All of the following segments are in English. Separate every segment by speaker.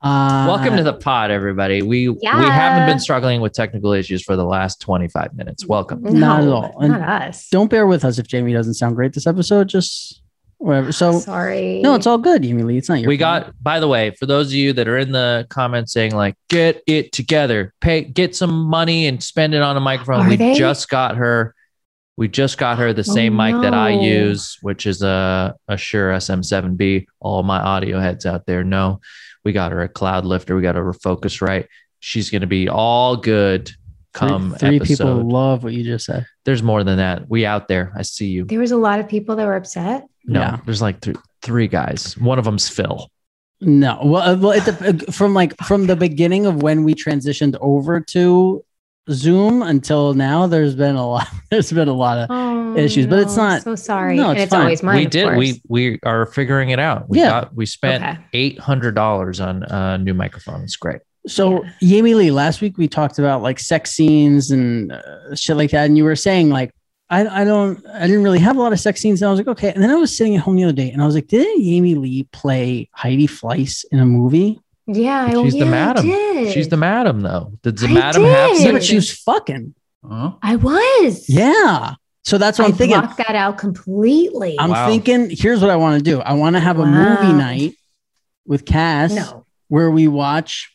Speaker 1: Uh,
Speaker 2: Welcome to the pod, everybody. We we
Speaker 3: Yeah.
Speaker 2: haven't been struggling with technical issues for the last 25 minutes. Welcome.
Speaker 1: Not at
Speaker 3: No,
Speaker 1: all. And
Speaker 3: Not us.
Speaker 1: Don't bear with us if Jamie doesn't sound great this episode. Just whatever. So
Speaker 3: sorry.
Speaker 1: no, it's all good, Jamie Lee. It's not your.
Speaker 2: We
Speaker 1: fault.
Speaker 2: got, by the way, for those of you that are in the comments saying like, get it together, pay, get some money and spend it on a microphone.
Speaker 3: Are
Speaker 2: we
Speaker 3: they?
Speaker 2: just got her, we just got her the
Speaker 3: Oh,
Speaker 2: same mic that I
Speaker 3: no.
Speaker 2: use, which is a, a Shure SM7B. All my audio heads out there know we got her a cloud lifter. We got her a focus right. She's going to be all good
Speaker 1: Three-
Speaker 2: come
Speaker 1: three,
Speaker 2: episode.
Speaker 1: people love what you just said.
Speaker 2: There's more than that. We out there. I see you.
Speaker 3: There was a lot of people that were upset.
Speaker 2: No,
Speaker 1: Yeah.
Speaker 2: there's like th- three guys. One of them's Phil.
Speaker 1: No, well, uh, well, at the, uh, from like from the beginning of when we transitioned over to Zoom until now, there's been a lot. There's been a lot of
Speaker 3: Oh,
Speaker 1: Issues, but it's
Speaker 3: no,
Speaker 1: not-
Speaker 3: So sorry.
Speaker 1: no,
Speaker 3: and
Speaker 1: it's
Speaker 3: it's
Speaker 1: fine.
Speaker 3: always mine.
Speaker 2: we
Speaker 3: of
Speaker 2: did.
Speaker 3: course.
Speaker 2: We we are figuring it out. We
Speaker 1: Yeah.
Speaker 2: got we spent
Speaker 3: Okay.
Speaker 2: eight hundred dollars on a new microphone. It's great.
Speaker 1: So, Jamie Lee, last week we talked about like sex scenes and uh, shit like that, and you were saying like, I, I don't, I didn't really have a lot of sex scenes, and I was like, okay. And then I was sitting at home the other day, and I was like, didn't Jamie Lee play Heidi Fleiss in a movie?
Speaker 3: Yeah. I-
Speaker 2: She's the
Speaker 3: yeah, I
Speaker 2: madam.
Speaker 3: did.
Speaker 2: She's the madam though. Did the
Speaker 3: I
Speaker 2: madam have
Speaker 3: did.
Speaker 1: Yeah,
Speaker 2: sex?
Speaker 1: but she was fucking.
Speaker 4: Huh?
Speaker 3: I was.
Speaker 1: Yeah. So that's what
Speaker 3: I
Speaker 1: I'm thinking.
Speaker 3: blocked that out completely.
Speaker 1: I'm
Speaker 2: Wow.
Speaker 1: thinking. Here's what I want to do. I want to have a movie
Speaker 3: Wow.
Speaker 1: night with Cass.
Speaker 3: no.
Speaker 1: where we watch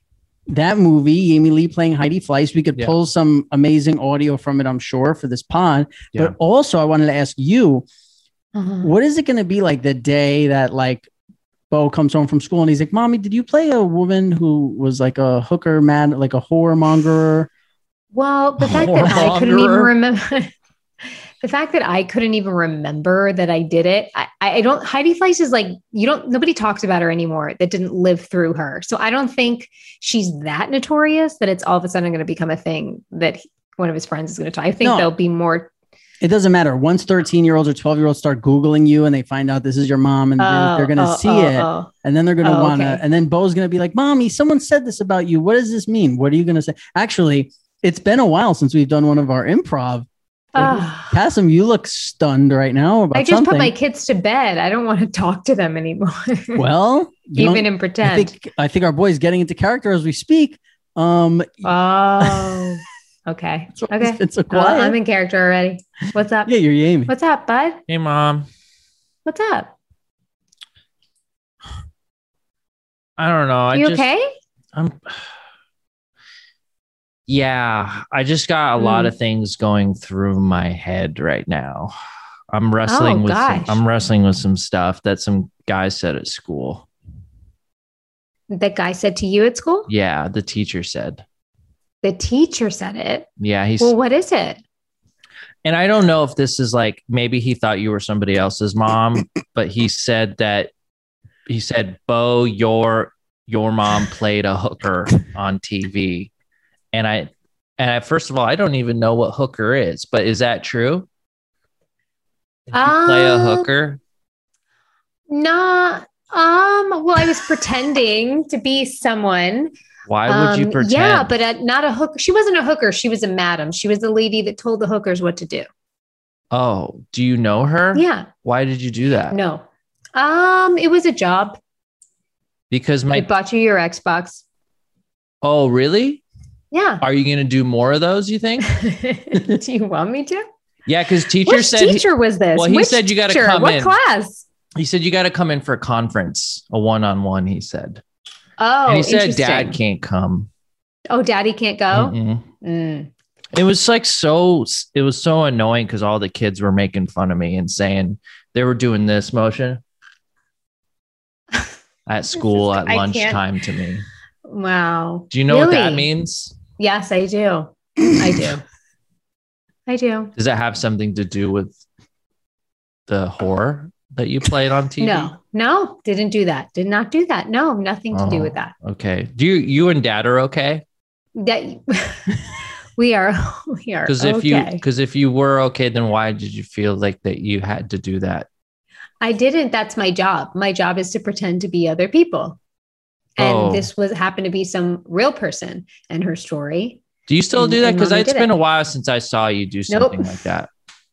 Speaker 1: that movie, Jamie Lee playing Heidi Fleiss. We could
Speaker 2: Yeah.
Speaker 1: pull some amazing audio from it, I'm sure, for this pod.
Speaker 2: Yeah.
Speaker 1: But also, I wanted to ask you,
Speaker 3: Uh-huh.
Speaker 1: what is it going to be like the day that like Bo comes home from school and he's like, "Mommy, did you play a woman who was like a hooker, mad, like a whore mongerer?"
Speaker 3: Well, the fact that I couldn't even
Speaker 2: Wanderer.
Speaker 3: remember. The fact that I couldn't even remember that I did it, I, I don't. Heidi Fleiss is like you don't. Nobody talks about her anymore that didn't live through her. So I don't think she's that notorious that it's all of a sudden going to become a thing that he- one of his friends is going to talk. I think
Speaker 1: No.
Speaker 3: there'll be more.
Speaker 1: It doesn't matter. Once 13 year olds or 12 year olds start Googling you and they find out this is your mom and
Speaker 3: oh,
Speaker 1: they're, going to
Speaker 3: oh,
Speaker 1: see
Speaker 3: oh,
Speaker 1: it
Speaker 3: oh.
Speaker 1: and then they're going to
Speaker 3: Oh,
Speaker 1: want to,
Speaker 3: okay.
Speaker 1: and then Bo's going to be like, Mommy, someone said this about you. What does this mean? What are you going to say? Actually, it's been a while since we've done one of our improv.
Speaker 3: Ah.
Speaker 1: Cassim, you look stunned right now about
Speaker 3: I just
Speaker 1: something.
Speaker 3: put my kids to bed. I don't want to talk to them anymore.
Speaker 1: well, you don't-
Speaker 3: even in
Speaker 1: I
Speaker 3: pretend.
Speaker 1: think I think our boy's getting into character as we speak. Um,
Speaker 3: oh, okay.
Speaker 1: it's,
Speaker 3: Okay.
Speaker 1: it's a
Speaker 3: Well,
Speaker 1: quiet.
Speaker 3: I'm in character already. What's up?
Speaker 1: yeah, you're Jamie.
Speaker 3: What's up, bud?
Speaker 2: Hey mom,
Speaker 3: What's up?
Speaker 2: I don't know. I
Speaker 3: you
Speaker 2: just,
Speaker 3: okay?
Speaker 2: I'm. Yeah, I just got a lot
Speaker 3: Mm.
Speaker 2: of things going through my head right now. I'm wrestling
Speaker 3: Oh,
Speaker 2: with some,
Speaker 3: gosh.
Speaker 2: I'm wrestling with some stuff that some guy said at school.
Speaker 3: The guy said to you at school?
Speaker 2: Yeah, the teacher said.
Speaker 3: The teacher said it.
Speaker 2: Yeah, he's
Speaker 3: Well, what is it?
Speaker 2: and I don't know if this is like maybe he thought you were somebody else's mom, but he said that he said, Bo, your your mom played a hooker on TV. And I and I first of all, I don't even know what hooker is, but is that true? Did you play a
Speaker 3: Um,
Speaker 2: hooker?
Speaker 3: Nah. Um, well, I was pretending to be someone.
Speaker 2: Why would you
Speaker 3: Um,
Speaker 2: pretend?
Speaker 3: Yeah, but uh not a hooker. She wasn't a hooker. She was a madam. She was the lady that told the hookers what to do.
Speaker 2: oh, do you know her?
Speaker 3: Yeah.
Speaker 2: Why did you do that?
Speaker 3: No. Um, it was a job.
Speaker 2: Because
Speaker 3: I
Speaker 2: my
Speaker 3: bought you your Xbox.
Speaker 2: oh really?
Speaker 3: Yeah.
Speaker 2: Are you gonna do more of those? You think?
Speaker 3: do you want me to?
Speaker 2: Yeah, because teacher
Speaker 3: Which
Speaker 2: said he-
Speaker 3: teacher was this?
Speaker 2: well, he
Speaker 3: Which
Speaker 2: said you gotta
Speaker 3: teacher?
Speaker 2: come
Speaker 3: What
Speaker 2: in.
Speaker 3: class?
Speaker 2: he said you got to come in for a conference, a one-on-one. He said,
Speaker 3: Oh,
Speaker 2: and he said
Speaker 3: interesting.
Speaker 2: dad can't come.
Speaker 3: Oh, daddy can't go.
Speaker 2: Mm-mm.
Speaker 3: Mm.
Speaker 2: It was like so. It was so annoying because all the kids were making fun of me and saying they were doing this motion at school
Speaker 3: is-
Speaker 2: at
Speaker 3: I can't-
Speaker 2: lunchtime to me.
Speaker 3: Wow.
Speaker 2: Do you know what that
Speaker 3: Really?
Speaker 2: means?
Speaker 3: Yes, I do. I do. I do.
Speaker 2: Does that have something to do with the horror that you played on TV?
Speaker 3: No, no, didn't do that. Did not do that. No, nothing to do
Speaker 2: Oh.
Speaker 3: with that.
Speaker 2: Okay. Do you you and dad are okay?
Speaker 3: That we are, we are
Speaker 2: Because
Speaker 3: okay.
Speaker 2: if you because if you were okay, then why did you feel like that you had to do that?
Speaker 3: I didn't. That's my job. My job is to pretend to be other people. And
Speaker 2: Oh.
Speaker 3: this was happened to be some real person and her story.
Speaker 2: Do you still
Speaker 3: And-
Speaker 2: do that?
Speaker 3: and
Speaker 2: Because
Speaker 3: Mommy
Speaker 2: it's
Speaker 3: did
Speaker 2: been
Speaker 3: it.
Speaker 2: a while since I saw you do
Speaker 3: Nope.
Speaker 2: something like that.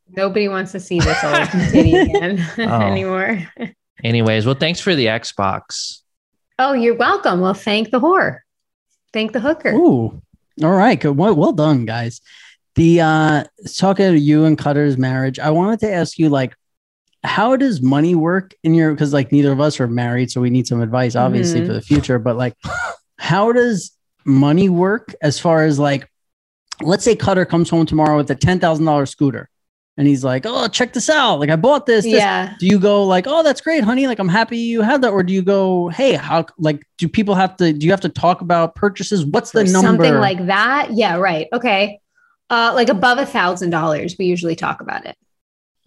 Speaker 3: Nobody wants to see this old titty again
Speaker 2: Oh.
Speaker 3: anymore.
Speaker 2: Anyways, well, thanks for the Xbox.
Speaker 3: Oh, you're welcome. Well, thank the whore. Thank the hooker.
Speaker 1: Ooh. All right. Good. Well, well done, guys. The uh talking to you and Cutter's marriage, I wanted to ask you like how does money work in your because like neither of us are married, so we need some advice obviously
Speaker 3: Mhm.
Speaker 1: for the future, but like how does money work as far as like let's say Cutter comes home tomorrow with a ten thousand dollar scooter and he's like, Oh, check this out. Like I bought this, this
Speaker 3: yeah.
Speaker 1: do you go like oh that's great honey like i'm happy you had that or do you go hey how like do people have to do you have to talk about purchases what's the
Speaker 3: Or
Speaker 1: number
Speaker 3: Something like that. Yeah, right. Okay. Uh, like above a thousand dollars, we usually talk about it.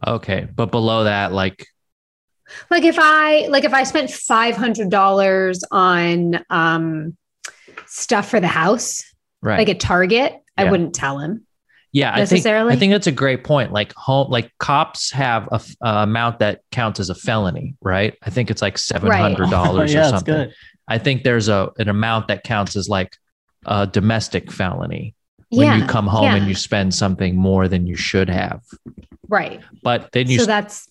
Speaker 2: Okay, but below that, like
Speaker 3: Like if I like if I spent five hundred dollars on um stuff for the house,
Speaker 2: right?
Speaker 3: like at Target, I
Speaker 2: Yeah.
Speaker 3: wouldn't tell him.
Speaker 2: yeah, I think
Speaker 3: necessarily.
Speaker 2: I think that's a great point. Like home, like cops have a f- uh, amount that counts as a felony, right? I think it's like seven hundred dollars
Speaker 1: yeah
Speaker 2: or
Speaker 1: that's
Speaker 2: something.
Speaker 1: good
Speaker 2: I think there's a an amount that counts as like a domestic felony when
Speaker 3: yeah.
Speaker 2: you come home and
Speaker 3: yeah.
Speaker 2: you spend something more than you should have.
Speaker 3: right.
Speaker 2: But then you
Speaker 3: So that's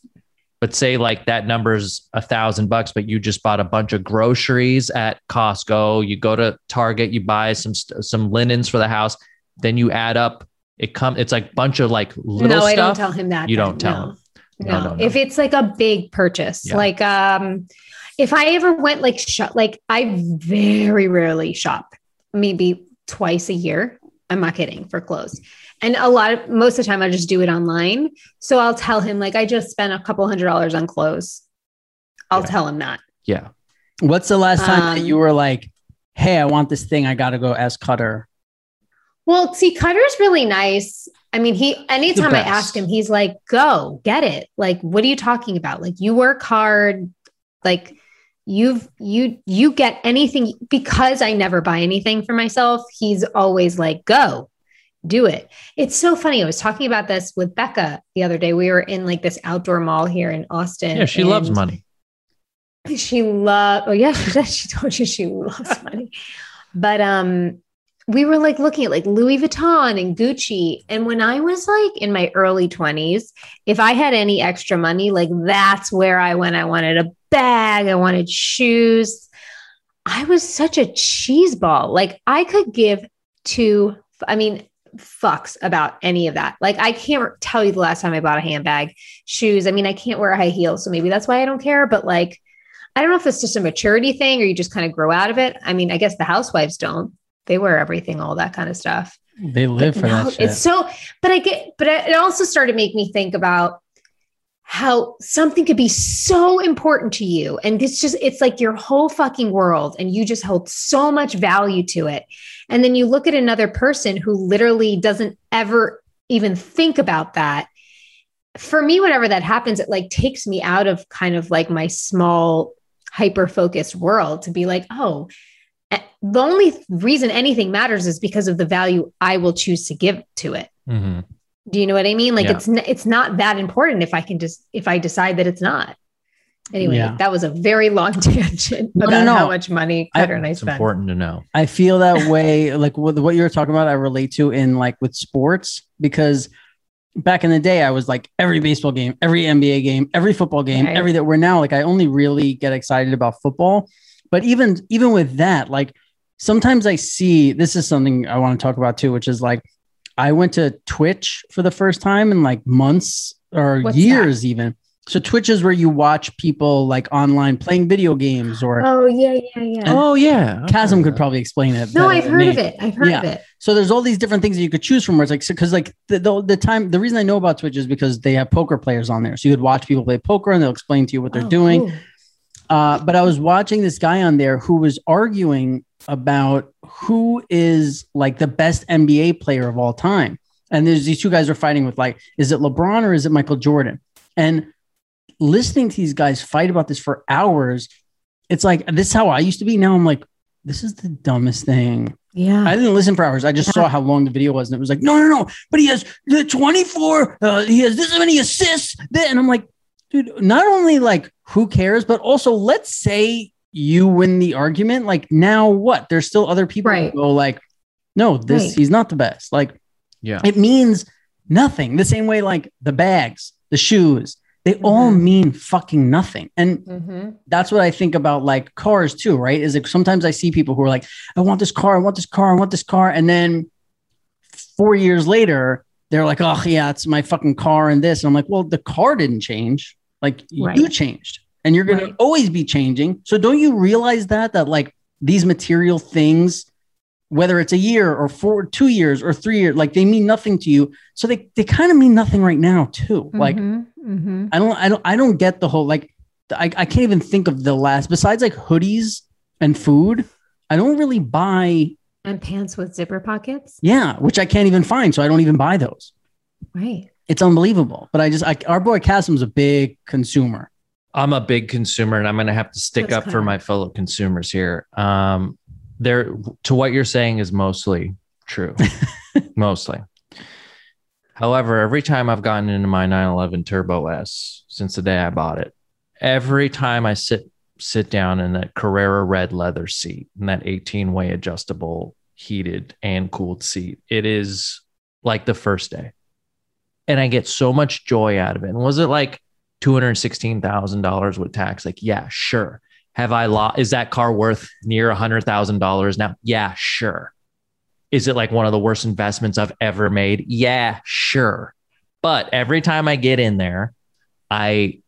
Speaker 2: but say like that number's a thousand bucks, but you just bought a bunch of groceries at Costco. You go to Target, you buy some st- some linens for the house. Then you add up. It come. It's like bunch of like little
Speaker 3: no,
Speaker 2: stuff.
Speaker 3: I don't tell him that.
Speaker 2: you
Speaker 3: then.
Speaker 2: don't tell
Speaker 3: No.
Speaker 2: him.
Speaker 3: No.
Speaker 2: No, no, no.
Speaker 3: If it's like a big purchase,
Speaker 2: Yeah.
Speaker 3: like um if I ever went like shop like I very rarely shop, maybe twice a year. I'm not kidding for clothes. And a lot of most of the time I just do it online. So I'll tell him like I just spent a couple hundred dollars on clothes. I'll
Speaker 2: Yeah.
Speaker 3: tell him that.
Speaker 2: Yeah,
Speaker 1: what's the last time that
Speaker 3: Um,
Speaker 1: you were like hey i want this thing i gotta go ask cutter
Speaker 3: Well, see, Cutter's really nice. I mean, he anytime I
Speaker 2: best.
Speaker 3: ask him, he's like, go get it. Like, what are you talking about? Like, you work hard, like you've you you get anything because I never buy anything for myself. He's always like, go do it. It's so funny. I was talking about this with Becca the other day. We were in like this outdoor mall here in Austin.
Speaker 2: yeah. She loves
Speaker 3: and-
Speaker 2: money.
Speaker 3: she loved oh yeah she said she told you she loves money but um we were like looking at like louis vuitton and gucci and when i was like in my early 20s if i had any extra money like that's where i went i wanted a bag i wanted shoes i was such a cheese ball like i could give two i mean fucks about any of that like i can't tell you the last time i bought a handbag shoes i mean i can't wear high heels so maybe that's why i don't care but like I don't know if it's just a maturity thing or you just kind of grow out of it. I mean, I guess the housewives don't. They wear everything, all that kind of stuff.
Speaker 1: they live for
Speaker 3: No,
Speaker 1: that shit
Speaker 3: It's so, but I get, but it also started to make me think about how something could be so important to you. And it's just, it's like your whole fucking world and you just hold so much value to it. And then you look at another person who literally doesn't ever even think about that. For me, whenever that happens, it like takes me out of kind of like my small hyper focused world to be like, oh, eh, the only th- reason anything matters is because of the value I will choose to give to it.
Speaker 2: hmm
Speaker 3: Do you know what I mean? Like
Speaker 2: Yeah.
Speaker 3: it's n- it's not that important if I can just if I decide that it's not. Anyway,
Speaker 1: Yeah.
Speaker 3: that was a very long tangent
Speaker 1: No, no,
Speaker 3: about
Speaker 1: no.
Speaker 3: how much money
Speaker 1: I-
Speaker 3: Cutter and I
Speaker 2: It's
Speaker 3: spend.
Speaker 2: important to know.
Speaker 1: I feel that way. Like what, what you were talking about, I relate to in like with sports because back in the day, I was like every baseball game, every NBA game, every football game,
Speaker 3: Right.
Speaker 1: every that we're now like I only really get excited about football. But even even with that, like sometimes I see this is something I want to talk about too, which is like I went to Twitch for the first time in like months or
Speaker 3: What's that?
Speaker 1: years even. So Twitch is where you watch people like online playing video games or
Speaker 3: Oh yeah, yeah, yeah.
Speaker 2: oh yeah,
Speaker 1: Chasm could probably explain it.
Speaker 3: no,
Speaker 1: better
Speaker 3: I've
Speaker 1: than
Speaker 3: heard
Speaker 1: me.
Speaker 3: of it. I've heard of it.
Speaker 1: So there's all these different things that you could choose from. Where it's like, because like the, the the time, the reason I know about Twitch is because they have poker players on there. So you could watch people play poker, and they'll explain to you what they're
Speaker 3: Oh,
Speaker 1: doing.
Speaker 3: cool.
Speaker 1: Uh, but I was watching this guy on there who was arguing about who is like the best NBA player of all time. And there's these two guys are fighting with like, is it LeBron or is it Michael Jordan? And listening to these guys fight about this for hours, it's like this is how I used to be. Now I'm like, this is the dumbest thing.
Speaker 3: Yeah.
Speaker 1: I didn't listen for hours. I just
Speaker 3: Mm-hmm.
Speaker 1: saw how long the video was, and it was like, no, no, no. But he has the 24. Uh, he has this many assists. That, and I'm like, dude, not only like who cares, but also let's say you win the argument. Like now, what? There's still other people
Speaker 3: Right.
Speaker 1: who go like, no, this
Speaker 3: Right.
Speaker 1: he's not the best. Like
Speaker 2: Yeah,
Speaker 1: it means nothing. The same way like the bags, the shoes, They all
Speaker 3: Mhm.
Speaker 1: mean fucking nothing. And
Speaker 3: Mm-hmm.
Speaker 1: that's what I think about like cars too, right? Is like sometimes I see people who are like, I want this car, I want this car, I want this car. And then four years later, they're like, oh, yeah, it's my fucking car and this. And I'm like, well, the car didn't change. Like you
Speaker 3: Right.
Speaker 1: changed and you're going
Speaker 3: Right.
Speaker 1: to always be changing. So don't you realize that, that like these material things, whether it's a year or four, two years or three years, like they mean nothing to you. So they, they kind of mean nothing right now too. Like
Speaker 3: mm-hmm.
Speaker 1: I don't, I don't, I don't get the whole like. I, I can't even think of the last besides like hoodies and food. I don't really buy,
Speaker 3: and pants with zipper pockets.
Speaker 1: yeah, which I can't even find, so I don't even buy those.
Speaker 3: Right.
Speaker 1: It's unbelievable. But I just, I, our boy Casim's a big consumer.
Speaker 2: I'm a big consumer and I'm going to have to stick
Speaker 3: That's
Speaker 2: up for
Speaker 3: kind.
Speaker 2: my fellow consumers here. Um, there to what you're saying is mostly true, mostly. However, every time I've gotten into my 911 Turbo S since the day I bought it, every time I sit sit down in that Carrera red leather seat and that 18 way adjustable heated and cooled seat, it is like the first day, and I get so much joy out of it. And was it like two hundred sixteen thousand dollars with tax. Like, yeah, sure. Have I lost? Is that car worth near hundred thousand dollars now? Yeah, sure. Is it like one of the worst investments I've ever made? Yeah, sure. But every time I get in there, I,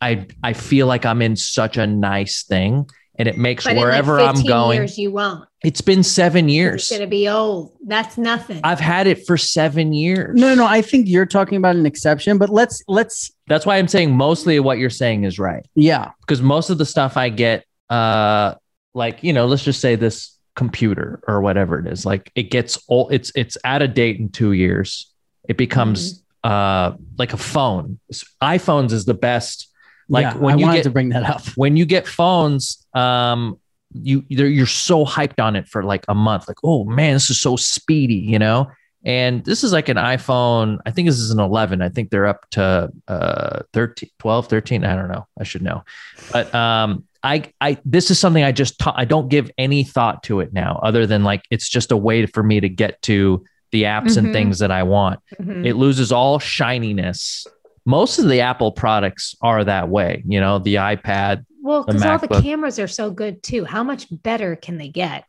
Speaker 2: I, I feel like I'm in such a nice thing, and it makes
Speaker 3: But
Speaker 2: wherever
Speaker 3: in like
Speaker 2: I'm
Speaker 3: 15
Speaker 2: going.
Speaker 3: years, you won't.
Speaker 2: It's been seven
Speaker 3: It's
Speaker 2: years.
Speaker 3: going to be old. That's nothing.
Speaker 2: I've had it for seven years.
Speaker 1: No, no, I think you're talking about an exception, but let's, let's,
Speaker 2: That's why I'm saying mostly what you're saying is right.
Speaker 1: yeah,
Speaker 2: because most of the stuff I get, uh, like you know, let's just say this computer or whatever it is, like it gets old. It's it's out of date in two years. It becomes uh like a phone. S- iPhones is the best. Like
Speaker 1: Yeah,
Speaker 2: when
Speaker 1: I
Speaker 2: you
Speaker 1: wanted
Speaker 2: get
Speaker 1: to bring that up.
Speaker 2: when you get phones, um, you they're- you're so hyped on it for like a month. Like oh man, this is so speedy, you know. And this is like an iPhone. I think this is an 11. I think they're up to uh 13, 12, 13. I don't know. I should know but um I, I this is something I just ta- I don't give any thought to it now other than like it's just a way for me to get to the apps and
Speaker 3: Mhm.
Speaker 2: things that I want.
Speaker 3: Mhm.
Speaker 2: It loses all shininess. Most of the Apple products are that way, you know, the iPad.
Speaker 3: well,
Speaker 2: the
Speaker 3: because all the
Speaker 2: MacBook.
Speaker 3: cameras are so good too. How much better can they get?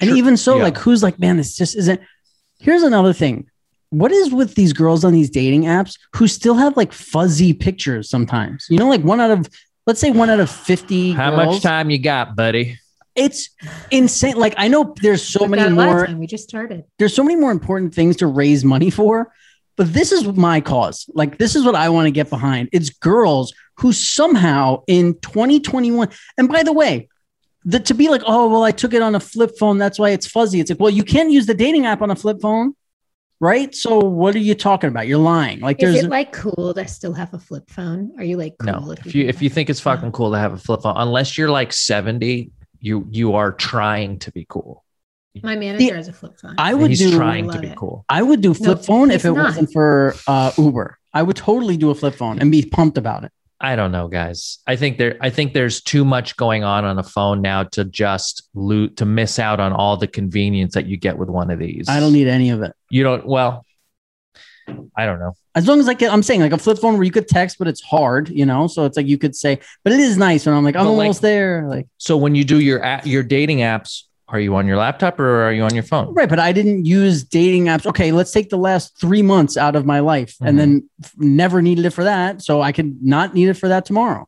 Speaker 1: And
Speaker 2: Sure.
Speaker 1: even so,
Speaker 2: Yeah.
Speaker 1: like, who's like, man, this just isn't. Here's another thing. What is with these girls on these dating apps who still have like fuzzy pictures sometimes? You know, like one out of, let's say one out of 50.
Speaker 2: How
Speaker 1: girls,
Speaker 2: much time you got, buddy?
Speaker 1: It's insane. Like, I know there's so
Speaker 3: We've
Speaker 1: many
Speaker 3: got a lot of
Speaker 1: more,
Speaker 3: time. We just started.
Speaker 1: there's so many more important things to raise money for, but this is my cause. Like, this is what I want to get behind. It's girls who somehow in 2021, and by the way, the, to be like, oh, well, I took it on a flip phone. That's why it's fuzzy. It's like, well, you can't use the dating app on a flip phone, right? So what are you talking about? You're lying. Like
Speaker 3: Is
Speaker 1: there's
Speaker 3: it like cool to still have a flip phone? Are you like cool?
Speaker 2: No. If you
Speaker 3: do
Speaker 2: if you
Speaker 3: that?
Speaker 2: think it's fucking cool to have a flip phone, unless you're like 70, you you are trying to be cool.
Speaker 3: my manager has a flip phone.
Speaker 1: I
Speaker 2: And
Speaker 1: would
Speaker 2: he's
Speaker 1: do
Speaker 2: trying to
Speaker 3: Love
Speaker 2: be
Speaker 3: it.
Speaker 2: cool.
Speaker 1: I would do flip
Speaker 3: No,
Speaker 1: phone if
Speaker 3: he's
Speaker 1: it
Speaker 3: not.
Speaker 1: wasn't for uh, Uber. I would totally do a flip phone and be pumped about it.
Speaker 2: I don't know, guys. I think there. I think there's too much going on on a phone now to just loot to miss out on all the convenience that you get with one of these.
Speaker 1: I don't e- need any of it.
Speaker 2: You don't. Well, I don't know.
Speaker 1: As long as I get, I'm saying like a flip phone where you could text, but it's hard, you know. So it's like you could say, but it is nice when I'm like I'm
Speaker 2: But, like-
Speaker 1: almost there, like
Speaker 2: So when you do your a- your dating apps, are you on your laptop or are you on your phone?
Speaker 1: right. But I didn't use dating apps. Okay, let's take the last three months out of my life, and
Speaker 2: Mhm.
Speaker 3: Mm-hmm.
Speaker 1: then f- never needed it for that, so I could not need it for that tomorrow.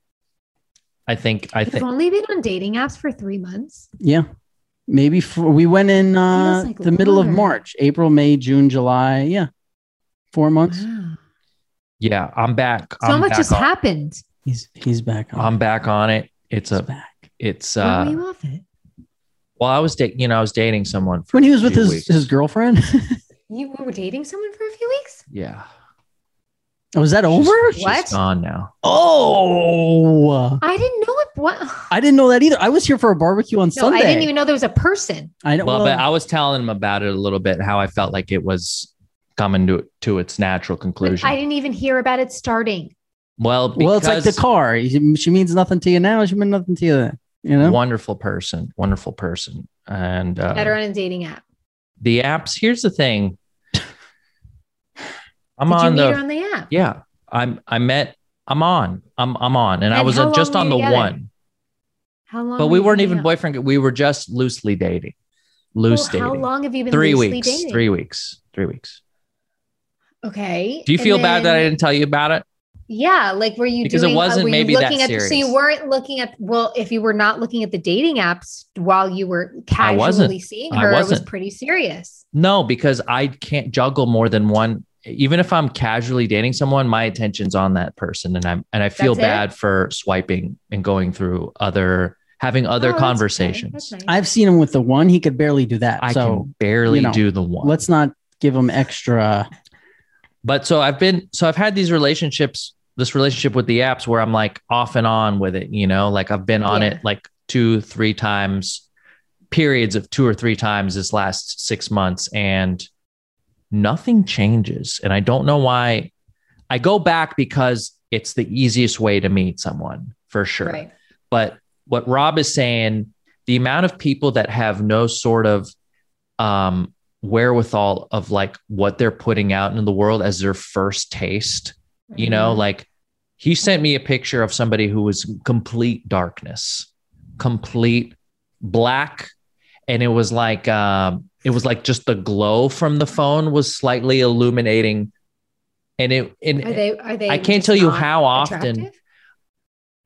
Speaker 2: I think. I
Speaker 3: You've
Speaker 2: think.
Speaker 3: only been on dating apps for three months.
Speaker 1: Yeah, maybe for, we went in uh,
Speaker 3: Feels like
Speaker 1: the middle of
Speaker 3: longer.
Speaker 1: March, April, May, June, July. Yeah, four months.
Speaker 3: Wow.
Speaker 2: Yeah, I'm back.
Speaker 3: So
Speaker 2: I'm
Speaker 3: much
Speaker 2: back
Speaker 3: has
Speaker 2: on,
Speaker 3: happened.
Speaker 1: He's he's back. On.
Speaker 2: I'm back on it. It's
Speaker 1: He's
Speaker 2: a.
Speaker 1: back.
Speaker 2: It's
Speaker 3: Why were
Speaker 2: uh.
Speaker 3: you off it?
Speaker 2: Well, I was dating. You know, I was dating someone for
Speaker 1: When he was with
Speaker 2: two
Speaker 1: his
Speaker 2: weeks.
Speaker 1: his girlfriend,
Speaker 3: You were dating someone for a few weeks?
Speaker 2: Yeah.
Speaker 1: was that
Speaker 2: She's-
Speaker 1: over?
Speaker 2: she's
Speaker 3: What?
Speaker 2: gone now.
Speaker 1: Oh.
Speaker 3: I didn't know it. What?
Speaker 1: I didn't know that either. I was here for a barbecue on
Speaker 3: No,
Speaker 1: Sunday.
Speaker 3: I didn't even know there was a person.
Speaker 1: I know.
Speaker 2: well,
Speaker 1: well,
Speaker 2: but I was telling him about it a little bit, how I felt like it was coming to to its natural
Speaker 3: But
Speaker 2: conclusion.
Speaker 3: I didn't even hear about it starting.
Speaker 2: well, because
Speaker 1: well, it's like the car. You- She means nothing to you now. She meant nothing to you then. You know.
Speaker 2: wonderful person, wonderful person, and
Speaker 3: Better
Speaker 2: uh,
Speaker 3: on a dating app.
Speaker 2: the apps. Here's the thing. I'm
Speaker 3: Did you
Speaker 2: on
Speaker 3: meet
Speaker 2: the
Speaker 3: her on the app?
Speaker 2: yeah. I'm I met I'm on. I'm I'm on. And, I
Speaker 3: And
Speaker 2: was
Speaker 3: how
Speaker 2: uh,
Speaker 3: long
Speaker 2: just
Speaker 3: were
Speaker 2: on
Speaker 3: you
Speaker 2: the
Speaker 3: together?
Speaker 2: one.
Speaker 3: How long?
Speaker 2: But
Speaker 3: were
Speaker 2: we
Speaker 3: you
Speaker 2: weren't
Speaker 3: hanging
Speaker 2: even
Speaker 3: out?
Speaker 2: boyfriend. We were just loosely dating.
Speaker 3: Well,
Speaker 2: Loose
Speaker 3: How
Speaker 2: dating.
Speaker 3: long have you been
Speaker 2: three
Speaker 3: loosely
Speaker 2: weeks.
Speaker 3: dating?
Speaker 2: Three weeks. Three weeks.
Speaker 3: Okay.
Speaker 2: Do you
Speaker 3: and
Speaker 2: feel bad that I
Speaker 3: then-
Speaker 2: didn't tell you about it?
Speaker 3: Yeah, like were you
Speaker 2: Because it
Speaker 3: doing? uh,
Speaker 2: wasn't
Speaker 3: were you
Speaker 2: maybe that
Speaker 3: looking at, So
Speaker 2: serious.
Speaker 3: you weren't looking at. Well, if you were not looking at the dating apps while you were
Speaker 2: I
Speaker 3: casually
Speaker 2: wasn't.
Speaker 3: seeing
Speaker 2: I
Speaker 3: her, it
Speaker 2: wasn't.
Speaker 3: was pretty serious.
Speaker 2: No, because I can't juggle more than one. Even if I'm casually dating someone, my attention's on that person, and I'm and I feel
Speaker 3: That's it?
Speaker 2: bad for swiping and going through other having
Speaker 3: Oh,
Speaker 2: other
Speaker 3: that's okay.
Speaker 2: conversations.
Speaker 3: That's nice.
Speaker 1: I've seen him with the one. He could barely do that.
Speaker 2: I
Speaker 1: so
Speaker 2: can barely
Speaker 1: you know,
Speaker 2: do the one.
Speaker 1: let's not give him extra.
Speaker 2: but so I've been so I've had these relationships, this relationship with the apps where I'm like off and on with it, you know, like I've been on
Speaker 3: Yeah.
Speaker 2: it like two, three times, periods of two or three times this last six months, and nothing changes. And I don't know why I go back because it's the easiest way to meet someone for sure.
Speaker 3: Right.
Speaker 2: But what Rob is saying, the amount of people that have no sort of um, wherewithal of like what they're putting out into the world as their first taste, you know,
Speaker 3: Mhm.
Speaker 2: like he sent me a picture of somebody who was complete darkness, complete black. And it was like, um, it was like just the glow from the phone was slightly illuminating. And it, and
Speaker 3: Are they? Are they?
Speaker 2: I can't
Speaker 3: just
Speaker 2: tell you
Speaker 3: not
Speaker 2: how often
Speaker 3: attractive?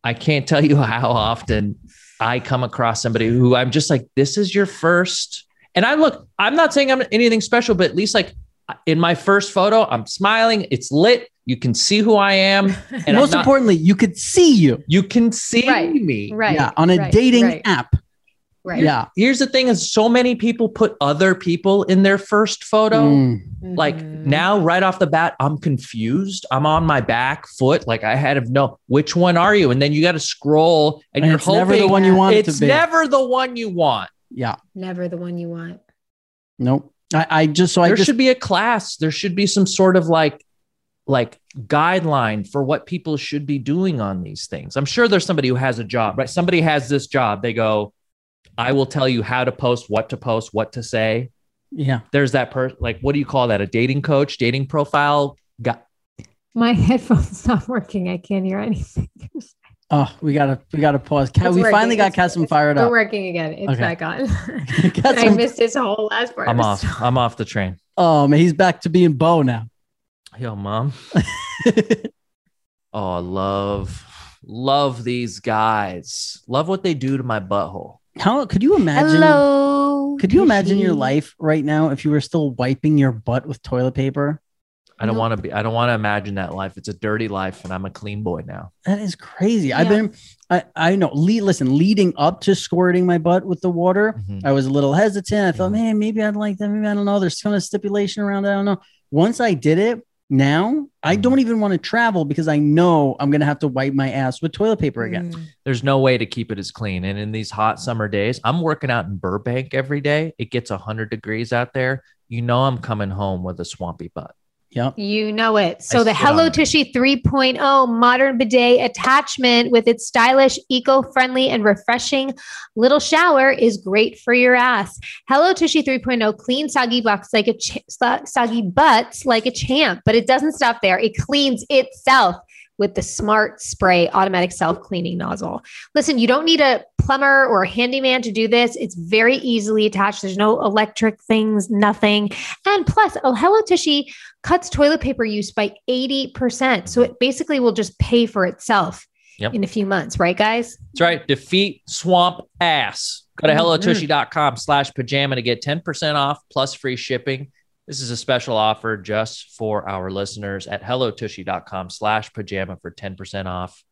Speaker 2: I can't tell you how often I come across somebody who I'm just like, this is your first. And I look, I'm not saying I'm anything special, but at least like in my first photo, I'm smiling, it's lit, you can see who I am. And
Speaker 1: Most
Speaker 2: Most important,
Speaker 1: importantly, you could see you.
Speaker 2: you can see
Speaker 3: Right,
Speaker 2: me.
Speaker 3: Right.
Speaker 1: yeah, on a
Speaker 3: right,
Speaker 1: dating
Speaker 3: right,
Speaker 1: app.
Speaker 3: Right.
Speaker 1: Yeah.
Speaker 2: Here's the thing is so many people put other people in their first photo.
Speaker 1: Mm.
Speaker 2: Like
Speaker 3: Mhm.
Speaker 2: now, right off the bat, I'm confused. I'm on my back foot. Like I had to know which one are you? And then you got to scroll and,
Speaker 1: And
Speaker 2: you're
Speaker 1: it's
Speaker 2: hoping
Speaker 1: never the one you want it
Speaker 2: it's
Speaker 1: to be.
Speaker 2: never the one you want.
Speaker 1: yeah.
Speaker 3: Never the one you want.
Speaker 1: Nope. I, I just so I
Speaker 2: there
Speaker 1: just
Speaker 2: should be a class. There should be some sort of like like guideline for what people should be doing on these things. I'm sure there's somebody who has a job, right? Somebody has this job. They go, I will tell you how to post, what to post, what to say.
Speaker 1: yeah.
Speaker 2: There's that person, like, what do you call that? A dating coach, dating profile guy.
Speaker 3: My headphones not working. I can't hear anything.
Speaker 1: Oh, we gotta we gotta pause. Ca-
Speaker 3: It's
Speaker 1: we
Speaker 3: working.
Speaker 1: finally got
Speaker 3: It's-
Speaker 1: Cassim
Speaker 3: it's-
Speaker 1: fired
Speaker 3: We're
Speaker 1: up.
Speaker 3: working again. It's
Speaker 1: Okay.
Speaker 3: back on. I
Speaker 1: Cassim-
Speaker 3: missed his whole last part.
Speaker 2: I'm
Speaker 3: It was
Speaker 2: off.
Speaker 3: so-
Speaker 2: I'm off the train.
Speaker 1: oh man, he's back to being Bo now.
Speaker 2: Yo, mom. Oh, I love, love these guys. Love what they do to my butthole.
Speaker 1: How could you imagine?
Speaker 3: Hello.
Speaker 1: Could you imagine your
Speaker 3: Fishy.
Speaker 1: life right now if you were still wiping your butt with toilet paper?
Speaker 2: I don't
Speaker 3: Nope.
Speaker 2: want to be. I don't want to imagine that life. It's a dirty life, and I'm a clean boy now.
Speaker 1: That is crazy. I've
Speaker 3: Yeah.
Speaker 1: been, I, I know. Le- listen, leading up to squirting my butt with the water, I was a little hesitant. I thought,
Speaker 2: Mhm.
Speaker 1: man, maybe I'd like that. Maybe I don't know. There's kind of stipulation around it. I don't know. Once I did it, now I
Speaker 3: Mm-hmm.
Speaker 2: Mhm.
Speaker 1: don't even want to travel because I know I'm gonna have to wipe my ass with toilet paper again.
Speaker 3: Mm.
Speaker 2: There's no way to keep it as clean. And in these hot summer days, I'm working out in Burbank every day. It gets 100 degrees out there. You know, I'm coming home with a swampy butt.
Speaker 1: Yep.
Speaker 3: You know it. So
Speaker 2: I
Speaker 3: the
Speaker 2: sit on
Speaker 3: Hello
Speaker 2: it.
Speaker 3: Tushy 3.0 modern bidet attachment with its stylish, eco-friendly, and refreshing little shower is great for your ass. Hello Tushy 3.0 clean soggy bucks like a ch- so- soggy butts like a champ, but it doesn't stop there. It cleans itself with the smart spray automatic self-cleaning nozzle. Listen, you don't need a plumber or a handyman to do this. It's very easily attached. There's no electric things, nothing. And plus, oh, Hello Tushy cuts toilet paper use by 80%. So it basically will just pay for itself
Speaker 2: Yep.
Speaker 3: in a few months, right, guys?
Speaker 2: That's right. Defeat swamp ass. Go to
Speaker 1: Mhm.
Speaker 2: hellotushy.com slash pajama to get 10% off plus free shipping. This is a special offer just for our listeners at hellotushy.com slash pajama for 10% off.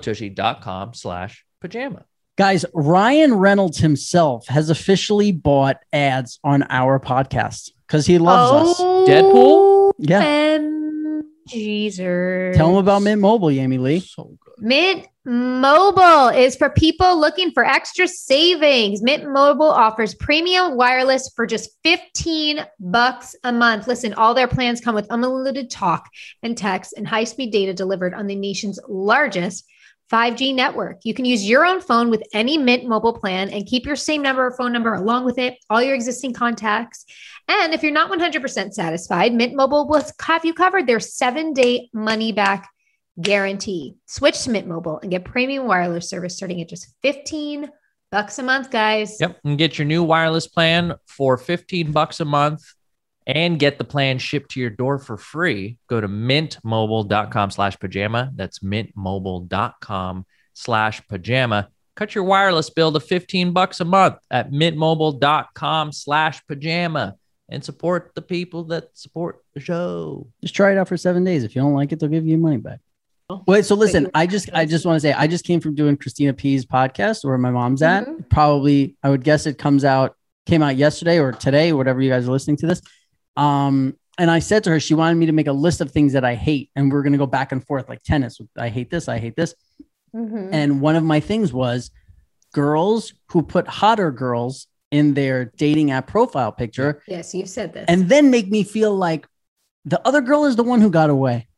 Speaker 2: Hellotushy.com slash pajama.
Speaker 1: Guys, Ryan Reynolds himself has officially bought ads on our podcast because he loves
Speaker 3: Oh,
Speaker 1: us.
Speaker 2: Deadpool?
Speaker 1: Yeah.
Speaker 3: And Jesus.
Speaker 1: Tell him about Mint Mobile, Yami Lee.
Speaker 2: So good.
Speaker 3: Mint Mobile is for people looking for extra savings. Mint Mobile offers premium wireless for just 15 bucks a month. Listen, all their plans come with unlimited talk and text and high-speed data delivered on the nation's largest 5G network. You can use your own phone with any Mint Mobile plan and keep your same number or phone number along with it, all your existing contacts. And if you're not 100% satisfied, Mint Mobile will have you covered their 7-day money back guarantee. Switch to Mint Mobile and get premium wireless service starting at just 15 bucks a month, guys.
Speaker 2: Yep. And get your new wireless plan for 15 bucks a month and get the plan shipped to your door for free. Go to mintmobile.com slash pajama. That's mintmobile.com slash pajama. Cut your wireless bill to 15 bucks a month at mintmobile.com slash pajama and support the people that support the show.
Speaker 1: Just try it out for seven days. If you don't like it, they'll give you money back. Wait, so listen,
Speaker 3: you-
Speaker 1: I just I just want to say I just came from doing Christina P's podcast where my mom's at.
Speaker 3: Mhm.
Speaker 1: Probably I would guess it comes out came out yesterday or today, whatever you guys are listening to this. Um, and I said to her, she wanted me to make a list of things that I hate, and we're gonna go back and forth like tennis. I hate this, I hate this.
Speaker 3: Mhm.
Speaker 1: And one of my things was girls who put hotter girls in their dating app profile picture
Speaker 3: yes, you've said this.
Speaker 1: and then make me feel like the other girl is the one who got away.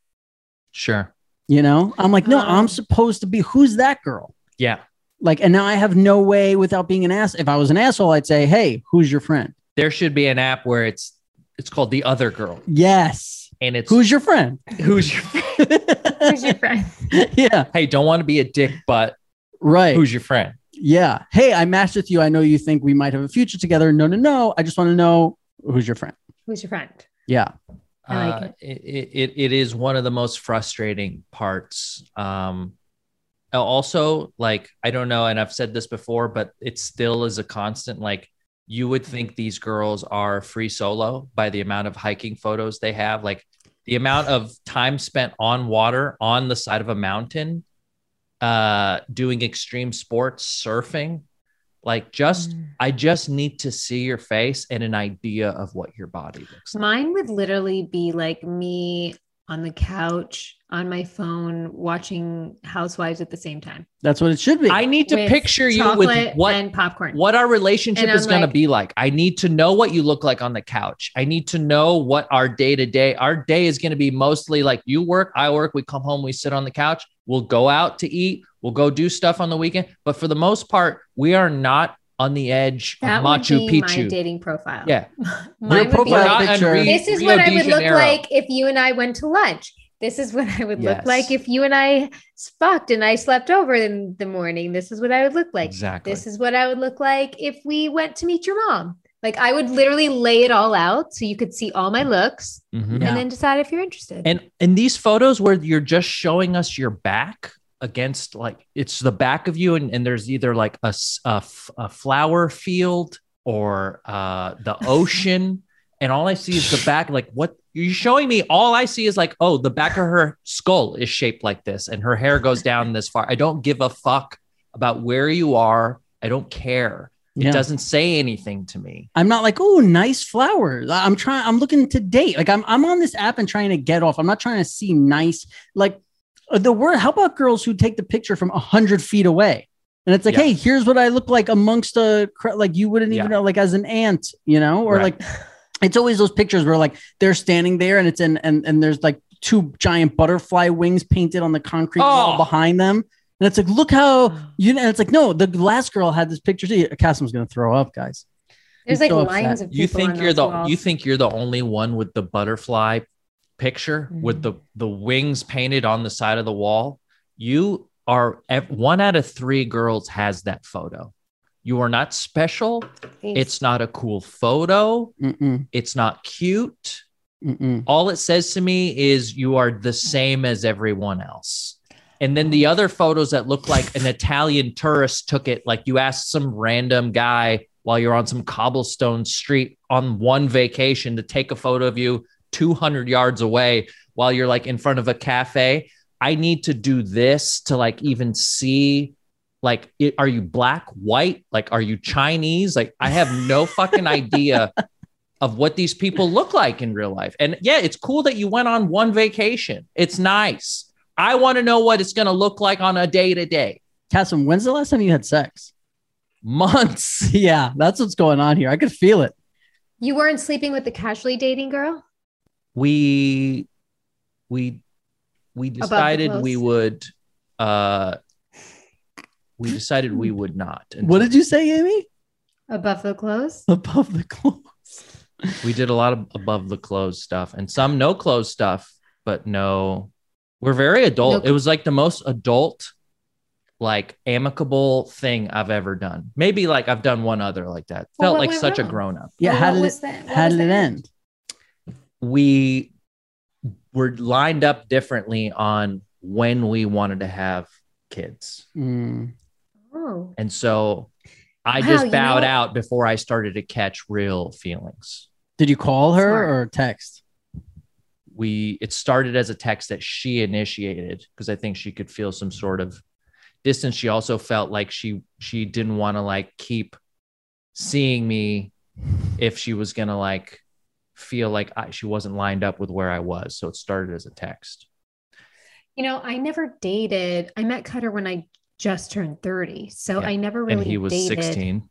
Speaker 2: Sure.
Speaker 1: You know, I'm like, no,
Speaker 3: Um.
Speaker 1: I'm supposed to be who's that girl?
Speaker 2: Yeah.
Speaker 1: Like, and now I have no way without being an ass. If I was an asshole, I'd say, hey, who's your friend?
Speaker 2: There should be an app where it's it's called the other girl.
Speaker 1: Yes.
Speaker 2: And it's
Speaker 1: Who's your friend?
Speaker 2: who's your
Speaker 3: Who's your friend?
Speaker 1: yeah.
Speaker 2: hey, don't want to be a dick, but
Speaker 1: Right.
Speaker 2: who's your friend?
Speaker 1: yeah. Hey, I matched with you. I know you think we might have a future together. No, no, no. I just want to know who's your friend.
Speaker 3: Who's your friend?
Speaker 1: Yeah.
Speaker 3: I like
Speaker 2: Uh, it, it, it- it is one of the most frustrating parts. Um, al- also, like, I don't know, and I've said this before, but it still is a constant. Like, you would think these girls are free solo by the amount of hiking photos they have, like, the amount of time spent on water on the side of a mountain, uh, doing extreme sports, surfing. Like, just,
Speaker 3: Mm.
Speaker 2: I just need to see your face and an idea of what your body looks like.
Speaker 3: Mine would literally be like me on the couch on my phone watching Housewives at the same time.
Speaker 1: That's what it should be.
Speaker 2: I need to
Speaker 3: with
Speaker 2: picture you with
Speaker 3: chocolate
Speaker 2: what
Speaker 3: and popcorn.
Speaker 2: what our relationship
Speaker 3: And
Speaker 2: is
Speaker 3: I'm
Speaker 2: going to
Speaker 3: like-
Speaker 2: be like. I need to know what you look like on the couch. I need to know what our day to day. Our day is going to be mostly like you work, I work, we come home, we sit on the couch, we'll go out to eat, we'll go do stuff on the weekend, but for the most part, we are not on the edge
Speaker 3: That
Speaker 2: of
Speaker 3: would
Speaker 2: Machu
Speaker 3: be my
Speaker 2: Picchu.
Speaker 3: dating profile.
Speaker 2: Yeah.
Speaker 1: Your
Speaker 3: Mine would be
Speaker 1: profile
Speaker 3: like,
Speaker 2: Not in
Speaker 1: picture-
Speaker 2: Re-
Speaker 3: this is
Speaker 2: Rio
Speaker 3: what I
Speaker 2: de
Speaker 3: would look
Speaker 2: Janeiro.
Speaker 3: like if you and I went to lunch. This is what I would
Speaker 2: Yes.
Speaker 3: look like if you and I fucked and I slept over in the morning. This is what I would look like.
Speaker 2: Exactly.
Speaker 3: This is what I would look like if we went to meet your mom. Like I would literally lay it all out so you could see all my looks
Speaker 2: Mhm.
Speaker 1: Yeah.
Speaker 3: and then decide if you're interested.
Speaker 2: And and these photos where you're just showing us your back against like it's the back of you and, and there's either like a, s- a f- a flower field or uh the ocean and all I see is the back like what you're showing me all I see is like oh the back of her skull is shaped like this and her hair goes down this far I don't give a fuck about where you are I don't care
Speaker 1: yeah.
Speaker 2: it doesn't say anything to me
Speaker 1: I'm not like, oh, nice flowers. I- I'm trying, I'm looking to date. Like I'm I'm on this app and trying to get off. I'm not trying to see nice, like uh, the word. How about girls who take the picture from a hundred feet away? And it's like,
Speaker 2: Yeah.
Speaker 1: hey, here's what I look like amongst a cr- like you wouldn't even
Speaker 2: Yeah.
Speaker 1: know, like as an ant, you know, or
Speaker 2: Right.
Speaker 1: like it's always those pictures where like they're standing there and it's in and and there's like two giant butterfly wings painted on the concrete wall
Speaker 2: Oh.
Speaker 1: behind them. And it's like, look
Speaker 3: Oh,
Speaker 1: how you know. It's like, no, the last girl had this picture. too. Casim's gonna throw up, guys.
Speaker 3: There's
Speaker 1: I'm
Speaker 3: like
Speaker 1: so
Speaker 3: lines
Speaker 1: upset.
Speaker 3: of people
Speaker 2: you think
Speaker 3: on
Speaker 2: you're
Speaker 3: those
Speaker 2: the
Speaker 3: walls.
Speaker 2: you think you're the only one with the butterfly picture with the the wings painted on the side of the wall you are ev- one out of three girls has that photo you are not special
Speaker 3: Thanks.
Speaker 2: it's not a cool photo
Speaker 1: Mm-mm,
Speaker 2: it's not cute
Speaker 1: mm-mm.
Speaker 2: all it says to me is you are the same as everyone else and then the other photos that look like an italian tourist took it like you asked some random guy while you're on some cobblestone street on one vacation to take a photo of you 200 yards away while you're like in front of a cafe i need to do this to like even see like it, are you black white like are you chinese like i have no fucking idea of what these people look like in real life and yeah it's cool that you went on one vacation it's nice i want to know what it's going to look like on a day to day
Speaker 1: Cassim, when's the last time you had sex?
Speaker 2: months
Speaker 1: Yeah, that's what's going on here. I could feel it.
Speaker 3: you weren't sleeping with the casually dating girl?
Speaker 2: we we we
Speaker 3: Above the
Speaker 2: decided we
Speaker 3: clothes.
Speaker 2: would uh we decided we would not
Speaker 1: What did you say, Amy?
Speaker 3: Above the clothes?
Speaker 1: Above the clothes.
Speaker 2: we did a lot of above the clothes stuff and some no clothes stuff but no We're very adult.
Speaker 3: Nope.
Speaker 2: It was like the most adult, like amicable thing I've ever done. Maybe like I've done one other like that.
Speaker 4: Well,
Speaker 2: Felt
Speaker 4: what
Speaker 2: like
Speaker 4: went
Speaker 2: such a
Speaker 4: wrong?
Speaker 2: grown up.
Speaker 3: Oh,
Speaker 1: Yeah,
Speaker 4: Well,
Speaker 1: how
Speaker 4: what
Speaker 1: did
Speaker 4: was
Speaker 1: it,
Speaker 4: the- what
Speaker 1: how
Speaker 4: was
Speaker 1: did
Speaker 4: the
Speaker 1: it end?
Speaker 2: We were lined up differently on when we wanted to have kids.
Speaker 1: Mm.
Speaker 3: Oh.
Speaker 2: And so I
Speaker 3: Wow,
Speaker 2: just
Speaker 3: you
Speaker 2: bowed
Speaker 3: know-
Speaker 2: out before I started to catch real feelings.
Speaker 1: Did you call her
Speaker 3: Smart.
Speaker 1: or text?
Speaker 2: We it started as a text that she initiated because I think she could feel some sort of distance. She also felt like she she didn't want to like keep seeing me if she was gonna like feel like I, she wasn't lined up with where I was. So it started as a text.
Speaker 3: You know, I never dated. I met Cutter when I just turned 30. So
Speaker 2: Yeah.
Speaker 3: I never really
Speaker 2: and he was
Speaker 3: dated.
Speaker 2: 16.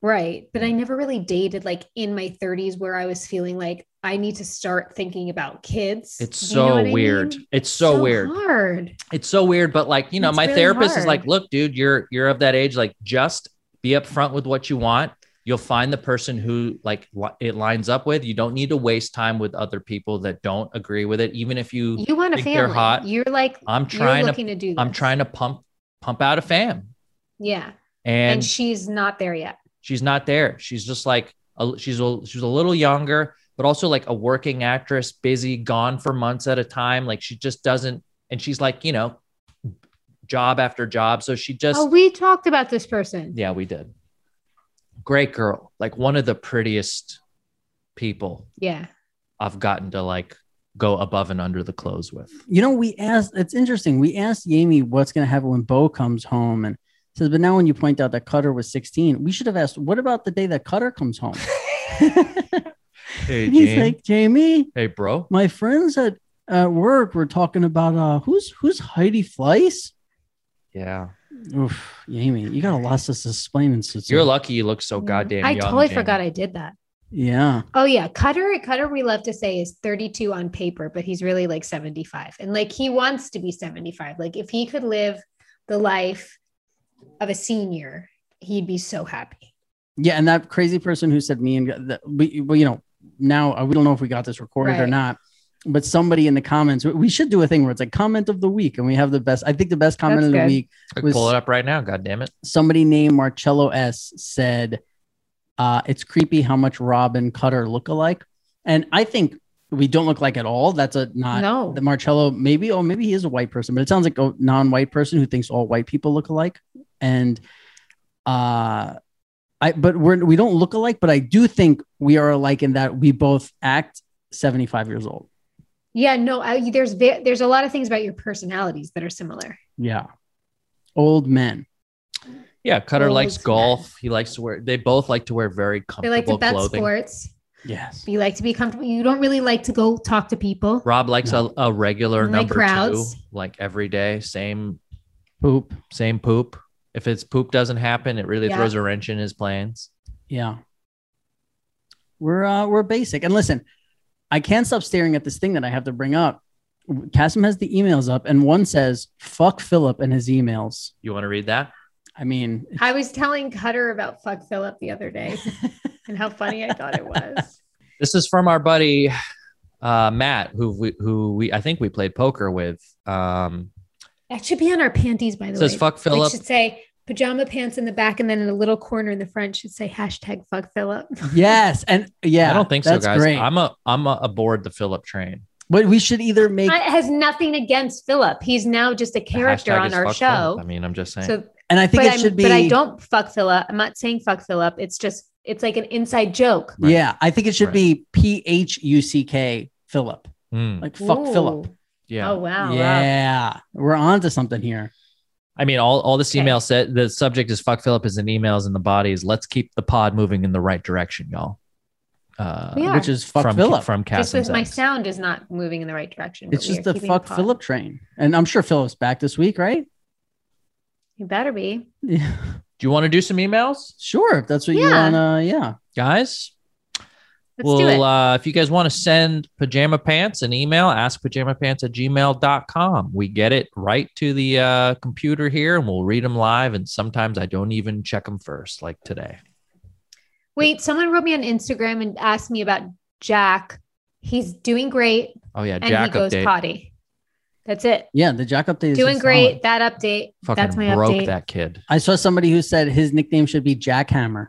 Speaker 3: Right. But I never really dated like in my 30s where I was feeling like I need to start thinking about kids.
Speaker 2: It's
Speaker 3: Do you know
Speaker 2: so
Speaker 3: what I
Speaker 2: weird.
Speaker 3: mean?
Speaker 2: It's so, weird.
Speaker 3: Hard.
Speaker 2: it's so weird but like you know
Speaker 3: It's
Speaker 2: my
Speaker 3: really
Speaker 2: therapist is
Speaker 3: hard.
Speaker 2: like look dude you're you're of that age like just be upfront with what you want you'll find the person who like li- it lines up with you don't need to waste time with other people that don't agree with it even if you
Speaker 3: You want a
Speaker 2: think they're
Speaker 3: family.
Speaker 2: hot.
Speaker 3: You're like
Speaker 2: i'm
Speaker 3: you're
Speaker 2: trying to
Speaker 3: looking to, do this.
Speaker 2: i'm trying to pump pump out a fam
Speaker 3: Yeah.
Speaker 2: and,
Speaker 3: And, she's not there yet.
Speaker 2: she's not there she's just like a, she's a, she's a little younger but also like a working actress busy gone for months at a time like she just doesn't and she's like you know job after job so she just
Speaker 3: oh, we talked about this person.
Speaker 2: Yeah, we did. Great girl. Like one of the prettiest people
Speaker 3: Yeah.
Speaker 2: I've gotten to like go above and under the clothes with.
Speaker 1: you know, we asked. It's interesting. We asked Yami what's going to happen when Bo comes home, and says, but now when you point out that Cutter was 16, we should have asked, what about the day that Cutter comes home?
Speaker 2: Hey,
Speaker 1: And He's like, Jamie,
Speaker 2: hey, bro.
Speaker 1: my friends at at work were talking about uh, who's who's Heidi Fleiss.
Speaker 2: Yeah.
Speaker 1: Oof, Jamie, you got a lot of explaining. Sister.
Speaker 2: You're lucky you look so
Speaker 3: Mhm.
Speaker 2: Oh, goddamn
Speaker 3: I
Speaker 2: young.
Speaker 3: totally
Speaker 2: Jamie.
Speaker 3: forgot I did that.
Speaker 1: yeah.
Speaker 3: Oh yeah, Cutter. Cutter, we love to say is 32 on paper, but he's really like 75, and like he wants to be 75. Like if he could live the life of a senior, he'd be so happy.
Speaker 1: Yeah, and that crazy person who said me and that we, well, you know, now uh, we don't know if we got this recorded or
Speaker 3: Right.
Speaker 1: not, but somebody in the comments, we- we should do a thing where it's like comment of the week, and we have the best. I think the best comment
Speaker 3: That's
Speaker 1: of the
Speaker 3: good.
Speaker 1: week.
Speaker 2: I
Speaker 1: was-
Speaker 2: pull it up right now. God damn it.
Speaker 1: Somebody named Marcello S said, uh, "It's creepy how much Rob and Cutter look alike," and I think we don't look like at all. That's a not
Speaker 3: no,
Speaker 1: the Marcello. Maybe oh, maybe he is a white person, but it sounds like a non-white person who thinks all white people look alike. And uh, I but we're we don't look alike, but I do think we are alike in that we both act seventy-five years old.
Speaker 3: yeah, no. I, there's ve- there's a lot of things about your personalities that are similar.
Speaker 1: Yeah, old men.
Speaker 2: Yeah, Cutter
Speaker 3: Well,
Speaker 2: likes
Speaker 3: it's-
Speaker 2: golf. He likes to wear. They both like to wear very
Speaker 3: They
Speaker 2: comfortable
Speaker 3: like to bet
Speaker 2: clothing.
Speaker 3: sports.
Speaker 1: Yes.
Speaker 3: You like to be comfortable. You don't really like to go talk to people.
Speaker 2: Rob likes a, a regular
Speaker 3: Like
Speaker 2: number
Speaker 3: crowds.
Speaker 2: two, like every day, same
Speaker 1: Poop.
Speaker 2: same poop. If his poop doesn't happen, it really
Speaker 3: Yeah.
Speaker 2: throws a wrench in his plans.
Speaker 1: Yeah. We're uh, we're basic. And listen, I can't stop staring at this thing that I have to bring up. Casim has the emails up, and one says "fuck Philip" and his emails.
Speaker 2: You want to read that?
Speaker 1: I mean,
Speaker 3: I was telling Cutter about fuck Philip the other day and how funny I thought it was.
Speaker 2: This is from our buddy uh, Matt, who we, who we I think we played poker with. Um,
Speaker 3: That should be on our panties, by the
Speaker 2: says
Speaker 3: way.
Speaker 2: fuck
Speaker 3: It
Speaker 2: Philip.
Speaker 3: should say pajama pants in the back, and then in a little corner in the front should say hashtag fuck Philip.
Speaker 1: Yes, and yeah,
Speaker 2: I don't think so,
Speaker 1: that's
Speaker 2: guys.
Speaker 1: Great.
Speaker 2: I'm a I'm a, aboard the Philip train.
Speaker 1: but we should either make,
Speaker 3: It has nothing against Philip. He's now just a
Speaker 2: The
Speaker 3: character
Speaker 2: hashtag
Speaker 3: on
Speaker 2: is
Speaker 3: our
Speaker 2: fuck
Speaker 3: show.
Speaker 2: Phillip. I mean, I'm just saying.
Speaker 3: so,
Speaker 1: and I think
Speaker 3: but,
Speaker 1: it
Speaker 3: I'm,
Speaker 1: should be.
Speaker 3: but I don't fuck Philip. I'm not saying fuck Philip. It's just it's like an inside joke.
Speaker 2: Right.
Speaker 1: Yeah, I think it should
Speaker 2: Right.
Speaker 1: be P H U C K Philip.
Speaker 2: Mm,
Speaker 1: Like fuck Philip.
Speaker 3: Ooh.
Speaker 2: yeah.
Speaker 3: Oh wow. wow.
Speaker 1: yeah, we're on to something here.
Speaker 2: I mean, all, all this
Speaker 3: Okay.
Speaker 2: email said the subject is fuck Philip is in emails and the body is let's keep the pod moving in the right direction, y'all. Uh,
Speaker 3: We are.
Speaker 1: Which is fuck
Speaker 2: from
Speaker 1: Philip.
Speaker 2: from
Speaker 3: Just
Speaker 2: Casim's
Speaker 3: with my
Speaker 2: ex.
Speaker 3: sound is not moving in the right direction.
Speaker 1: it's
Speaker 3: but we
Speaker 1: just
Speaker 3: are
Speaker 1: the
Speaker 3: keeping
Speaker 1: fuck
Speaker 3: pod.
Speaker 1: Philip train, and I'm sure Philip's back this week, right?
Speaker 3: You better be.
Speaker 1: Yeah,
Speaker 2: Do you want to do some emails,
Speaker 1: sure. If that's what you
Speaker 3: Yeah.
Speaker 1: wanna, yeah.
Speaker 2: guys?
Speaker 3: Let's
Speaker 2: well,
Speaker 3: do it.
Speaker 2: Uh, if you guys want to send pajama pants an email, ask pajamapants at gmail.com. We get it right to the uh, computer here and we'll read them live. And sometimes I don't even check them first, like today.
Speaker 3: Wait, someone wrote me on Instagram and asked me about Jack. He's doing great
Speaker 2: Oh, yeah.
Speaker 3: and
Speaker 2: Jack
Speaker 3: he goes
Speaker 2: update.
Speaker 3: potty. That's it.
Speaker 1: Yeah, the jock update is
Speaker 3: Doing
Speaker 1: just
Speaker 3: great.
Speaker 1: solid.
Speaker 3: That update.
Speaker 2: Fucking
Speaker 3: That's my
Speaker 2: broke
Speaker 3: update.
Speaker 2: that kid.
Speaker 1: I saw somebody who said his nickname should be Jackhammer.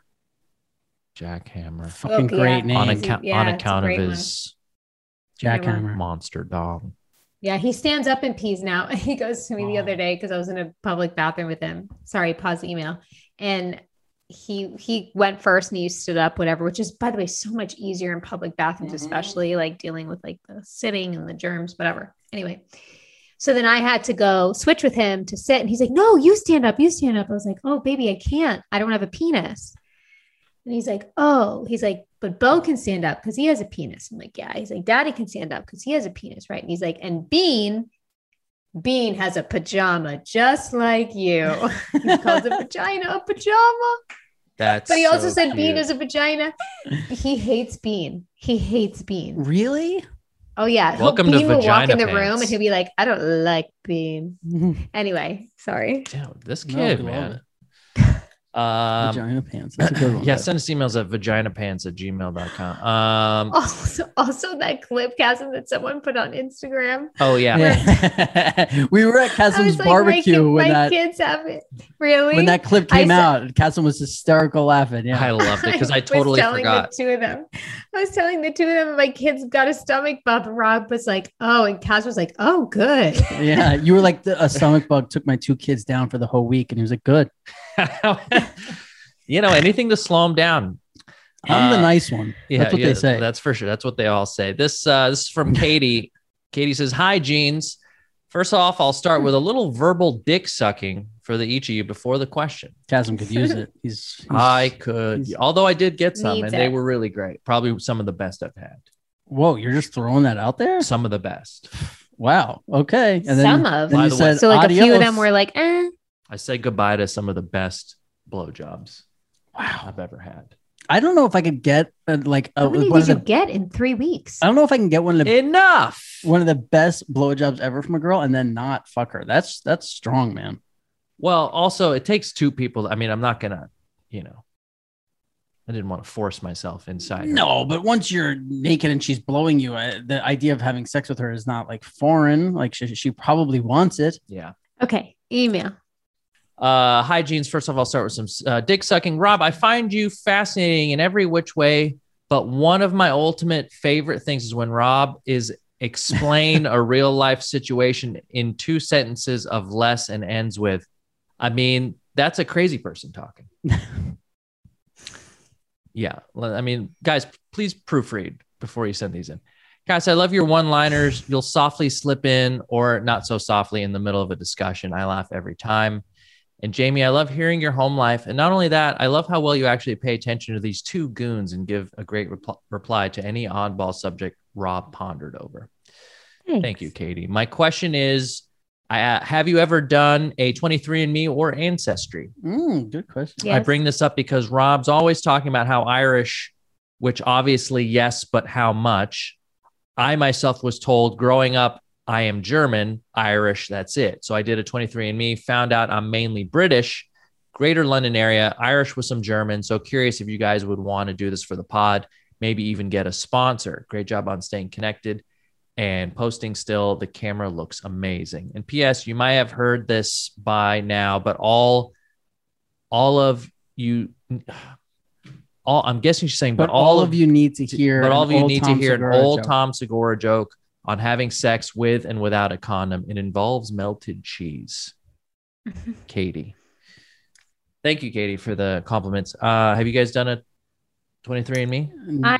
Speaker 2: Jackhammer.
Speaker 1: Fucking
Speaker 3: Oh, yeah.
Speaker 1: great
Speaker 2: On
Speaker 1: name,
Speaker 3: Honest-
Speaker 2: account
Speaker 3: Yeah,
Speaker 2: on
Speaker 3: it's a
Speaker 2: account of
Speaker 3: great one.
Speaker 2: his
Speaker 1: Jackhammer.
Speaker 2: monster dog.
Speaker 3: Yeah, he stands up and pees now. He goes to me the
Speaker 2: Wow.
Speaker 3: other day because I was in a public bathroom with him. Sorry, pause the email. And he he went first and he stood up, whatever, which is by the way, so much easier in public bathrooms,
Speaker 1: Mhm.
Speaker 3: especially like dealing with like the sitting and the germs, whatever. Anyway. So then I had to go switch with him to sit. And he's like, No, you stand up, you stand up. I was like, Oh, baby, I can't. I don't have a penis. And he's like, Oh, he's like, but Bo can stand up because he has a penis. I'm like, Yeah. He's like, Daddy can stand up because he has a penis, right? And he's like, And Bean, Bean has a pajama just like you. he calls a vagina a pajama.
Speaker 2: That's
Speaker 3: But he also
Speaker 2: so
Speaker 3: said Bean
Speaker 2: cute.
Speaker 3: is a vagina. He hates Bean. He hates Bean.
Speaker 1: Really?
Speaker 3: Oh, yeah. He'll-
Speaker 2: Welcome to
Speaker 3: Bean will walk
Speaker 2: vagina
Speaker 3: in the
Speaker 2: pants.
Speaker 3: room and he'll be like, I don't like Bean.
Speaker 1: Vagina
Speaker 3: Anyway, sorry.
Speaker 2: Damn, this
Speaker 1: No,
Speaker 2: kid,
Speaker 1: we love
Speaker 2: man. Um,
Speaker 1: pants. That's a good one.
Speaker 2: yeah, send us emails at vaginapants at gmail.com. Um,
Speaker 3: Also, also that clip, Chasm, that someone put on Instagram.
Speaker 2: oh, yeah.
Speaker 1: Yeah. we were at
Speaker 3: I was
Speaker 1: Casum's
Speaker 3: like,
Speaker 1: barbecue
Speaker 3: my, kid-
Speaker 1: when
Speaker 3: my
Speaker 1: that
Speaker 3: kids have it. Really?
Speaker 1: when that clip
Speaker 3: I
Speaker 1: came out. Casum was hysterical laughing. Yeah.
Speaker 2: I loved it because I
Speaker 3: was
Speaker 2: totally
Speaker 3: telling
Speaker 2: forgot.
Speaker 3: The two of them. I was telling the two of them, my kids got a stomach bump. And Rob was like, oh, and Cas was like, oh, good.
Speaker 1: yeah, you were like the, a stomach bug took my two kids down for the whole week, and he was like, "Good,
Speaker 2: you know, anything to slow him down.
Speaker 1: I'm the
Speaker 2: Uh,
Speaker 1: nice one."
Speaker 2: Yeah,
Speaker 1: That's what
Speaker 2: yeah,
Speaker 1: they say.
Speaker 2: That's for sure. That's what they all say. This uh, this is from Katie. Katie says, "Hi, jeans. First off, I'll start with a little verbal dick sucking for the each of you before the question.
Speaker 1: Chasm could use it. He's, he's-
Speaker 2: I could,
Speaker 1: he's-
Speaker 2: although I did get some, and
Speaker 3: Needs
Speaker 2: they
Speaker 3: it.
Speaker 2: were really great. Probably some of the best I've had.
Speaker 1: whoa, you're just throwing that out there.
Speaker 2: Some of the best.
Speaker 1: Wow. Okay. And then,
Speaker 3: Some of.
Speaker 1: then
Speaker 2: By
Speaker 1: you
Speaker 2: the way-
Speaker 1: said,
Speaker 3: So like a few
Speaker 1: "Adios." uh,
Speaker 3: of them were like, eh.
Speaker 2: I said goodbye to some of the best blowjobs
Speaker 1: Wow.
Speaker 2: I've ever had.
Speaker 1: I don't know if I could get uh, like a,
Speaker 3: How many
Speaker 1: one of
Speaker 3: did you
Speaker 1: the.
Speaker 3: get in three weeks?
Speaker 1: I don't know if I can get one of the
Speaker 2: Enough.
Speaker 1: one of the best blowjobs ever from a girl and then not fuck her. That's that's strong, man.
Speaker 2: Well, also it takes two people. I mean, I'm not gonna, you know, I didn't want to force myself inside. her.
Speaker 1: No, but once you're naked and she's blowing you, uh, the idea of having sex with her is not like foreign. Like she, she probably wants it.
Speaker 2: Yeah.
Speaker 3: Okay. Email.
Speaker 2: Uh, hi, Jeans. First off, I'll start with some uh, dick sucking. Rob, I find you fascinating in every which way, but one of my ultimate favorite things is when Rob is explain a real life situation in two sentences of less and ends with, I mean, that's a crazy person talking. yeah. well, I mean, guys, please proofread before you send these in. Guys, I love your one liners. You'll softly slip in or not so softly in the middle of a discussion. I laugh every time. And Jamie, I love hearing your home life. And not only that, I love how well you actually pay attention to these two goons and give a great repl- reply to any oddball subject Rob pondered over. Thank you, Katie. My question is I, uh, Have you ever done a 23andMe or Ancestry?
Speaker 1: Mm, good question.
Speaker 3: Yeah.
Speaker 2: I
Speaker 3: Yes.
Speaker 2: bring this up because Rob's always talking about how Irish, which obviously, yes, but how much. I myself was told growing up, I am German, Irish, that's it. So I did a 23andMe, found out I'm mainly British, greater London area, Irish with some German. So curious if you guys would want to do this for the pod, maybe even get a sponsor. Great job on staying connected and posting still. The camera looks amazing. And PS, you might have heard this by now, but all all of you all I'm guessing she's saying,
Speaker 1: But, all of you need to hear.
Speaker 2: but all
Speaker 1: an
Speaker 2: of you
Speaker 1: old
Speaker 2: need
Speaker 1: Tom
Speaker 2: to hear
Speaker 1: Segura
Speaker 2: an old
Speaker 1: joke.
Speaker 2: Tom Segura joke on having sex with and without a condom. It involves melted cheese. Katie. Thank you, Katie, for the compliments. Uh, have you guys done a 23andMe?
Speaker 3: I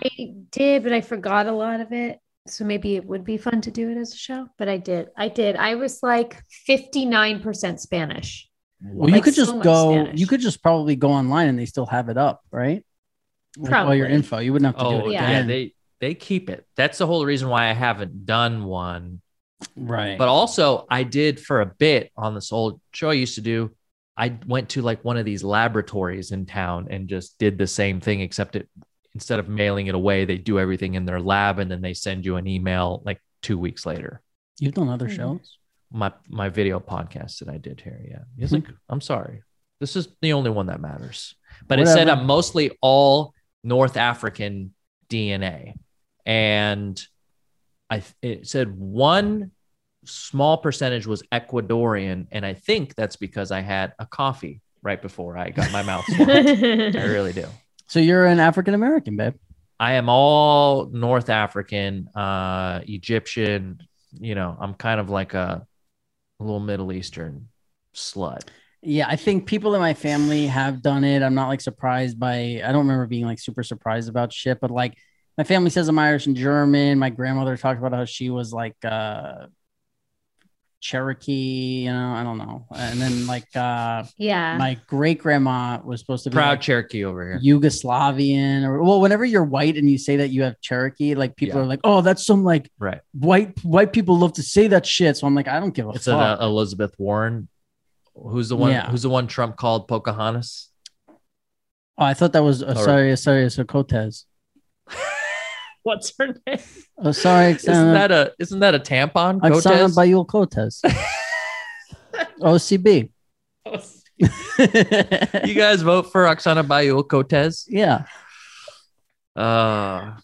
Speaker 3: did, but I forgot a lot of it. So maybe it would be fun to do it as a show, but I did. I did. I was like 59% Spanish.
Speaker 1: Well, you
Speaker 3: Like
Speaker 1: could
Speaker 3: so
Speaker 1: just
Speaker 3: much
Speaker 1: go.
Speaker 3: Spanish.
Speaker 1: You could just probably go online and they still have it up, right? Like all your
Speaker 3: Probably.
Speaker 1: info. You wouldn't have to do
Speaker 2: Oh,
Speaker 1: it.
Speaker 2: yeah.
Speaker 3: Yeah.
Speaker 1: again.
Speaker 2: They they keep it. That's the whole reason why I haven't done one
Speaker 1: right.
Speaker 2: But also, I did for a bit on this old show I used to do. I went to like one of these laboratories in town and just did the same thing, except it instead of mailing it away, they do everything in their lab and then they send you an email like two weeks later.
Speaker 1: You've done other
Speaker 3: Mhm.
Speaker 1: shows.
Speaker 2: My my video podcast that I did here, yeah. He's like, I'm sorry, this is the only one that matters. But it said
Speaker 1: Whatever.
Speaker 2: I'm mostly all North African DNA, and I it said one small percentage was Ecuadorian, and I think that's because I had a coffee right before I got my mouth. swallowed. I really do.
Speaker 1: So you're an African American, babe.
Speaker 2: I am all North African, uh, Egyptian. You know, I'm kind of like a, a little Middle Eastern slut.
Speaker 1: Yeah, I think people in my family have done it. I'm not like surprised by. I don't remember being like super surprised about shit, but like my family says I'm Irish and German. My grandmother talked about how she was like uh, Cherokee. You know, I don't know. And then like uh,
Speaker 3: yeah.
Speaker 1: my great grandma was supposed to be
Speaker 2: Proud
Speaker 1: like,
Speaker 2: Cherokee over here.
Speaker 1: Yugoslavian or well, whenever you're white and you say that you have Cherokee, like people
Speaker 2: Yeah.
Speaker 1: are like, oh, that's some like
Speaker 2: Right.
Speaker 1: white white people love to say that shit. So I'm like, I don't give a
Speaker 2: It's an uh,
Speaker 1: fuck.
Speaker 2: Elizabeth Warren. Who's the one?
Speaker 1: Yeah.
Speaker 2: Who's the one Trump called Pocahontas?
Speaker 1: oh, I thought that was
Speaker 2: right.
Speaker 1: Osorio Osorio Cortez.
Speaker 2: What's her name?
Speaker 1: Oh, sorry,
Speaker 2: Isn't that a isn't that a tampon?
Speaker 1: Oksana
Speaker 2: Cortez?
Speaker 1: Bayul Cortez. OCB.
Speaker 2: you guys vote for Oksana Bayul Cortez?
Speaker 1: yeah.
Speaker 2: Uh,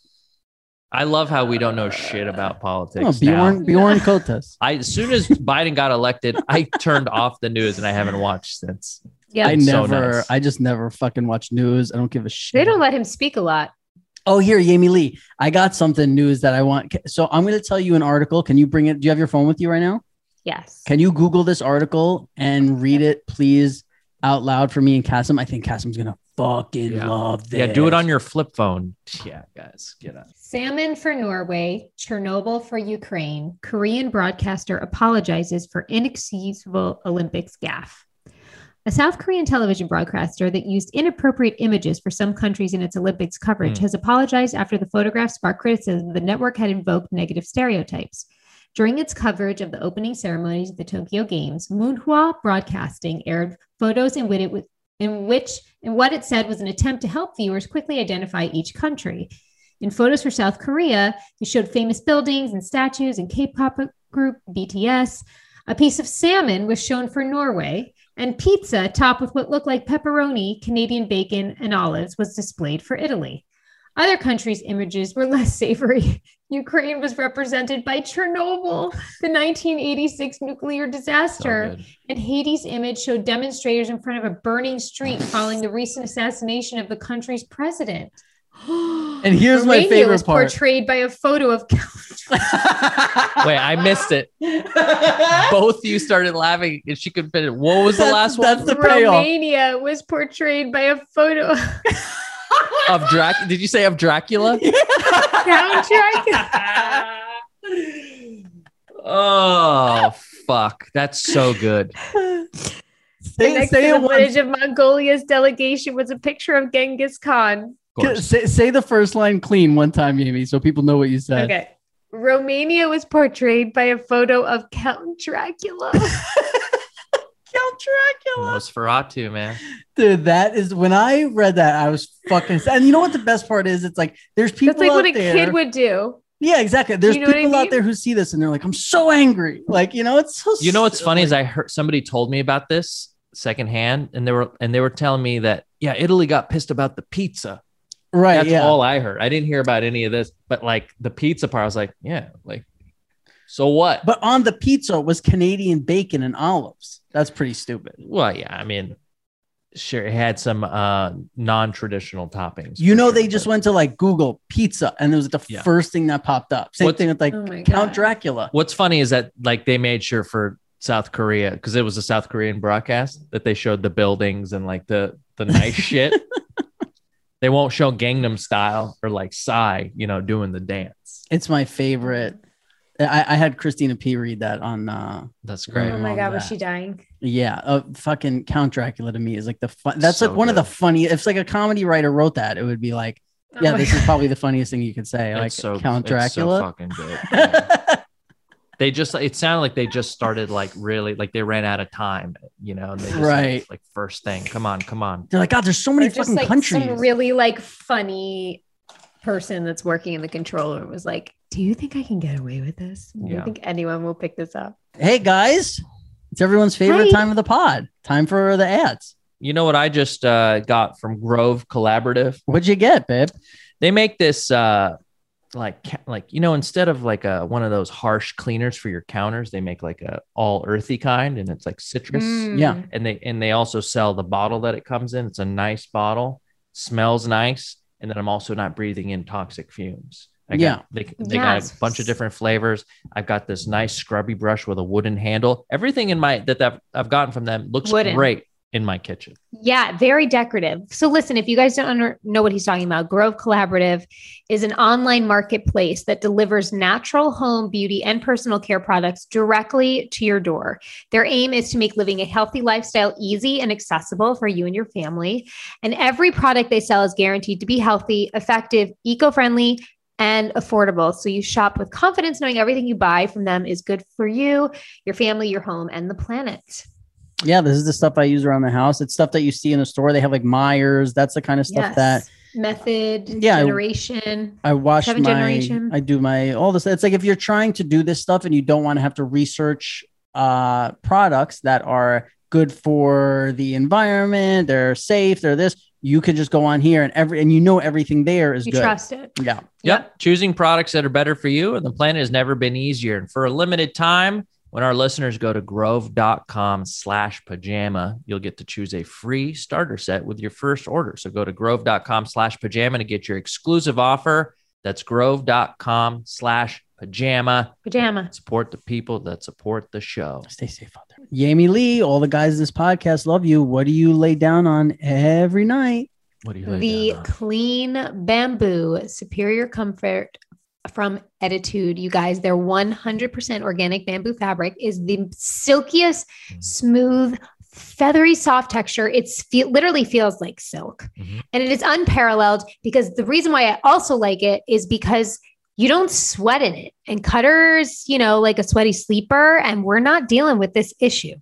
Speaker 2: I love how we don't know shit about
Speaker 1: Oh,
Speaker 2: politics. now.
Speaker 1: Bjorn Bjorn Cortez.
Speaker 2: I as soon as Biden got elected, I turned off the news and I haven't watched since.
Speaker 3: yeah.
Speaker 1: I
Speaker 2: so
Speaker 1: never,
Speaker 2: nice.
Speaker 1: I just never fucking watch news. I don't give a shit.
Speaker 3: they don't let him speak a lot.
Speaker 1: Oh, here, Yami Lee. I got something news that I want. So I'm going to tell you an article. Can you bring it? Do you have your phone with you right now?
Speaker 3: Yes.
Speaker 1: Can you Google this article and read it, please, out loud for me and Kasim? I think Kasim's going to fucking
Speaker 2: Yeah.
Speaker 1: love this.
Speaker 2: Yeah, do it on your flip phone. Yeah, guys, get up.
Speaker 3: Salmon for Norway, Chernobyl for Ukraine. Korean broadcaster apologizes for inexcusable Olympics gaffe. A South Korean television broadcaster that used inappropriate images for some countries in its Olympics coverage
Speaker 2: Hmm.
Speaker 3: has apologized after the photograph sparked criticism the network had invoked negative stereotypes. During its coverage of the opening ceremonies of the Tokyo Games, Moonhwa Broadcasting aired photos in which it was in which and what it said was an attempt to help viewers quickly identify each country. In photos for South Korea, they showed famous buildings and statues and K-pop group BTS. A piece of salmon was shown for Norway, and pizza topped with what looked like pepperoni, Canadian bacon, and olives was displayed for Italy. Other countries' images were less savory. Ukraine was represented by Chernobyl, the 1986 nuclear
Speaker 2: So
Speaker 3: disaster.
Speaker 2: good.
Speaker 3: And Haiti's image showed demonstrators in front of a burning street following the recent assassination of the country's president.
Speaker 1: And
Speaker 3: and
Speaker 1: here's my favorite
Speaker 3: was
Speaker 1: part.
Speaker 3: portrayed by a photo of
Speaker 2: Wait, I missed it. Both you started laughing and she could finish. What was the
Speaker 1: That's-
Speaker 2: last
Speaker 1: That's
Speaker 2: one?
Speaker 1: the payoff.
Speaker 3: Romania was portrayed by a photo of
Speaker 2: Of Drac? Did you say of Dracula?
Speaker 3: soundtrack.
Speaker 2: Oh fuck, that's so good.
Speaker 1: Say-
Speaker 3: Next
Speaker 1: say
Speaker 3: to
Speaker 1: it
Speaker 3: the
Speaker 1: once.
Speaker 3: footage of Mongolia's delegation was a picture of Genghis Khan.
Speaker 2: Of course.
Speaker 1: Say, say the first line clean one time, Yami, so people know what you said.
Speaker 3: Okay. Romania was portrayed by a photo of Count Dracula.
Speaker 1: Count Dracula.
Speaker 2: Nosferatu, man.
Speaker 1: Dude, that is when I read that, I was fucking. And you know what the best part is? It's like there's people
Speaker 3: That's like
Speaker 1: out
Speaker 3: what a
Speaker 1: there.
Speaker 3: kid would do.
Speaker 1: yeah, exactly. There's
Speaker 3: You know what I
Speaker 1: people out
Speaker 3: mean?
Speaker 1: there who see this and they're like, "I'm so angry." Like you know, it's so.
Speaker 2: You know what's funny is
Speaker 1: like,
Speaker 2: I heard somebody told me about this secondhand, and they were and they were telling me that yeah, Italy got pissed about the pizza.
Speaker 1: right?
Speaker 2: That's
Speaker 1: yeah.
Speaker 2: all I heard. I didn't hear about any of this, but like the pizza part, I was like, yeah, like so what?
Speaker 1: But on the pizza was Canadian bacon and olives. That's pretty stupid.
Speaker 2: well, yeah, I mean, sure, it had some uh non-traditional toppings.
Speaker 1: You
Speaker 2: for
Speaker 1: know,
Speaker 2: sure,
Speaker 1: they just
Speaker 2: but-
Speaker 1: went to like Google pizza, and it was the
Speaker 2: Yeah.
Speaker 1: first thing that popped up. Same
Speaker 2: What's-
Speaker 1: thing with like
Speaker 3: Oh my
Speaker 1: Count
Speaker 3: God.
Speaker 1: Dracula.
Speaker 2: What's funny is that like they made sure for South Korea because it was a South Korean broadcast that they showed the buildings and like the the nice shit. They won't show Gangnam Style or like Psy, you know, doing the dance.
Speaker 1: It's my favorite. I, I had Christina P read that on. uh
Speaker 2: That's great.
Speaker 3: Oh my
Speaker 1: Love
Speaker 3: God, was
Speaker 1: that.
Speaker 3: she dying?
Speaker 1: Yeah, uh, fucking Count Dracula to me is like the fun. That's
Speaker 2: So
Speaker 1: like one of the
Speaker 2: good.
Speaker 1: funny. If like a comedy writer wrote that, it would be like,
Speaker 3: Oh
Speaker 1: yeah,
Speaker 3: my
Speaker 1: this is probably the funniest thing you could say,
Speaker 2: It's
Speaker 1: like
Speaker 2: so-
Speaker 1: Count
Speaker 2: it's so
Speaker 1: Dracula.
Speaker 2: fucking good. Yeah. they just it sounded like they just started like really like they ran out of time, you know. And they just, like,
Speaker 1: Right.
Speaker 2: Like, first thing, come on, come on.
Speaker 1: They're like, God, there's so
Speaker 3: Or
Speaker 1: many
Speaker 3: just
Speaker 1: fucking
Speaker 3: like
Speaker 1: countries.
Speaker 3: some really like funny person that's working in the control room was like, "Do you think I can get away with this? Do
Speaker 2: Yeah.
Speaker 3: you think anyone will pick this up?"
Speaker 1: hey guys, it's everyone's favorite
Speaker 3: Hi.
Speaker 1: time of the pod. Time for the ads.
Speaker 2: You know what I just uh, got from Grove Collaborative?
Speaker 1: What'd you get, babe?
Speaker 2: They make this uh, like ca- like you know instead of like a one of those harsh cleaners for your counters they make like a all earthy kind and it's like citrus
Speaker 3: Mm.
Speaker 1: yeah.
Speaker 2: and they and they also sell the bottle that it comes in it's a nice bottle smells nice and then i'm also not breathing in toxic fumes I
Speaker 1: Yeah.
Speaker 2: got, they, they got
Speaker 3: Yes.
Speaker 2: a bunch of different flavors i've got this nice scrubby brush with a wooden handle everything in my that, that i've gotten from them looks
Speaker 3: Wooden.
Speaker 2: great in my kitchen
Speaker 3: Yeah, very decorative. So, listen, if you guys don't under, know what he's talking about, Grove Collaborative is an online marketplace that delivers natural home beauty and personal care products directly to your door. Their aim is to make living a healthy lifestyle easy and accessible for you and your family. And every product they sell is guaranteed to be healthy, effective, eco friendly, and affordable. So, you shop with confidence knowing everything you buy from them is good for you, your family, your home, and the planet.
Speaker 1: Yeah, this is the stuff I use around the house. It's stuff that you see in the store. They have like Myers. That's the kind of stuff that
Speaker 3: method
Speaker 1: Yeah, I-
Speaker 3: generation
Speaker 1: I watch
Speaker 3: Seven
Speaker 1: my.
Speaker 3: Generation.
Speaker 1: I do my all this. It's like if you're trying to do this stuff and you don't want to have to research uh, products that are good for the environment, they're safe, they're this. You can just go on here and every and you know everything there is
Speaker 3: you
Speaker 1: good.
Speaker 3: trust it
Speaker 1: Yeah,
Speaker 2: Yep. Choosing products that are better for you and the planet has never been easier. And for a limited time, when our listeners go to grove.com slash pajama, you'll get to choose a free starter set with your first order. So go to grove.com slash pajama to get your exclusive offer. That's grove.com slash pajama.
Speaker 3: pajama
Speaker 2: Support the people that support the show.
Speaker 1: stay safe out there. Jamie Lee, all the guys in this podcast love you. What do you lay down on every night?
Speaker 2: What do you like?
Speaker 3: the
Speaker 2: Donna?
Speaker 3: clean bamboo superior comfort from Attitude, you guys, their 100% organic bamboo fabric is the silkiest,
Speaker 2: Mm.
Speaker 3: smooth, feathery, soft texture. It's fe- literally feels like silk.
Speaker 2: Mhm.
Speaker 3: And it is unparalleled because the reason why I also like it is because you don't sweat in it. And cutters, you know, like a sweaty sleeper, and we're not dealing with this issue.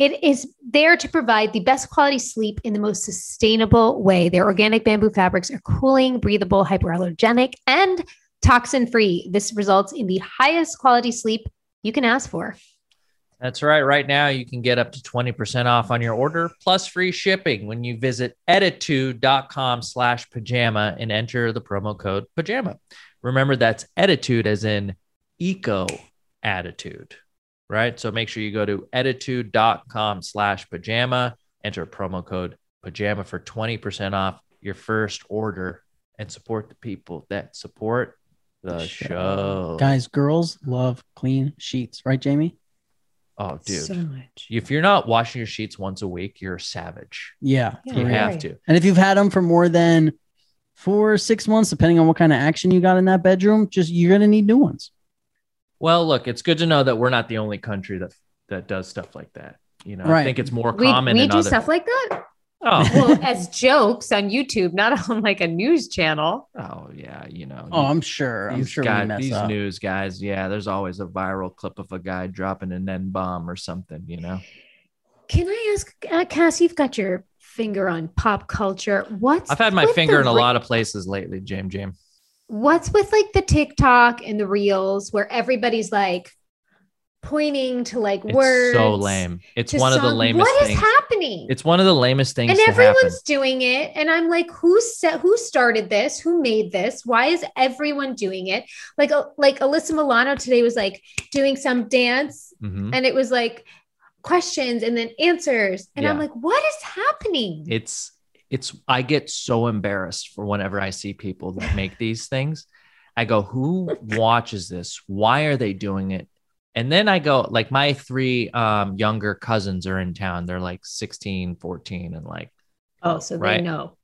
Speaker 3: It is there to provide the best quality sleep in the most sustainable way. Their organic bamboo fabrics are cooling, breathable, hyperallergenic, and toxin free. This results in the highest quality sleep you can ask for.
Speaker 2: That's right. Right now, you can get up to 20% off on your order plus free shipping when you visit attitude.com slash pajama and enter the promo code pajama. Remember, that's attitude as in eco attitude, right? So make sure you go to attitude.com slash pajama, enter promo code pajama for 20% off your first order and support the people that support the,
Speaker 1: The show.
Speaker 2: show.
Speaker 1: Guys, girls love clean sheets, right, Jamie?
Speaker 2: Oh, dude.
Speaker 3: So much.
Speaker 2: if you're not washing your sheets once a week, you're a savage.
Speaker 1: Yeah,
Speaker 3: Yeah.
Speaker 1: for
Speaker 2: You
Speaker 1: real.
Speaker 2: have to.
Speaker 1: And if you've had them for more than four or six months, depending on what kind of action you got in that bedroom, just you're gonna need new ones.
Speaker 2: Well, look, it's good to know that we're not the only country that that does stuff like that. You know, I
Speaker 1: Right.
Speaker 2: think it's more
Speaker 3: We,
Speaker 2: common
Speaker 3: we
Speaker 2: in
Speaker 3: do
Speaker 2: other.
Speaker 3: stuff like that.
Speaker 2: Oh,
Speaker 3: Well, as jokes on YouTube, not on like a news channel.
Speaker 2: oh yeah, you know.
Speaker 1: Oh, I'm sure. I'm
Speaker 2: these
Speaker 1: sure
Speaker 2: guy-
Speaker 1: we mess
Speaker 2: these
Speaker 1: up.
Speaker 2: news guys, yeah, there's always a viral clip of a guy dropping an N bomb or something. You know,
Speaker 3: Can I ask, uh, Cass, you've got your finger on pop culture. What's
Speaker 2: I've had my
Speaker 3: with
Speaker 2: finger
Speaker 3: the
Speaker 2: in a
Speaker 3: ra-
Speaker 2: lot of places lately, Jam Jam.
Speaker 3: what's with like the TikTok and the reels where everybody's like pointing to like
Speaker 2: It's
Speaker 3: words?
Speaker 2: so lame. It's
Speaker 3: to
Speaker 2: one of the
Speaker 3: song-
Speaker 2: lamest
Speaker 3: What is
Speaker 2: things.
Speaker 3: happening?
Speaker 2: It's one of the lamest things.
Speaker 3: and
Speaker 2: to happen.
Speaker 3: everyone's doing it, and I'm like, who set? Who started this? Who made this? Why is everyone doing it? Like, uh, like Alyssa Milano today was like doing some dance,
Speaker 2: Mhm.
Speaker 3: and it was like questions and then answers, and I'm
Speaker 2: Yeah.
Speaker 3: like, what is happening?
Speaker 2: it's it's i get so embarrassed for whenever i see people that make these things i go who watches this why are they doing it and then i go like my three um, younger cousins are in town they're like 16 14 and like
Speaker 3: oh, so
Speaker 2: right.
Speaker 3: they know.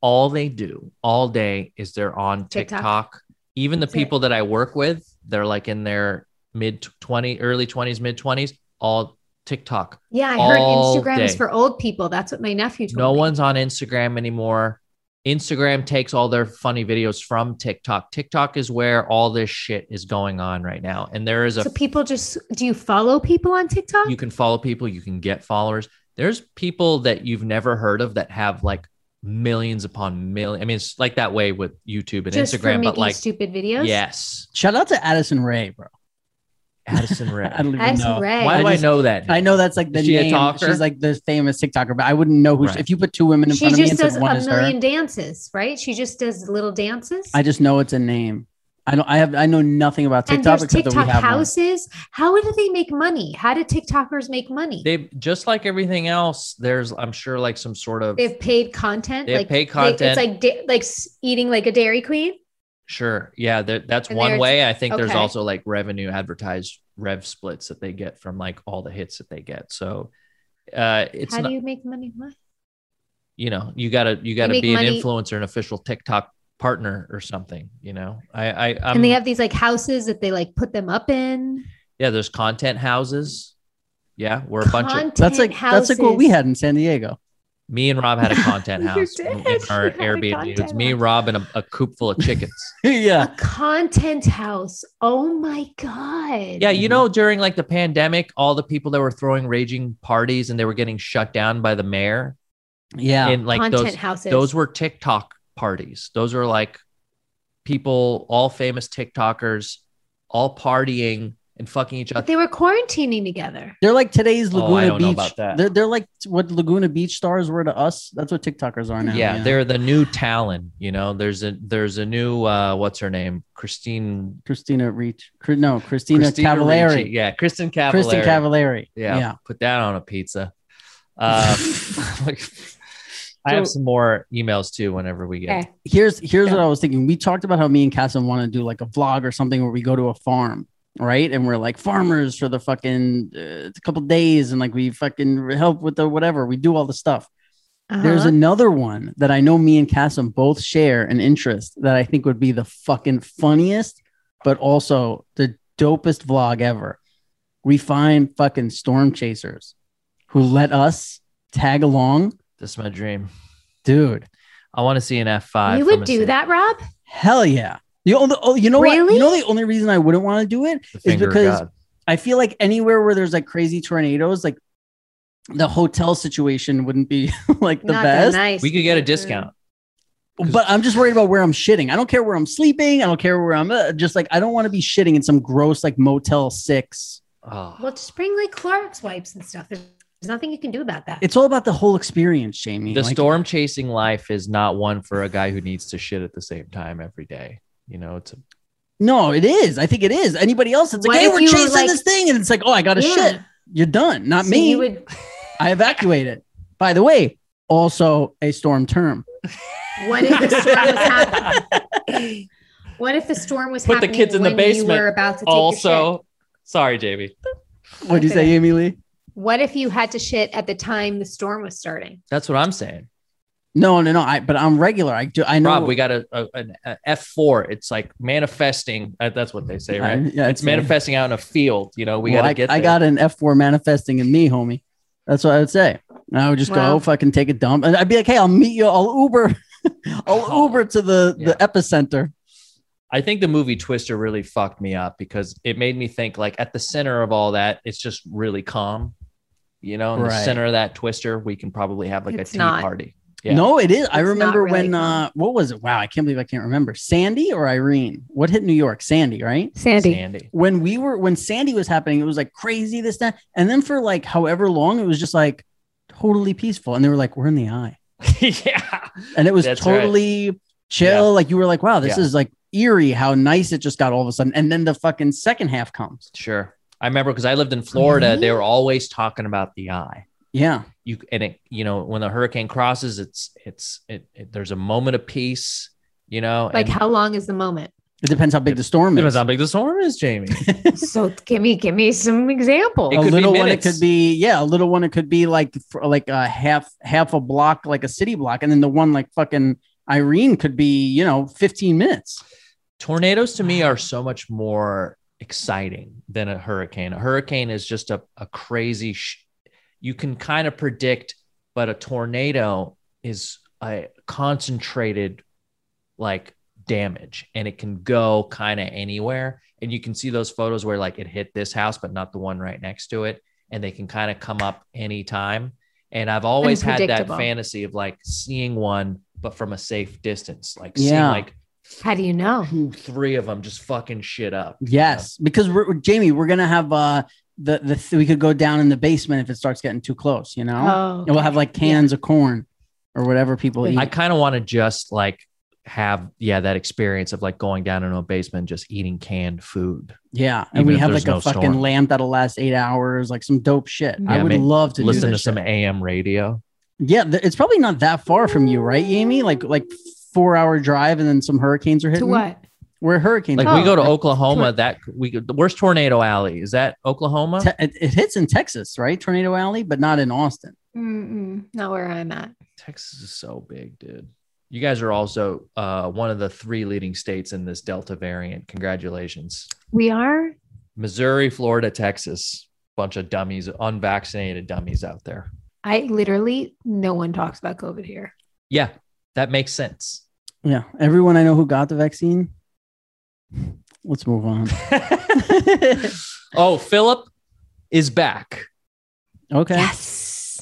Speaker 2: all they do all day is they're on
Speaker 3: TikTok.
Speaker 2: tiktok, even the
Speaker 3: That's it.
Speaker 2: people that i work with they're like in their mid 20 early 20s mid 20s all tiktok
Speaker 3: Yeah, I heard
Speaker 2: All
Speaker 3: Instagram is
Speaker 2: day.
Speaker 3: for old people. That's what my nephew told
Speaker 2: No
Speaker 3: me.
Speaker 2: one's on Instagram anymore. Instagram takes all their funny videos from TikTok. TikTok is where all this shit is going on right now. And there is a
Speaker 3: So people just do you follow people on TikTok?
Speaker 2: you can follow people, you can get followers. There's people that you've never heard of that have like millions upon million. I mean, it's like that way with YouTube and
Speaker 3: just for
Speaker 2: Instagram, but
Speaker 3: making
Speaker 2: like
Speaker 3: stupid videos.
Speaker 2: yes,
Speaker 1: Shout out to Addison Ray, bro.
Speaker 2: Addison Ray.
Speaker 1: I don't even
Speaker 3: Addison
Speaker 1: know.
Speaker 3: Rae.
Speaker 2: Why do I,
Speaker 1: I just-
Speaker 2: know that?
Speaker 1: I know that's like the
Speaker 2: Is she a
Speaker 1: name.
Speaker 2: talker?
Speaker 1: She's like the famous TikToker, but I wouldn't know who. she-
Speaker 2: Right.
Speaker 1: if you put two women in
Speaker 3: She
Speaker 1: front of me
Speaker 3: just
Speaker 1: and
Speaker 3: does
Speaker 1: said
Speaker 3: a
Speaker 1: one is her,
Speaker 3: million dances, right? She just does little dances.
Speaker 1: I just know it's a name. I don't. I have. I know nothing about
Speaker 3: And
Speaker 1: TikTok
Speaker 3: there's
Speaker 1: except that
Speaker 3: TikTok
Speaker 1: we have one.
Speaker 3: houses. How do they make money? How do TikTokers make money?
Speaker 2: They just like everything else. There's, I'm sure, like some sort of
Speaker 3: They have paid content.
Speaker 2: They have
Speaker 3: like
Speaker 2: paid
Speaker 3: they-
Speaker 2: content.
Speaker 3: it's like da- like s- eating like a Dairy Queen.
Speaker 2: sure, yeah. There, that's
Speaker 3: And
Speaker 2: one
Speaker 3: there's-
Speaker 2: way. I think there's
Speaker 3: okay.
Speaker 2: also like revenue advertised rev splits that they get from like all the hits that they get. So uh, it's
Speaker 3: How
Speaker 2: not,
Speaker 3: do
Speaker 2: you-,
Speaker 3: you make money? What?
Speaker 2: know, you gotta you gotta
Speaker 3: make
Speaker 2: be an
Speaker 3: money-
Speaker 2: influencer, an official TikTok partner or something. You know, I, I, I'm,
Speaker 3: And they have these like houses that they like put them up in.
Speaker 2: yeah. There's content houses. Yeah, we're a bunch of
Speaker 3: Content
Speaker 1: That's like that's like what we
Speaker 3: houses.
Speaker 1: had in San Diego.
Speaker 2: Me and Rob had a content
Speaker 3: You
Speaker 2: house
Speaker 3: did.
Speaker 2: in
Speaker 3: You
Speaker 2: our
Speaker 3: had a
Speaker 2: Airbnb.
Speaker 3: content
Speaker 2: It's me,
Speaker 3: house.
Speaker 2: Rob, and a, a coop full of chickens.
Speaker 1: yeah.
Speaker 3: A content house. Oh my god.
Speaker 2: yeah, you know, during like the pandemic, all the people that were throwing raging parties and they were getting shut down by the mayor.
Speaker 1: Yeah.
Speaker 2: And like
Speaker 3: content
Speaker 2: those,
Speaker 3: houses.
Speaker 2: those were TikTok parties. Those are like people, all famous TikTokers, all partying and fucking each
Speaker 3: but
Speaker 2: other.
Speaker 3: they were quarantining together.
Speaker 1: they're like today's
Speaker 2: Oh, I
Speaker 1: Laguna
Speaker 2: don't know
Speaker 1: Beach.
Speaker 2: about that.
Speaker 1: They're, they're like what Laguna Beach stars were to us. That's what TikTokers are now.
Speaker 2: yeah, they're the new Talon. You know, there's a there's a new uh, what's her name, Christine
Speaker 1: Christina Reach. Cr- No, Christina, Cavallari.
Speaker 2: Ricci. Yeah, Kristen Cavallari.
Speaker 1: Kristen Cavallari.
Speaker 2: Yeah,
Speaker 1: Yeah.
Speaker 2: put that on a pizza. Uh, I have
Speaker 1: So-
Speaker 2: some more emails too. Whenever we get,
Speaker 3: Okay.
Speaker 1: Here's here's
Speaker 3: Yeah.
Speaker 1: what I was thinking. We talked about how me and Cassim want to do like a vlog or something where we go to a farm, right? And we're like farmers for the fucking uh, couple days, and like we fucking help with the whatever. We do all the stuff. There's
Speaker 3: Uh-huh.
Speaker 1: another one that I know me and Cassim both share an interest that I think would be the fucking funniest, but also the dopest vlog ever. We find fucking storm chasers who let us tag along.
Speaker 2: this is my dream.
Speaker 1: Dude,
Speaker 2: I want to see an F five.
Speaker 3: you would do that, Rob?
Speaker 1: hell yeah. The only, oh, you know what?
Speaker 3: Really?
Speaker 1: You know the only reason I wouldn't want to do it?
Speaker 2: The finger of
Speaker 1: because-
Speaker 2: God.
Speaker 1: I feel like anywhere where there's like crazy tornadoes, like the hotel situation wouldn't be like the
Speaker 3: Not that
Speaker 1: best.
Speaker 3: nice.
Speaker 2: we could get a
Speaker 3: Mhm.
Speaker 2: discount.
Speaker 1: but I'm just worried about where I'm shitting. I don't care where I'm sleeping. I don't care where I'm uh, just like I don't want to be shitting in some gross like Motel Six.
Speaker 2: Oh,
Speaker 3: Well, just bring like Clorox wipes and stuff. There's, there's nothing you can do about that.
Speaker 1: It's all about the whole experience, Jamie.
Speaker 2: the
Speaker 1: Like,
Speaker 2: storm chasing life is not one for a guy who needs to shit at the same time every day. You know, it's a,
Speaker 1: No, it is. I think it is. Anybody else? It's like
Speaker 3: What
Speaker 1: hey,
Speaker 3: if
Speaker 1: we're
Speaker 3: you were,
Speaker 1: chasing
Speaker 3: like-
Speaker 1: this thing, and it's like oh, I got to
Speaker 3: Yeah.
Speaker 1: shit. You're done. Not
Speaker 3: So
Speaker 1: me.
Speaker 3: You would,
Speaker 1: I evacuated. By the way, also a storm term.
Speaker 3: what if the storm was happening? What if the storm was
Speaker 2: Put the
Speaker 3: happening
Speaker 2: kids in the
Speaker 3: when
Speaker 2: basement.
Speaker 3: You were about to take your shit?
Speaker 2: also sorry, Jamie.
Speaker 1: What do you
Speaker 3: Okay.
Speaker 1: say, Emily?
Speaker 3: What if you had to shit at the time the storm was starting?
Speaker 2: That's what I'm saying,
Speaker 1: No, no, no. I but I'm regular. I do. I know.
Speaker 2: Rob. We got a, a an F four. It's like manifesting. uh, That's what they say,
Speaker 1: I-
Speaker 2: right?
Speaker 1: yeah,
Speaker 2: it's manifesting out in a field. You know, we
Speaker 1: Well,
Speaker 2: gotta
Speaker 1: I,
Speaker 2: get.
Speaker 1: I
Speaker 2: there.
Speaker 1: got an F4 manifesting in me, homie. That's what I would say. And I would just
Speaker 3: Wow.
Speaker 1: go fucking take a dump. And I'd be like, hey, I'll meet you. I'll Uber. I'll
Speaker 2: Oh,
Speaker 1: Uber to the, the epicenter.
Speaker 2: I think the movie Twister really fucked me up because it made me think like at the center of all that, it's just really calm. You know, in
Speaker 1: Right.
Speaker 2: the center of that Twister, we can probably have like
Speaker 3: It's
Speaker 2: a tea
Speaker 3: not.
Speaker 2: party. Yeah.
Speaker 1: No, it is. I
Speaker 3: It's not
Speaker 1: remember
Speaker 3: really
Speaker 1: when, uh, what was it? Wow, I can't believe I can't remember. Sandy or Irene? What hit New York? Sandy, right?
Speaker 3: Sandy.
Speaker 2: Sandy.
Speaker 1: When we were, when Sandy was happening, it was like crazy, this, that. And then for like however long, it was just like totally peaceful. And they were like, we're in the eye.
Speaker 2: yeah.
Speaker 1: and it was
Speaker 2: That's right.
Speaker 1: totally chill.
Speaker 2: Yeah.
Speaker 1: Like you were like, wow, this
Speaker 2: Yeah.
Speaker 1: is like eerie how nice it just got all of a sudden. And then the fucking second half comes.
Speaker 2: Sure. I remember because I lived in Florida,
Speaker 3: Mm-hmm.
Speaker 2: they were always talking about the eye.
Speaker 1: Yeah.
Speaker 2: You and it, you know, when the hurricane crosses, it's it's it, it there's a moment of peace, you know.
Speaker 3: Like
Speaker 2: and
Speaker 3: how long is the moment?
Speaker 1: It depends how big the storm
Speaker 2: depends
Speaker 1: is.
Speaker 2: how big the storm is, Jamie.
Speaker 3: so give me give me some examples.
Speaker 2: It
Speaker 1: a
Speaker 2: could be
Speaker 1: little one, it
Speaker 2: minutes.
Speaker 1: could be yeah. A little one, it could be like for like a half half a block, like a city block, and then the one like fucking Irene could be you know fifteen minutes.
Speaker 2: tornadoes to me are so much more exciting than a hurricane. A hurricane is just a, a crazy, sh- you can kind of predict, but a tornado is a concentrated like damage and it can go kind of anywhere. And you can see those photos where like it hit this house, but not the one right next to it. And they can kind of come up anytime. And I've always had that
Speaker 3: Unpredictable.
Speaker 2: fantasy of like seeing one, but from a safe distance, like seeing
Speaker 1: Yeah.
Speaker 2: like
Speaker 3: How do you know?
Speaker 2: two, three of them just fucking shit up.
Speaker 1: Mm-hmm. Yes, because we're Jamie, we're gonna have uh the the th- we could go down in the basement if it starts getting too close, you know.
Speaker 3: Oh,
Speaker 1: And we'll have like cans of corn or whatever people
Speaker 3: Yeah.
Speaker 1: eat.
Speaker 2: I kind of want to just like have yeah that experience of like going down into a basement and just eating canned food.
Speaker 1: Yeah,
Speaker 2: Even
Speaker 1: and we
Speaker 2: if
Speaker 1: have
Speaker 2: there's
Speaker 1: like
Speaker 2: no
Speaker 1: a fucking
Speaker 2: storm.
Speaker 1: lamp that'll last eight hours, like some dope shit.
Speaker 2: Yeah,
Speaker 1: I would
Speaker 2: ma-
Speaker 1: love to
Speaker 2: Listen
Speaker 1: do
Speaker 2: to
Speaker 1: this
Speaker 2: some
Speaker 1: shit.
Speaker 2: AM radio.
Speaker 1: Yeah, th- it's probably not that far from you, right, Amy? Like like four hour drive, and then some hurricanes are
Speaker 3: to
Speaker 1: hitting.
Speaker 3: what?
Speaker 1: Where hurricanes?
Speaker 2: Like
Speaker 1: are
Speaker 2: we
Speaker 3: Oh,
Speaker 2: go to
Speaker 1: hitting.
Speaker 2: Oklahoma. That we where's Tornado Alley? Is that Oklahoma?
Speaker 1: Te- it, it hits in Texas, right? Tornado Alley, but not in Austin.
Speaker 3: Mm-mm, not where I'm at.
Speaker 2: Texas is so big, dude. You guys are also uh, one of the three leading states in this Delta variant. Congratulations.
Speaker 3: We are.
Speaker 2: Missouri, Florida, Texas. Bunch of dummies, unvaccinated dummies out there.
Speaker 3: I literally no one talks about COVID here.
Speaker 2: Yeah, that makes sense.
Speaker 1: Yeah, everyone I know who got the vaccine. Let's move on.
Speaker 2: oh, Philip is back.
Speaker 1: Okay.
Speaker 3: Yes.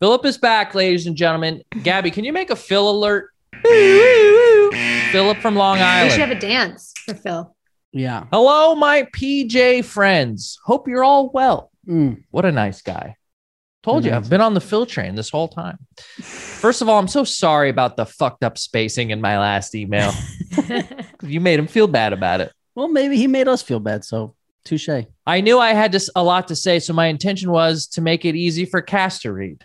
Speaker 2: Philip is back, ladies and gentlemen. Gabby, can you make a Phil alert? Philip from Long
Speaker 3: We should have
Speaker 2: Island.
Speaker 3: a dance for Phil.
Speaker 1: Yeah.
Speaker 2: Hello, my PJ friends. Hope you're all well.
Speaker 1: Mm.
Speaker 2: What a nice guy. Told you,
Speaker 1: Nice.
Speaker 2: I've been on the Phil train this whole time. First of all, I'm so sorry about the fucked up spacing in my last email. you made him feel bad about it.
Speaker 1: Well, maybe he made us feel bad. So touche.
Speaker 2: I knew I had to, s- a lot to say, so my intention was to make it easy for Cass to read.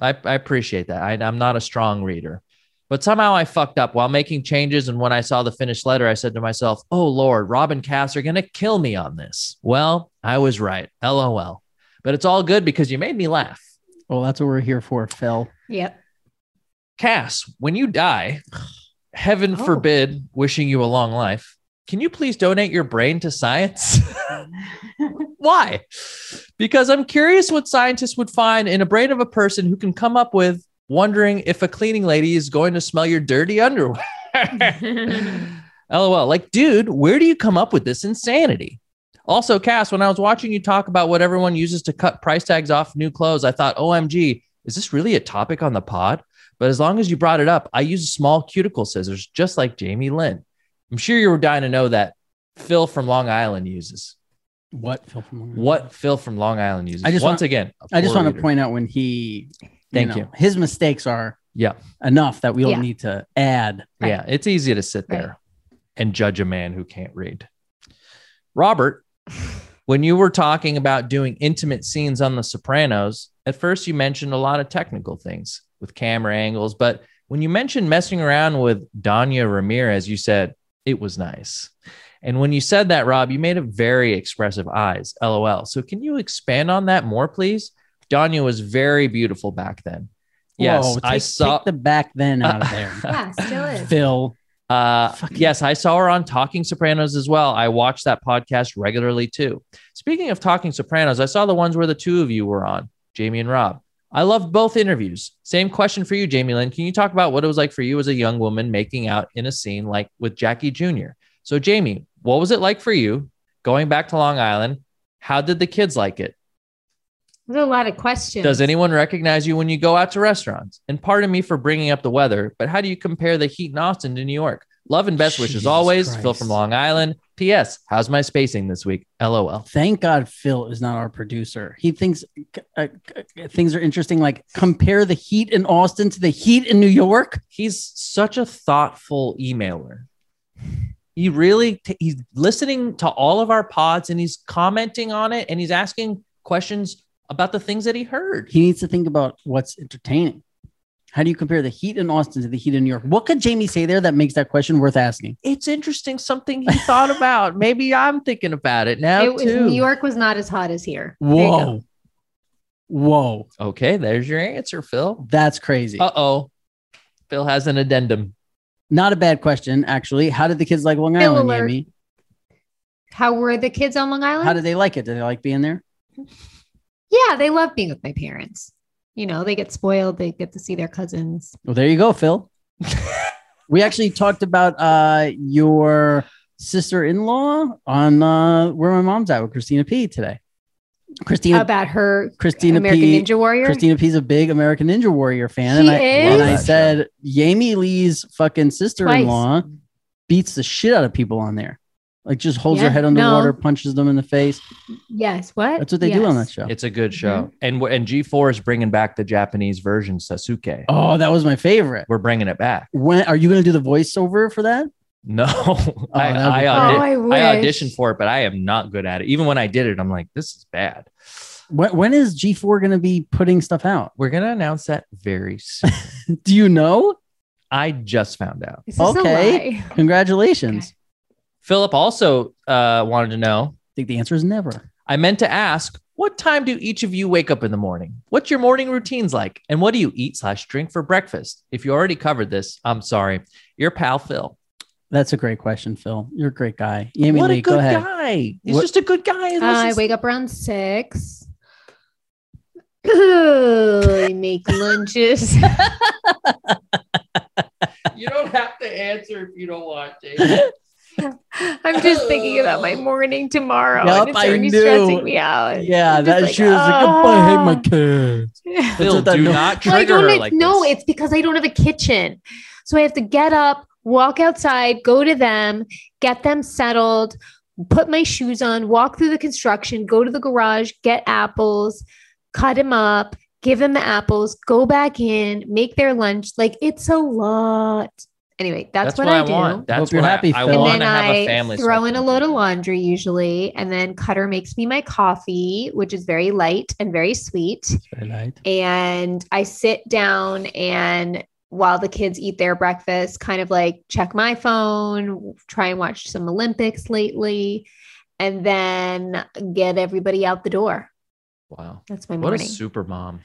Speaker 2: I, I appreciate that. I, I'm not a strong reader, but somehow I fucked up while making changes. And when I saw the finished letter, I said to myself, "Oh Lord, Rob and Cass are gonna kill me on this." Well, I was right. LOL. But it's all good because you made me laugh.
Speaker 1: Well, that's what we're here for, Phil.
Speaker 3: yep.
Speaker 2: Cass, when you die, heaven
Speaker 3: Oh.
Speaker 2: forbid, wishing you a long life, can you please donate your brain to science? Why? Because I'm curious what scientists would find in a brain of a person who can come up with wondering if a cleaning lady is going to smell your dirty underwear. LOL. Like, dude, where do you come up with this insanity? Also, Cass, when I was watching you talk about what everyone uses to cut price tags off new clothes, I thought, OMG, is this really a topic on the pod? But as long as you brought it up, I use small cuticle scissors, just like Jamie Lynn. I'm sure you were dying to know that Phil from Long Island uses.
Speaker 1: What Phil from Long Island.
Speaker 2: What Phil from Long Island uses.
Speaker 1: I just
Speaker 2: Once
Speaker 1: want-
Speaker 2: again, a
Speaker 1: I just
Speaker 2: poor
Speaker 1: want to
Speaker 2: reader.
Speaker 1: point out when he
Speaker 2: Thank
Speaker 1: know,
Speaker 2: you.
Speaker 1: His mistakes are
Speaker 2: Yeah.
Speaker 1: enough that we don't
Speaker 3: Yeah.
Speaker 1: need to add.
Speaker 3: Right.
Speaker 2: Yeah, it's easy to sit
Speaker 3: Right.
Speaker 2: there and judge a man who can't read. Robert, when you were talking about doing intimate scenes on The Sopranos, at first you mentioned a lot of technical things with camera angles, but when you mentioned messing around with Danya Ramirez, you said it was nice. And when you said that, Rob, you made a very expressive eyes, lol. So can you expand on that more, please? Danya was very beautiful back then. Yes,
Speaker 1: Whoa,
Speaker 2: I
Speaker 1: take-
Speaker 2: saw
Speaker 1: take the back then out of there.
Speaker 3: Yeah, still is.
Speaker 1: Phil.
Speaker 2: Uh,
Speaker 1: Fucking-
Speaker 2: yes, I saw her on Talking Sopranos as well. I watch that podcast regularly too. Speaking of Talking Sopranos, I saw the ones where the two of you were on, Jamie and Rob. I loved both interviews. Same question for you, Jamie Lynn. Can you talk about what it was like for you as a young woman making out in a scene like with Jackie Jr.? So, Jamie, what was it like for you going back to Long Island? How did the kids like it?
Speaker 3: There's a lot of questions.
Speaker 2: Does anyone recognize you when you go out to restaurants? And pardon me for bringing up the weather, but how do you compare the heat in Austin to New York? Love and best wishes
Speaker 1: Jesus
Speaker 2: always, Phil
Speaker 1: Christ.
Speaker 2: from Long Island. P.S. How's my spacing this week? LOL.
Speaker 1: Thank God Phil is not our producer. He thinks uh, uh, things are interesting. Like compare the heat in Austin to the heat in New York.
Speaker 2: He's such a thoughtful emailer. He really t- he's listening to all of our pods and he's commenting on it and he's asking questions about the things that he heard.
Speaker 1: He needs to think about what's entertaining. How do you compare the heat in Austin to the heat in New York? What could Jamie say there that makes that question worth asking?
Speaker 2: It's interesting something he thought about. Maybe I'm thinking about it now
Speaker 3: It was,
Speaker 2: too.
Speaker 3: New York was not as hot as here. There you go.
Speaker 1: Whoa. Whoa.
Speaker 2: Okay, there's your answer, Phil.
Speaker 1: That's crazy.
Speaker 2: Uh oh. Phil has an addendum.
Speaker 1: Not a bad question, actually. How did the kids like Long
Speaker 3: Phil
Speaker 1: Island,
Speaker 3: alert.
Speaker 1: Yami?
Speaker 3: How were the kids on Long Island?
Speaker 1: How did they like it? Did they like being there?
Speaker 3: yeah, they love being with my parents. You know, they get spoiled. They get to see their cousins.
Speaker 1: Well, there you go, Phil. we actually talked about uh, your sister-in-law on uh, where my mom's at with Christina P today. Christina,
Speaker 3: About her
Speaker 1: Christina
Speaker 3: American
Speaker 1: P.
Speaker 3: Ninja Warrior.
Speaker 1: Christina P's a big American Ninja Warrior fan, and
Speaker 3: She
Speaker 1: I
Speaker 3: is?
Speaker 1: and I
Speaker 2: Love that
Speaker 1: said Jamie Lee's fucking sister-in-law beats the shit out of people on there. Like just holds
Speaker 3: Yeah,
Speaker 1: her head underwater,
Speaker 3: no.
Speaker 1: punches them in the face.
Speaker 3: Yes. What?
Speaker 1: That's what they do on
Speaker 3: Yes.
Speaker 1: that show.
Speaker 2: It's a good show. And w- and G4 is bringing back the Japanese version Sasuke.
Speaker 1: Oh, that was my favorite.
Speaker 2: We're bringing it back.
Speaker 1: When are you going to do the voiceover for that?
Speaker 2: No. I,
Speaker 1: that'd be
Speaker 2: I,
Speaker 1: fun.
Speaker 2: audi-
Speaker 1: Oh,
Speaker 2: I auditioned for it, but I am not good at it. Even when I did it, I'm like, this is bad.
Speaker 1: When, when is G4 going to be putting stuff out?
Speaker 2: We're gonna announce that very soon.
Speaker 1: Do you know?
Speaker 2: I just found out.
Speaker 3: This is
Speaker 1: Okay.
Speaker 3: a lie.
Speaker 1: Congratulations.
Speaker 3: Okay.
Speaker 2: Philip also uh, wanted to know.
Speaker 1: I think the answer is never.
Speaker 2: I meant to ask, what time do each of you wake up in the morning? What's your morning routines like? And what do you eat slash drink for breakfast? If you already covered this, I'm sorry. Your pal Phil.
Speaker 1: That's a great question, Phil. You're a great guy. Yami
Speaker 2: what
Speaker 1: Lee,
Speaker 2: a
Speaker 1: go
Speaker 2: good
Speaker 1: ahead.
Speaker 2: guy. He's
Speaker 1: What-
Speaker 2: just a good guy. and
Speaker 3: I
Speaker 2: listens-
Speaker 3: wake up around six. I make lunches.
Speaker 2: you don't have to answer if you don't want to.
Speaker 3: I'm just thinking about my morning tomorrow.
Speaker 1: Yup,
Speaker 3: and it's
Speaker 1: I
Speaker 3: already
Speaker 1: knew.
Speaker 3: stressing me out.
Speaker 1: Yeah,
Speaker 3: I'm just
Speaker 1: that
Speaker 3: like,
Speaker 1: she was like, "Oh, I hate my kids.
Speaker 3: "Ah."
Speaker 2: Phil,
Speaker 1: what that
Speaker 2: do
Speaker 1: no-
Speaker 2: not
Speaker 3: Well, I
Speaker 2: trigger
Speaker 3: don't
Speaker 2: her
Speaker 3: have-
Speaker 2: like
Speaker 3: no,
Speaker 2: this.
Speaker 3: it's because I don't have a kitchen. So I have to get up, walk outside, go to them, get them settled, put my shoes on, walk through the construction, go to the garage, get apples, cut them up, give them the apples, go back in, make their lunch. Like it's a lot. Anyway, that's, what, I, do.
Speaker 2: want. That's
Speaker 1: Hope you're
Speaker 2: what
Speaker 1: happy,
Speaker 2: I, I
Speaker 1: Phil.
Speaker 3: And
Speaker 2: want
Speaker 3: then
Speaker 2: to have a
Speaker 3: I
Speaker 2: family.
Speaker 3: throw in a
Speaker 2: circle.
Speaker 3: load of laundry usually. And then Cutter makes me my coffee, which is very light and very sweet
Speaker 1: Very light.
Speaker 3: and I sit down and while the kids eat their breakfast, kind of like check my phone, try and watch some Olympics lately, and then get everybody out the door.
Speaker 2: Wow.
Speaker 3: That's my
Speaker 2: What a
Speaker 3: morning.
Speaker 2: super mom.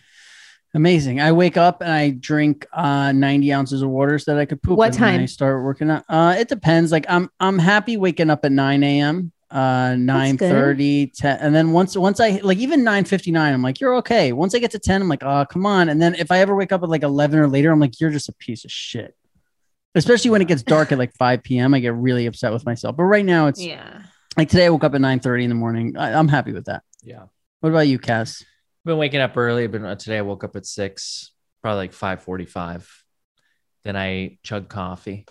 Speaker 1: Amazing. I wake up and I drink uh 90 ounces of water so that I could poop.
Speaker 3: What
Speaker 1: and then
Speaker 3: time?
Speaker 1: I start working out. Uh it depends. Like I'm I'm happy waking up at 9 a.m. Uh 9 30, 10. And then once once I like even 9 59, I'm like, you're okay. Once I get to 10, I'm like, oh come on. And then if I ever wake up at like 11 or later, I'm like, you're just a piece of shit. Especially when it gets dark at like 5 p.m. I get really upset with myself. But right now it's
Speaker 3: yeah.
Speaker 1: like today I woke up at 9 30 in the morning. I, I'm happy with that.
Speaker 2: Yeah.
Speaker 1: What about you, Cass?
Speaker 2: been waking up early but uh, today i woke up at six probably like 5.45 then i chug coffee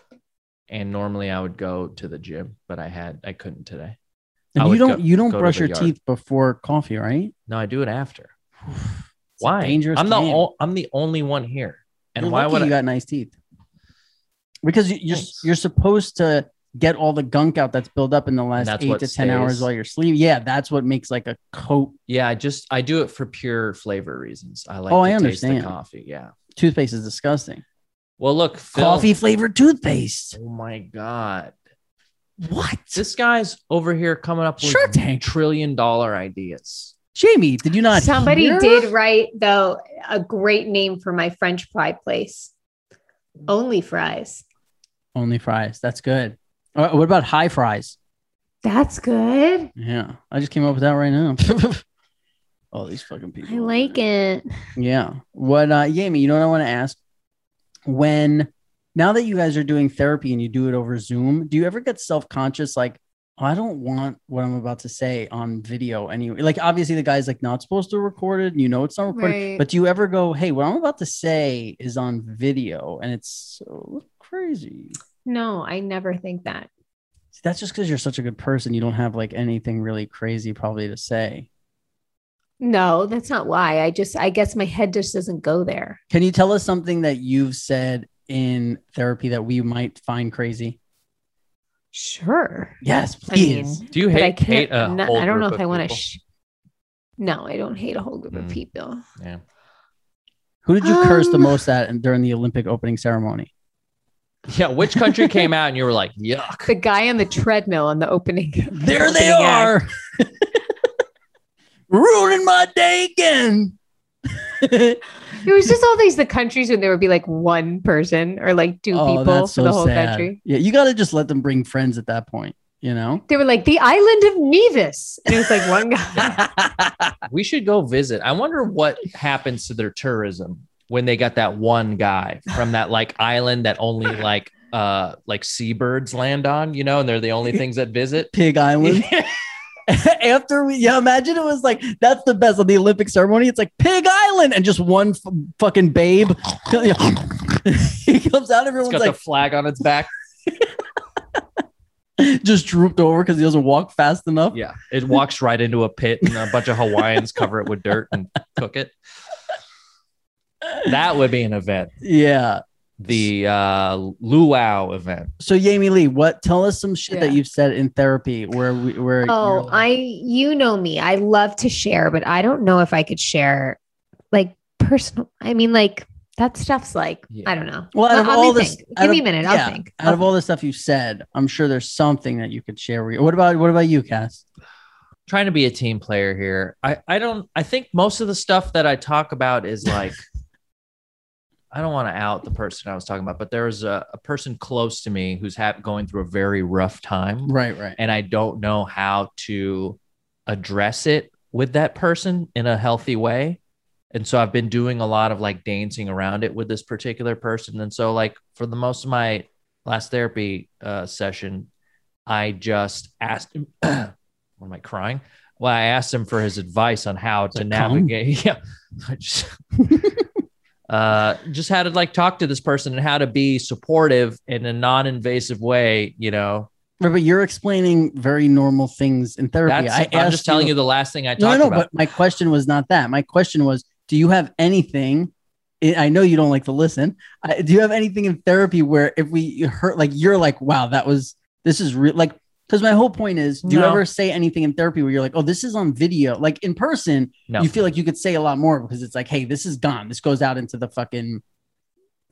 Speaker 2: and normally i would go to the gym but i had i couldn't today I
Speaker 1: And you
Speaker 2: would
Speaker 1: don't
Speaker 2: go-
Speaker 1: you don't
Speaker 2: go to
Speaker 1: brush
Speaker 2: the
Speaker 1: your
Speaker 2: yard.
Speaker 1: teeth before coffee, right?
Speaker 2: no i do it after
Speaker 1: It's a
Speaker 2: why
Speaker 1: dangerous.
Speaker 2: i'm the
Speaker 1: game.
Speaker 2: o- i'm the only one here and
Speaker 1: You're
Speaker 2: why
Speaker 1: lucky
Speaker 2: would
Speaker 1: you
Speaker 2: i
Speaker 1: got nice teeth? Because you, you're
Speaker 2: Thanks.
Speaker 1: you're supposed to get all the gunk out that's built up in the last
Speaker 2: that's
Speaker 1: eight to
Speaker 2: what
Speaker 1: ten hours
Speaker 2: stays.
Speaker 1: while you're sleeping. Yeah, that's what makes like a coat.
Speaker 2: yeah i just i do it for pure flavor reasons i like
Speaker 1: Oh,
Speaker 2: to
Speaker 1: I
Speaker 2: taste the
Speaker 1: understand.
Speaker 2: coffee yeah
Speaker 1: Toothpaste is disgusting.
Speaker 2: well look Phil-
Speaker 1: Coffee flavored toothpaste.
Speaker 2: oh my god
Speaker 1: What?
Speaker 2: this guy's over here coming up with
Speaker 1: Sure, Tank.
Speaker 2: trillion dollar ideas
Speaker 1: Jamie, did you not?
Speaker 3: Somebody
Speaker 1: hear?
Speaker 3: did write though a great name for my French fry place. Only fries.
Speaker 1: only fries. That's good. Uh, what about high fries?
Speaker 3: That's good.
Speaker 1: Yeah, I just came up with that right now. All these fucking people.
Speaker 3: I like it.
Speaker 1: Yeah. What uh Yami, you know what I want to ask? When now that you guys are doing therapy and you do it over Zoom, do you ever get self-conscious like "Oh, I don't want what I'm about to say on video anyway? Like obviously the guy's like not supposed to record it, and you know it's not recorded.
Speaker 3: Right.
Speaker 1: But do you ever go, "Hey, what I'm about to say is on video and it's so crazy."
Speaker 3: No, I never think that.
Speaker 1: See, that's just cuz you're such a good person. You don't have like anything really crazy probably to say.
Speaker 3: No, that's not why. I just I guess my head just doesn't go there.
Speaker 1: Can you tell us something that you've said in therapy that we might find crazy?
Speaker 3: Sure.
Speaker 1: Yes,
Speaker 3: I mean,
Speaker 1: please.
Speaker 2: do you
Speaker 3: but I
Speaker 2: hate,
Speaker 3: can't.
Speaker 2: hate a
Speaker 3: I'm not-
Speaker 2: whole
Speaker 3: I don't
Speaker 2: group
Speaker 3: know if
Speaker 2: of
Speaker 3: I want to.
Speaker 2: people?
Speaker 3: Sh- no, I don't hate a whole group
Speaker 2: Mm.
Speaker 3: of people.
Speaker 2: yeah
Speaker 1: Who did you curse the
Speaker 3: Um,
Speaker 1: most at in- during the Olympic opening ceremony?
Speaker 2: Yeah, which country came out and you were like, yuck?
Speaker 3: The guy on the treadmill on the opening.
Speaker 1: There they
Speaker 3: opening act.
Speaker 1: are. Ruining my day again.
Speaker 3: It was just always the countries when there would be like one person or like two
Speaker 1: Oh,
Speaker 3: people for the whole country.
Speaker 1: Yeah, you got to just let them bring friends at that point, you know?
Speaker 3: They were like the island of Nevis, and it was like one guy.
Speaker 2: We should go visit. I wonder what happens to their tourism when they got that one guy from that like island that only like uh like seabirds land on, you know, and they're the only things that visit.
Speaker 1: Pig Island. After we, yeah, imagine it was like, that's the best of the Olympic ceremony. It's like Pig Island and just one f- fucking babe. he comes out,
Speaker 2: It's
Speaker 1: everyone's
Speaker 2: got
Speaker 1: like,
Speaker 2: the flag on its back.
Speaker 1: just drooped over because he doesn't walk fast enough.
Speaker 2: Yeah, it walks right into a pit, and a bunch of Hawaiians cover it with dirt and cook it. That would be an event.
Speaker 1: Yeah.
Speaker 2: The uh, luau event.
Speaker 1: So Jamie Lee, what? Tell us some shit that
Speaker 3: Yeah.
Speaker 1: you've said in therapy where we where.
Speaker 3: Oh,
Speaker 1: you're-
Speaker 3: I you know me. I love to share, but I don't know if I could share like personal. I mean, like that stuff's like
Speaker 2: Yeah.
Speaker 3: I don't know.
Speaker 1: Well, out of
Speaker 3: Let
Speaker 1: all
Speaker 3: me
Speaker 1: this,
Speaker 3: think.
Speaker 1: out
Speaker 3: give me a
Speaker 1: of-
Speaker 3: minute.
Speaker 1: yeah,
Speaker 3: I'll think.
Speaker 1: Out of all the stuff you said, I'm sure there's something that you could share. With you. What about what about you, Cass?
Speaker 2: Trying to be a team player here. I I don't. I think most of the stuff that I talk about is like. I don't want to out the person I was talking about, but there was a, a person close to me who's ha- going through a very rough time.
Speaker 1: Right, right.
Speaker 2: and I don't know how to address it with that person in a healthy way. And so I've been doing a lot of like dancing around it with this particular person. And so, like, for the most of my last therapy uh, session, I just asked him, what am I crying? Well, I asked him for his advice on how to
Speaker 1: like, calm.
Speaker 2: navigate. Yeah. I just, uh, just how to like talk to this person and how to be supportive in a non invasive way, you know,
Speaker 1: Right, but you're explaining very normal things in therapy.
Speaker 2: that's,
Speaker 1: I
Speaker 2: I am just telling you, the last thing I
Speaker 1: no,
Speaker 2: talked
Speaker 1: no, no.
Speaker 2: about.
Speaker 1: But my question was not that. My question was, do you have anything? I I know you don't like to listen. I, do you have anything in therapy where if we hurt, like you're like, wow, that was this is real, like. Because my whole point is, do you
Speaker 2: No.
Speaker 1: ever say anything in therapy where you're like, "Oh, this is on video"? Like in person,
Speaker 2: no,
Speaker 1: you feel like you could say a lot more because it's like, "Hey, this is gone. This goes out into the fucking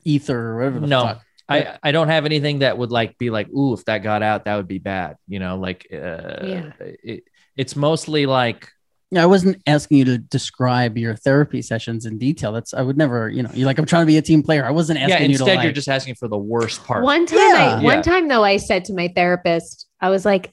Speaker 1: ether or whatever the
Speaker 2: No.
Speaker 1: fuck."
Speaker 2: I, I don't have anything that would like be like, ooh, if that got out, that would be bad. You know, like uh,
Speaker 3: Yeah.
Speaker 2: it, it's mostly like
Speaker 1: Yeah, I wasn't asking you to describe your therapy sessions in detail. That's I would never, you know, you're like I'm trying to be a team player. I wasn't asking
Speaker 2: yeah.
Speaker 1: you to
Speaker 2: Instead,
Speaker 1: like,
Speaker 2: you're just asking for the worst part.
Speaker 3: One time,
Speaker 1: Yeah.
Speaker 3: I, one
Speaker 2: Yeah.
Speaker 3: time though, I said to my therapist, I was like,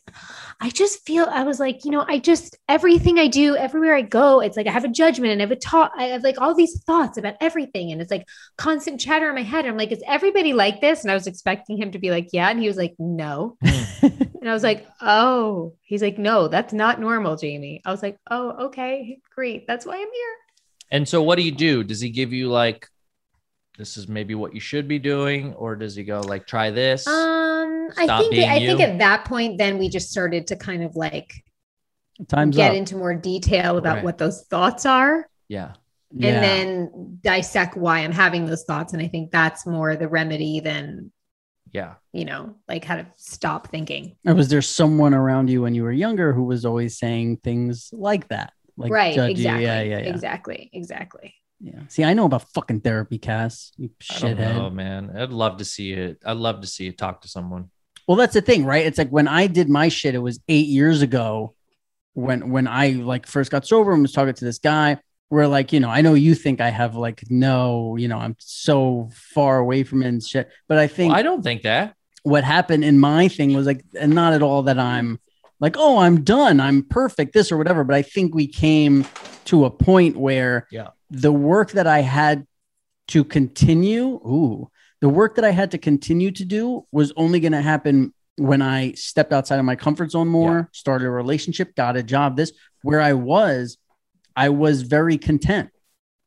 Speaker 3: I just feel, I was like, you know, I just everything I do, everywhere I go, it's like I have a judgment and I have a talk, I have like all these thoughts about everything, and it's like constant chatter in my head. I'm like, is everybody like this? And I was expecting him to be like, yeah, and he was like, no, and I was like, oh, he's like, no, that's not normal, Jamie. I was like, oh, okay, great, that's why I'm here.
Speaker 2: And so, what do you do? Does he give you like, this is maybe what you should be doing, or does he go like, try this?
Speaker 3: Um, I
Speaker 2: Stop
Speaker 3: think
Speaker 2: being
Speaker 3: I think
Speaker 2: you.
Speaker 3: at that point, then we just started to kind of like
Speaker 1: times
Speaker 3: get
Speaker 1: up.
Speaker 3: into more detail about
Speaker 2: Right.
Speaker 3: what those thoughts are
Speaker 2: yeah,
Speaker 1: yeah.
Speaker 3: and then dissect why I'm having those thoughts. And I think that's more the remedy than,
Speaker 2: yeah.
Speaker 3: you know, like how to stop thinking.
Speaker 1: or was there someone around you when you were younger who was always saying things like that? Like
Speaker 3: right.
Speaker 1: judgy-
Speaker 3: exactly.
Speaker 1: Yeah, yeah, yeah.
Speaker 3: Exactly. Exactly.
Speaker 1: yeah. See, I know about fucking therapy, Cass. You
Speaker 2: I don't know,
Speaker 1: shithead.
Speaker 2: man. I'd love to see it. I'd love to see you talk to someone.
Speaker 1: Well, that's the thing, right? It's like when I did my shit, it was eight years ago when when I like first got sober and was talking to this guy. Where like, you know, I know you think I have like no, you know, I'm so far away from it and shit. But I think
Speaker 2: Well, I don't think that.
Speaker 1: what happened in my thing was like, and not at all that I'm like, oh, I'm done, I'm perfect, this or whatever. But I think we came to a point where
Speaker 2: Yeah.
Speaker 1: the work that I had to continue, ooh, the work that I had to continue to do was only going to happen when I stepped outside of my comfort zone more, started a relationship, got a job, this where I was, I was very content,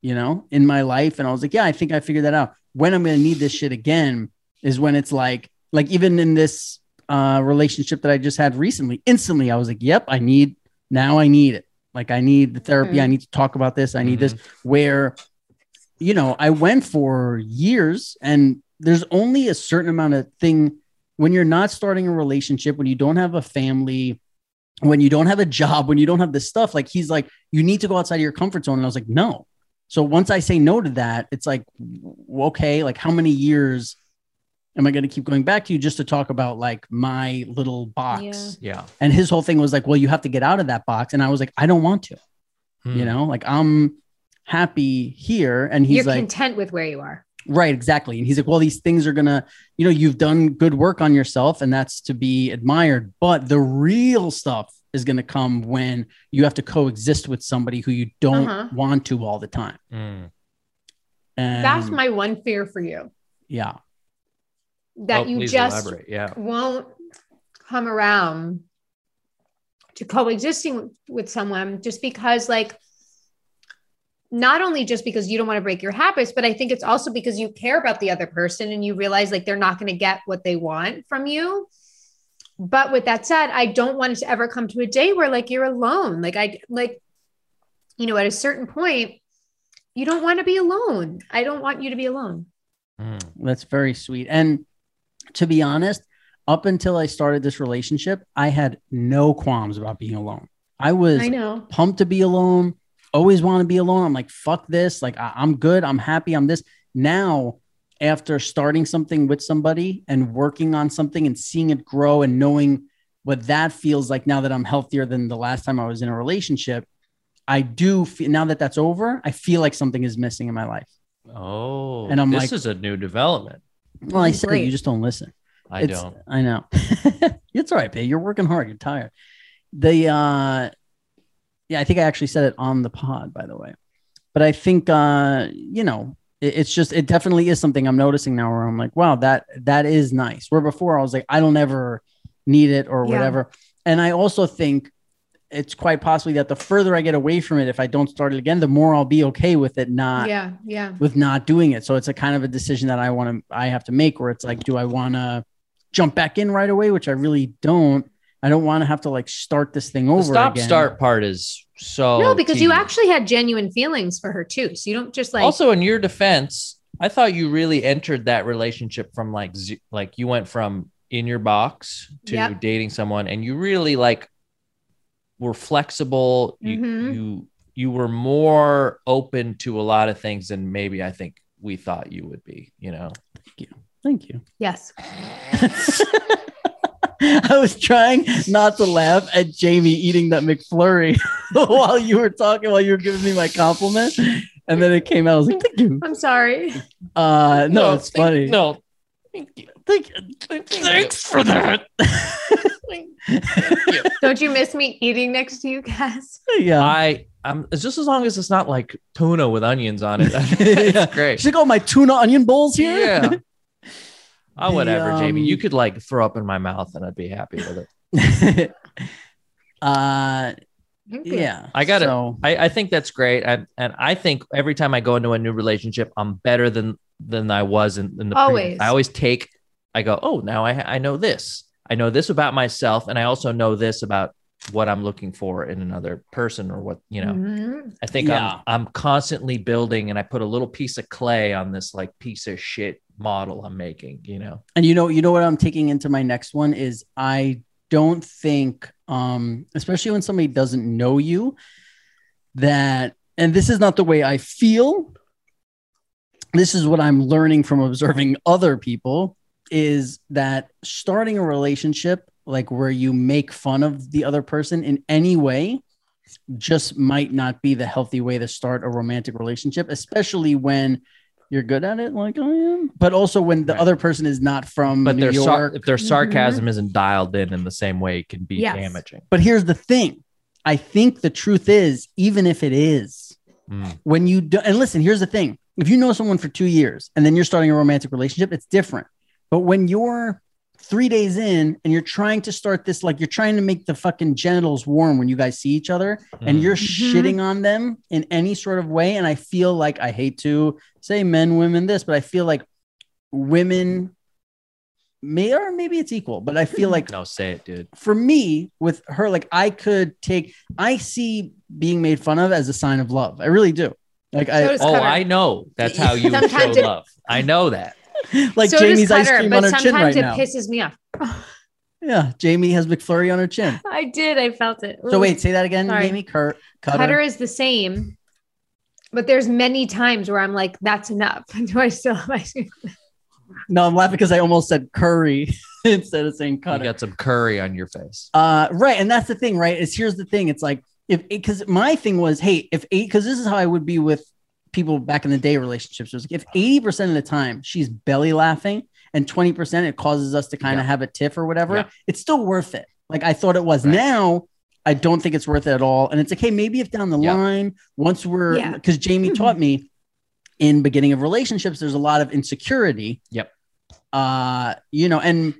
Speaker 1: you know, in my life. And I was like, yeah, I think I figured that out. When I'm going to need this shit again is when it's like, like even in this uh, relationship that I just had recently, instantly I was like, yep, I need, now I need it. Like I need the therapy.
Speaker 3: Mhm.
Speaker 1: I need to talk about this. I need this where you know i went for years and there's only a certain amount of thing when you're not starting a relationship when you don't have a family when you don't have a job when you don't have this stuff like he's like you need to go outside of your comfort zone and i was like no so once i say no to that it's like w- okay like how many years am i going to keep going back to you just to talk about like my little box
Speaker 3: Yeah.
Speaker 2: Yeah.
Speaker 1: and his whole thing was like well you have to get out of that box and i was like i don't want to
Speaker 2: Hmm.
Speaker 1: you know like i'm happy here and he's
Speaker 3: You're
Speaker 1: like
Speaker 3: content with where you are.
Speaker 1: right exactly and he's like well these things are gonna you know you've done good work on yourself and that's to be admired but the real stuff is gonna come when you have to coexist with somebody who you don't
Speaker 3: Uh-huh.
Speaker 1: want to all the time
Speaker 2: Hmm.
Speaker 1: and
Speaker 3: that's my one fear for you
Speaker 1: yeah
Speaker 3: that
Speaker 2: Oh,
Speaker 3: you
Speaker 2: please
Speaker 3: just
Speaker 2: elaborate. Yeah.
Speaker 3: won't come around to coexisting with someone just because like not only just because you don't want to break your habits but i think it's also because you care about the other person and you realize like they're not going to get what they want from you But with that said, I don't want it to ever come to a day where like you're alone. Like I like, you know, at a certain point, you don't want to be alone. I don't want you to be alone.
Speaker 2: Mm.
Speaker 1: That's very sweet. And to be honest, up until I started this relationship, I had no qualms about being alone. I was
Speaker 3: I know.
Speaker 1: pumped to be alone, always want to be alone. I'm like, fuck this. Like, I- I'm good. I'm happy. I'm this. Now, after starting something with somebody and working on something and seeing it grow and knowing what that feels like now that I'm healthier than the last time I was in a relationship, I do feel now that that's over, I feel like something is missing in my life.
Speaker 2: Oh,
Speaker 1: And I'm
Speaker 2: this
Speaker 1: like-
Speaker 2: is a new development.
Speaker 1: Well, I said that
Speaker 3: Great.
Speaker 1: you just don't listen.
Speaker 2: I
Speaker 1: It's-
Speaker 2: don't.
Speaker 1: I know. it's all right, babe. You're working hard. You're tired. The uh yeah, I think I actually said it on the pod, by the way. But I think uh, you know, it- it's just it definitely is something I'm noticing now where I'm like, wow, that that is nice. Where before I was like, I don't ever need it or
Speaker 3: Yeah.
Speaker 1: whatever. And I also think it's quite possibly that the further I get away from it, if I don't start it again, the more I'll be okay with it not
Speaker 3: yeah. Yeah.
Speaker 1: with not doing it. So it's a kind of a decision that I want to I have to make where it's like, do I want to jump back in right away, which I really don't. I don't want to have to like start this thing
Speaker 2: The
Speaker 1: over.
Speaker 2: stop
Speaker 1: again.
Speaker 2: start part is so.
Speaker 1: Oh,
Speaker 3: no, because you
Speaker 2: tedious.
Speaker 3: actually had genuine feelings for her too. So you don't just like
Speaker 2: also in your defense, I thought you really entered that relationship from like ze- like you went from in your box to
Speaker 3: Yep.
Speaker 2: dating someone, and you really like were flexible. You
Speaker 3: Mhm.
Speaker 2: you you were more open to a lot of things than maybe I think we thought you would be. You know,
Speaker 1: Thank you.
Speaker 3: yes.
Speaker 1: I was trying not to laugh at Jamie eating that McFlurry while you were talking, while you were giving me my compliment. And then it came out. I was like, thank you.
Speaker 3: I'm sorry.
Speaker 1: Uh, no, it's
Speaker 2: thank-
Speaker 1: funny.
Speaker 2: No,
Speaker 1: Thank-
Speaker 2: thanks for that.
Speaker 3: Don't you miss me eating next to you guys?
Speaker 1: yeah.
Speaker 2: I um, it's just as long as it's not like tuna with onions on it.
Speaker 1: Yeah.
Speaker 2: That's great.
Speaker 1: Should I go my tuna onion bowls here?
Speaker 2: Yeah. Oh,
Speaker 1: The,
Speaker 2: whatever, Jamie. You
Speaker 1: um,
Speaker 2: could like throw up in my mouth and I'd be happy with it.
Speaker 1: uh
Speaker 3: Thank you.
Speaker 1: yeah
Speaker 2: I got it.
Speaker 1: so,
Speaker 2: I, I think that's great. I, and I think every time I go into a new relationship, I'm better than than I was in, in the previous.
Speaker 3: Always.
Speaker 2: I always take, I go, oh, now I, I know this. I know this about myself. And I also know this about what I'm looking for in another person or what, you know,
Speaker 3: Mhm.
Speaker 2: I think
Speaker 1: Yeah.
Speaker 2: I'm, I'm constantly building and I put a little piece of clay on this like piece of shit model I'm making, you know?
Speaker 1: and you know you know what i'm taking into my next one is i don't think um especially when somebody doesn't know you that and this is not the way i feel this is what i'm learning from observing other people is that starting a relationship like where you make fun of the other person in any way just might not be the healthy way to start a romantic relationship especially when you're good at it like i am but also when the
Speaker 2: Right.
Speaker 1: other person is not from
Speaker 2: But
Speaker 1: new
Speaker 2: their, sar-
Speaker 1: york
Speaker 2: if their sarcasm isn't dialed in in the same way, it can be
Speaker 3: Yes.
Speaker 2: damaging.
Speaker 1: but here's the thing i think the truth is even if it is
Speaker 2: Mm.
Speaker 1: when you do, and listen, here's the thing: if you know someone for two years and then you're starting a romantic relationship, it's different. But when you're three days in and you're trying to start this, like you're trying to make the fucking genitals warm when you guys see each other, and
Speaker 2: Mm.
Speaker 1: you're
Speaker 3: Mhm.
Speaker 1: shitting on them in any sort of way, and I feel like I hate to say men, women, this, but I feel like women may or maybe it's equal, but I feel like
Speaker 2: no, say it, dude.
Speaker 1: for me with her like i could take i see being made fun of as a sign of love i really do like
Speaker 3: So
Speaker 1: i
Speaker 3: does
Speaker 2: Oh,
Speaker 3: Cutter.
Speaker 2: I know. That's how you show
Speaker 3: Sometimes it-
Speaker 2: love. I know that.
Speaker 1: like
Speaker 3: So does
Speaker 1: jamie's ice
Speaker 3: Cutter,
Speaker 1: cream
Speaker 3: but
Speaker 1: on her chin
Speaker 3: sometimes
Speaker 1: right
Speaker 3: it
Speaker 1: now
Speaker 3: pisses me off.
Speaker 1: yeah jamie has mcflurry on her chin
Speaker 3: I did. I felt it.
Speaker 1: so
Speaker 3: Ooh.
Speaker 1: wait say that again
Speaker 3: Sorry.
Speaker 1: jamie Cur- cutter,
Speaker 3: Cutter. is the same, but there's many times where I'm like, that's enough. Do I still have ice cream?
Speaker 1: no i'm laughing because i almost said curry instead of saying cutter
Speaker 2: You got some curry on your face.
Speaker 1: Uh, right. And that's the thing, right? Is here's the thing. It's like if because my thing was, hey, if eight, because this is how I would be with people back in the day relationships. It was like if 80% of the time she's belly laughing and 20% it causes us to kind of
Speaker 2: Yeah.
Speaker 1: have a tiff or whatever,
Speaker 2: Yeah.
Speaker 1: it's still worth it. Like I thought it was.
Speaker 2: Right.
Speaker 1: Now I don't think it's worth it at all. And it's like, hey, maybe if down the
Speaker 2: Yeah.
Speaker 1: line, once we're
Speaker 3: Yeah.
Speaker 1: because Jamie taught me in beginning of relationships, there's a lot of insecurity.
Speaker 2: Yep.
Speaker 1: Uh, you know, and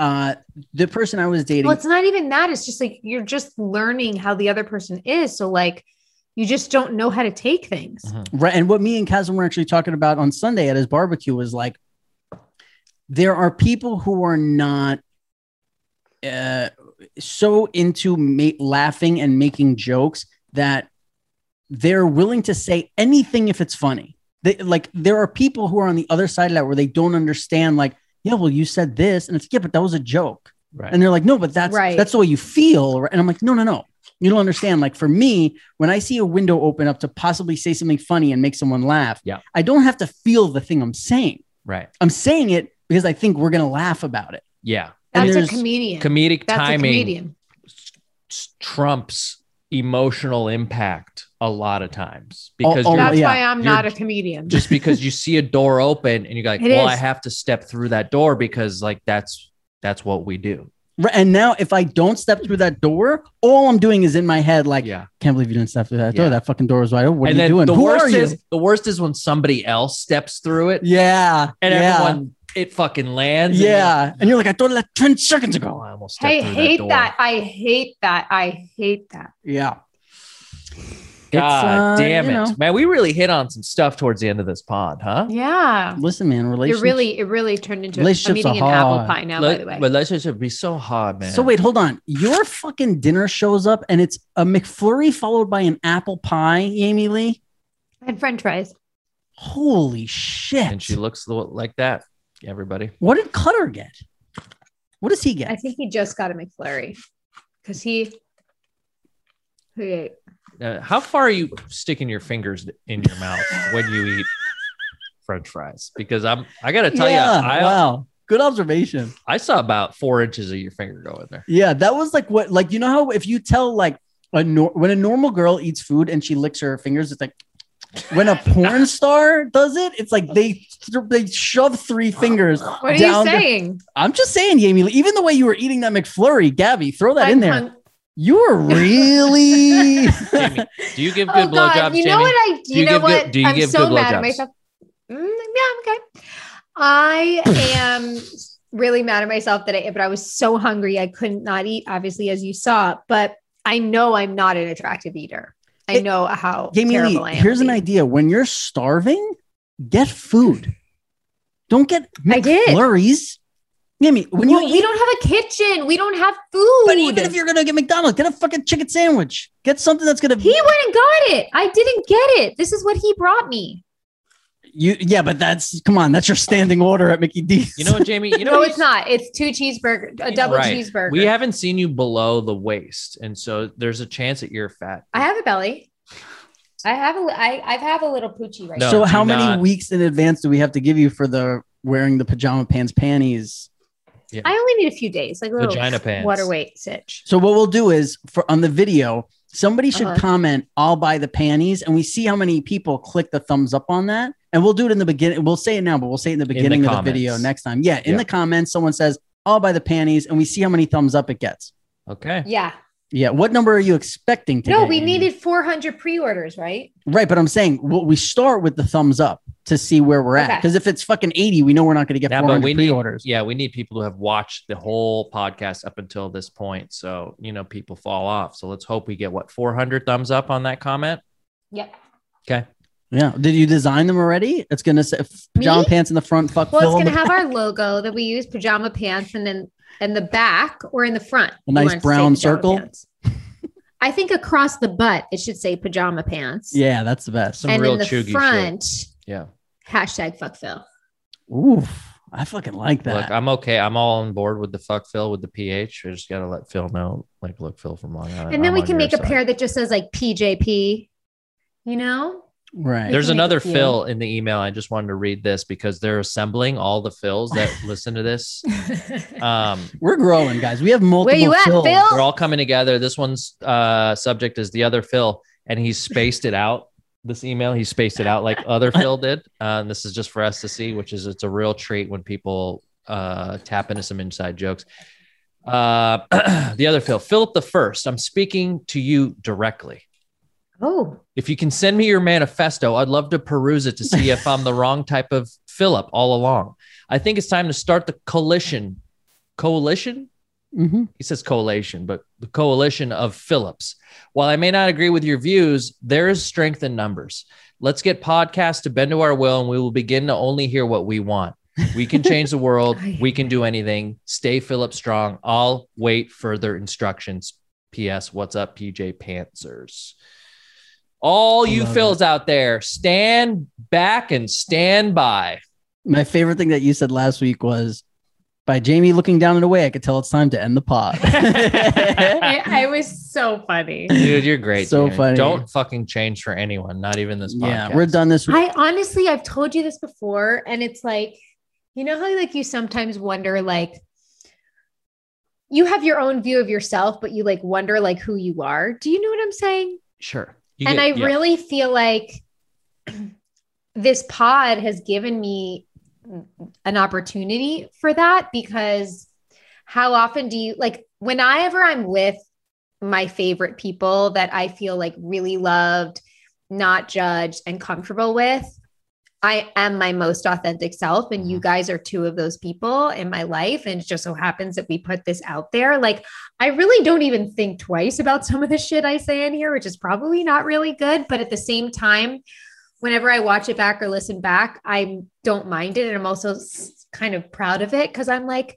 Speaker 1: uh the person I was dating.
Speaker 3: Well, it's not even that. It's just like you're just learning how the other person is. So like you just don't know how to take things.
Speaker 2: Mhm.
Speaker 1: Right. And what me and Kazim were actually talking about on Sunday at his barbecue was like, there are people who are not uh, so into ma- laughing and making jokes that they're willing to say anything if it's funny. They, like there are people who are on the other side of that where they don't understand. Like, yeah, well, you said this, and it's yeah, but that was a joke.
Speaker 2: Right.
Speaker 1: And they're like, no, but that's
Speaker 3: Right.
Speaker 1: that's the way you feel. right? And I'm like, no, no, no. You don't understand. Like for me, when I see a window open up to possibly say something funny and make someone laugh,
Speaker 2: Yeah.
Speaker 1: I don't have to feel the thing I'm saying.
Speaker 2: right.
Speaker 1: I'm saying it because I think we're gonna laugh about it.
Speaker 2: Yeah.
Speaker 1: And
Speaker 3: That's a
Speaker 1: there's
Speaker 3: comedian.
Speaker 2: Comedic
Speaker 3: That's a
Speaker 2: timing
Speaker 3: comedian.
Speaker 2: s- trumps emotional impact a lot of times
Speaker 1: Oh,
Speaker 2: because
Speaker 1: oh,
Speaker 2: you're
Speaker 1: yeah.
Speaker 3: That's why I'm
Speaker 2: You're-
Speaker 3: not a comedian.
Speaker 2: just because you see a door open and you're like,
Speaker 3: It
Speaker 2: well,
Speaker 3: is.
Speaker 2: I have to step through that door because like that's that's what we do.
Speaker 1: Right, And now, if I don't step through that door, all I'm doing is in my head, like,
Speaker 2: yeah.
Speaker 1: can't believe you didn't step through that door.
Speaker 2: Yeah.
Speaker 1: That fucking door was wide open. What
Speaker 2: and
Speaker 1: are you
Speaker 2: then
Speaker 1: doing?
Speaker 2: the
Speaker 1: Who
Speaker 2: worst
Speaker 1: are
Speaker 2: is
Speaker 1: you?
Speaker 2: the worst is when somebody else steps through it
Speaker 1: Yeah.
Speaker 2: and
Speaker 1: yeah.
Speaker 2: everyone it fucking lands. and you're like,
Speaker 1: yeah. And you're like, I thought of that 10 seconds
Speaker 2: "Oh,
Speaker 1: ago.
Speaker 2: I almost stepped
Speaker 3: I
Speaker 2: through
Speaker 3: hate
Speaker 2: door."
Speaker 3: that, I hate that. I hate that.
Speaker 1: Yeah.
Speaker 2: God
Speaker 1: It's, uh,
Speaker 2: damn it,
Speaker 1: you know.
Speaker 2: man! We really hit on some stuff towards the end of this pod, huh?
Speaker 3: Yeah.
Speaker 1: Listen, man,
Speaker 3: It
Speaker 1: relationships.
Speaker 3: really, it really turned into a
Speaker 1: Relationships
Speaker 3: I'm eating an
Speaker 1: are
Speaker 3: apple
Speaker 1: hard.
Speaker 3: pie now, by the way.
Speaker 2: Relationship be so hard, man.
Speaker 1: So wait, hold on. Your fucking dinner shows up and it's a McFlurry followed by an apple pie, Amy Lee.
Speaker 3: and French fries.
Speaker 1: Holy shit.
Speaker 2: and she looks lo- like that. Everybody,
Speaker 1: what did Cutter get? What does he
Speaker 3: I
Speaker 1: get?
Speaker 3: think he just got a McFlurry because he. he ate.
Speaker 2: Uh, how far are you sticking your fingers in your mouth when you eat French fries? Because I'm, I gotta tell you, I,
Speaker 1: wow. Good observation.
Speaker 2: I saw about four inches of your finger go in there.
Speaker 1: Yeah, that was like what, like you know how if you tell like a nor- when a normal girl eats food and she licks her fingers, it's like when a porn star does it, it's like they th- they shove three fingers.
Speaker 3: What are
Speaker 1: down
Speaker 3: you
Speaker 1: their-
Speaker 3: saying?
Speaker 1: I'm just saying, Jamie. Lee, Even the way you were eating that McFlurry, Gabby, throw that in
Speaker 3: I'm
Speaker 1: there.
Speaker 3: hung-
Speaker 1: You were really
Speaker 2: Jamie, do you give
Speaker 3: Oh
Speaker 2: good
Speaker 3: God!
Speaker 2: blowjobs,
Speaker 3: you
Speaker 2: Jamie?
Speaker 3: know what I? You,
Speaker 2: you
Speaker 3: know
Speaker 2: give good-
Speaker 3: what?
Speaker 2: do you
Speaker 3: I'm
Speaker 2: give
Speaker 3: so
Speaker 2: good
Speaker 3: mad
Speaker 2: blowjobs?
Speaker 3: at myself. Mm, yeah, okay. I am really mad at myself that I, but I was so hungry I couldn't not eat. Obviously, as you saw, but I know I'm not an attractive eater. I
Speaker 1: It-
Speaker 3: know how
Speaker 1: Jamie Lee,
Speaker 3: terrible I am.
Speaker 1: here's
Speaker 3: at
Speaker 1: an
Speaker 3: eating.
Speaker 1: idea. When you're starving, get food. Don't get
Speaker 3: I did.
Speaker 1: McFlurries. Jamie, when
Speaker 3: Well,
Speaker 1: you
Speaker 3: we don't have a kitchen. We don't have food.
Speaker 1: But even if you're gonna get McDonald's, get a fucking chicken sandwich. Get something that's gonna
Speaker 3: he went and got it. I didn't get it. This is what he brought me.
Speaker 1: you. Yeah, but that's come on, that's your standing order at Mickey D's.
Speaker 2: You know what, Jamie? You know
Speaker 3: no,
Speaker 2: what
Speaker 3: it's not. It's two cheeseburger, a double
Speaker 2: Right.
Speaker 3: cheeseburger.
Speaker 2: We haven't seen you below the waist, and so there's a chance that you're fat.
Speaker 3: I have a belly. I have a. I I have a little poochie right
Speaker 2: No.
Speaker 3: now.
Speaker 1: so
Speaker 2: do
Speaker 1: how many
Speaker 2: not.
Speaker 1: weeks in advance do we have to give you for the wearing the pajama pants panties?
Speaker 3: I only need a few days, like a little
Speaker 2: Vagina pants.
Speaker 3: water weight sitch.
Speaker 1: So what we'll do is for on the video, somebody should
Speaker 3: Uh-huh.
Speaker 1: comment, "I'll buy the panties," and we see how many people click the thumbs up on that. And we'll do it in the beginning. We'll say it now, but we'll say it in the
Speaker 2: the
Speaker 1: beginning of the
Speaker 2: comments.
Speaker 1: video next time. Yeah, in
Speaker 2: Yeah.
Speaker 1: the comments, someone says, "I'll buy the panties," and we see how many thumbs up it gets.
Speaker 2: Okay.
Speaker 3: Yeah.
Speaker 1: Yeah, what number are you expecting to
Speaker 3: No,
Speaker 1: get,
Speaker 3: we
Speaker 1: Amy?
Speaker 3: needed 400 pre-orders, right?
Speaker 1: Right, but I'm saying well, we start with the thumbs up to see where we're at.
Speaker 3: Okay.
Speaker 1: Because if it's fucking 80, we know we're not going to get
Speaker 2: Yeah, but
Speaker 1: 400
Speaker 2: we need-
Speaker 1: pre-orders.
Speaker 2: Yeah, we need people to have watched the whole podcast up until this point. So, you know, people fall off. So let's hope we get what 400 thumbs up on that comment.
Speaker 3: Yep.
Speaker 2: Okay.
Speaker 1: yeah. Did you design them already? It's going to say f-
Speaker 3: Me?
Speaker 1: John pants in the front, fuck
Speaker 3: Well,
Speaker 1: Phil
Speaker 3: it's
Speaker 1: in
Speaker 3: gonna
Speaker 1: the-
Speaker 3: have our logo that we use, pajama pants, and then and the back or in the front. you
Speaker 1: nice
Speaker 3: want it to say
Speaker 1: brown
Speaker 3: pajama
Speaker 1: circle?
Speaker 3: pants. I think across the butt it should say pajama pants.
Speaker 1: Yeah, that's the best.
Speaker 2: Some
Speaker 3: and
Speaker 2: real
Speaker 3: in the
Speaker 2: chuggy shit.
Speaker 3: front,
Speaker 2: Yeah.
Speaker 3: hashtag fuck Phil.
Speaker 1: Oof. I fucking like that.
Speaker 2: Look, I'm okay. I'm all on board with the fuck Phil with the PH. I just got to let Phil know. Like, look, Phil from Long Island.
Speaker 3: And then
Speaker 2: I'm
Speaker 3: we
Speaker 2: on
Speaker 3: can
Speaker 2: your
Speaker 3: make a
Speaker 2: side.
Speaker 3: pair that just says like PJP, you know?
Speaker 1: right.
Speaker 2: There's
Speaker 3: can make a
Speaker 2: another
Speaker 3: few.
Speaker 2: Phil in the email. I just wanted to read this because they're assembling all the Phils that listen to this. Um,
Speaker 1: we're growing, guys. We have multiple.
Speaker 3: Where you at,
Speaker 1: fills.
Speaker 3: Phil?
Speaker 2: they're all coming together. This one's uh, subject is the other Phil, and he spaced it out. This email, he spaced it out like other Phil did. Uh, and this is just for us to see, which is it's a real treat when people uh, tap into some inside jokes. Uh, the other Phil, Philip the First. I'm speaking to you directly.
Speaker 3: Oh,
Speaker 2: If you can send me your manifesto, I'd love to peruse it to see if I'm the wrong type of Philip all along. I think it's time to start the coalition. Coalition?
Speaker 1: Mhm.
Speaker 2: he says coalition, but the coalition of Phillips. While I may not agree with your views, there is strength in numbers. Let's get podcasts to bend to our will, and we will begin to only hear what we want. We can change the world.
Speaker 3: I-
Speaker 2: We can do anything. Stay Philip strong. I'll wait further instructions. P.S. What's up, PJ Pantsers? All
Speaker 1: I
Speaker 2: you
Speaker 1: love
Speaker 2: Phils out there, stand back and stand by.
Speaker 1: My favorite thing that you said last week was by Jamie looking down and away, I could tell it's time to end the pod.
Speaker 3: I, I was so funny.
Speaker 2: Dude, you're great.
Speaker 1: So
Speaker 2: dude.
Speaker 1: funny.
Speaker 2: Don't fucking change for anyone, not even this podcast.
Speaker 1: yeah, we're done this week.
Speaker 3: I honestly, I've told you this before, and it's like, you know how like you sometimes wonder like you have your own view of yourself, but you like wonder like who you are. Do you know what I'm saying?
Speaker 2: Sure. You
Speaker 3: and
Speaker 2: get-
Speaker 3: I
Speaker 2: yeah.
Speaker 3: really feel like this pod has given me an opportunity for that because how often do you like whenever I'm with my favorite people that I feel like really loved, not judged, and comfortable with? I am my most authentic self, and
Speaker 2: Mm-hmm.
Speaker 3: you guys are two of those people in my life. And it just so happens that we put this out there. Like, I really don't even think twice about some of the shit I say in here, which is probably not really good. But at the same time, whenever I watch it back or listen back, I don't mind it. And I'm also s- kind of proud of it because I'm like,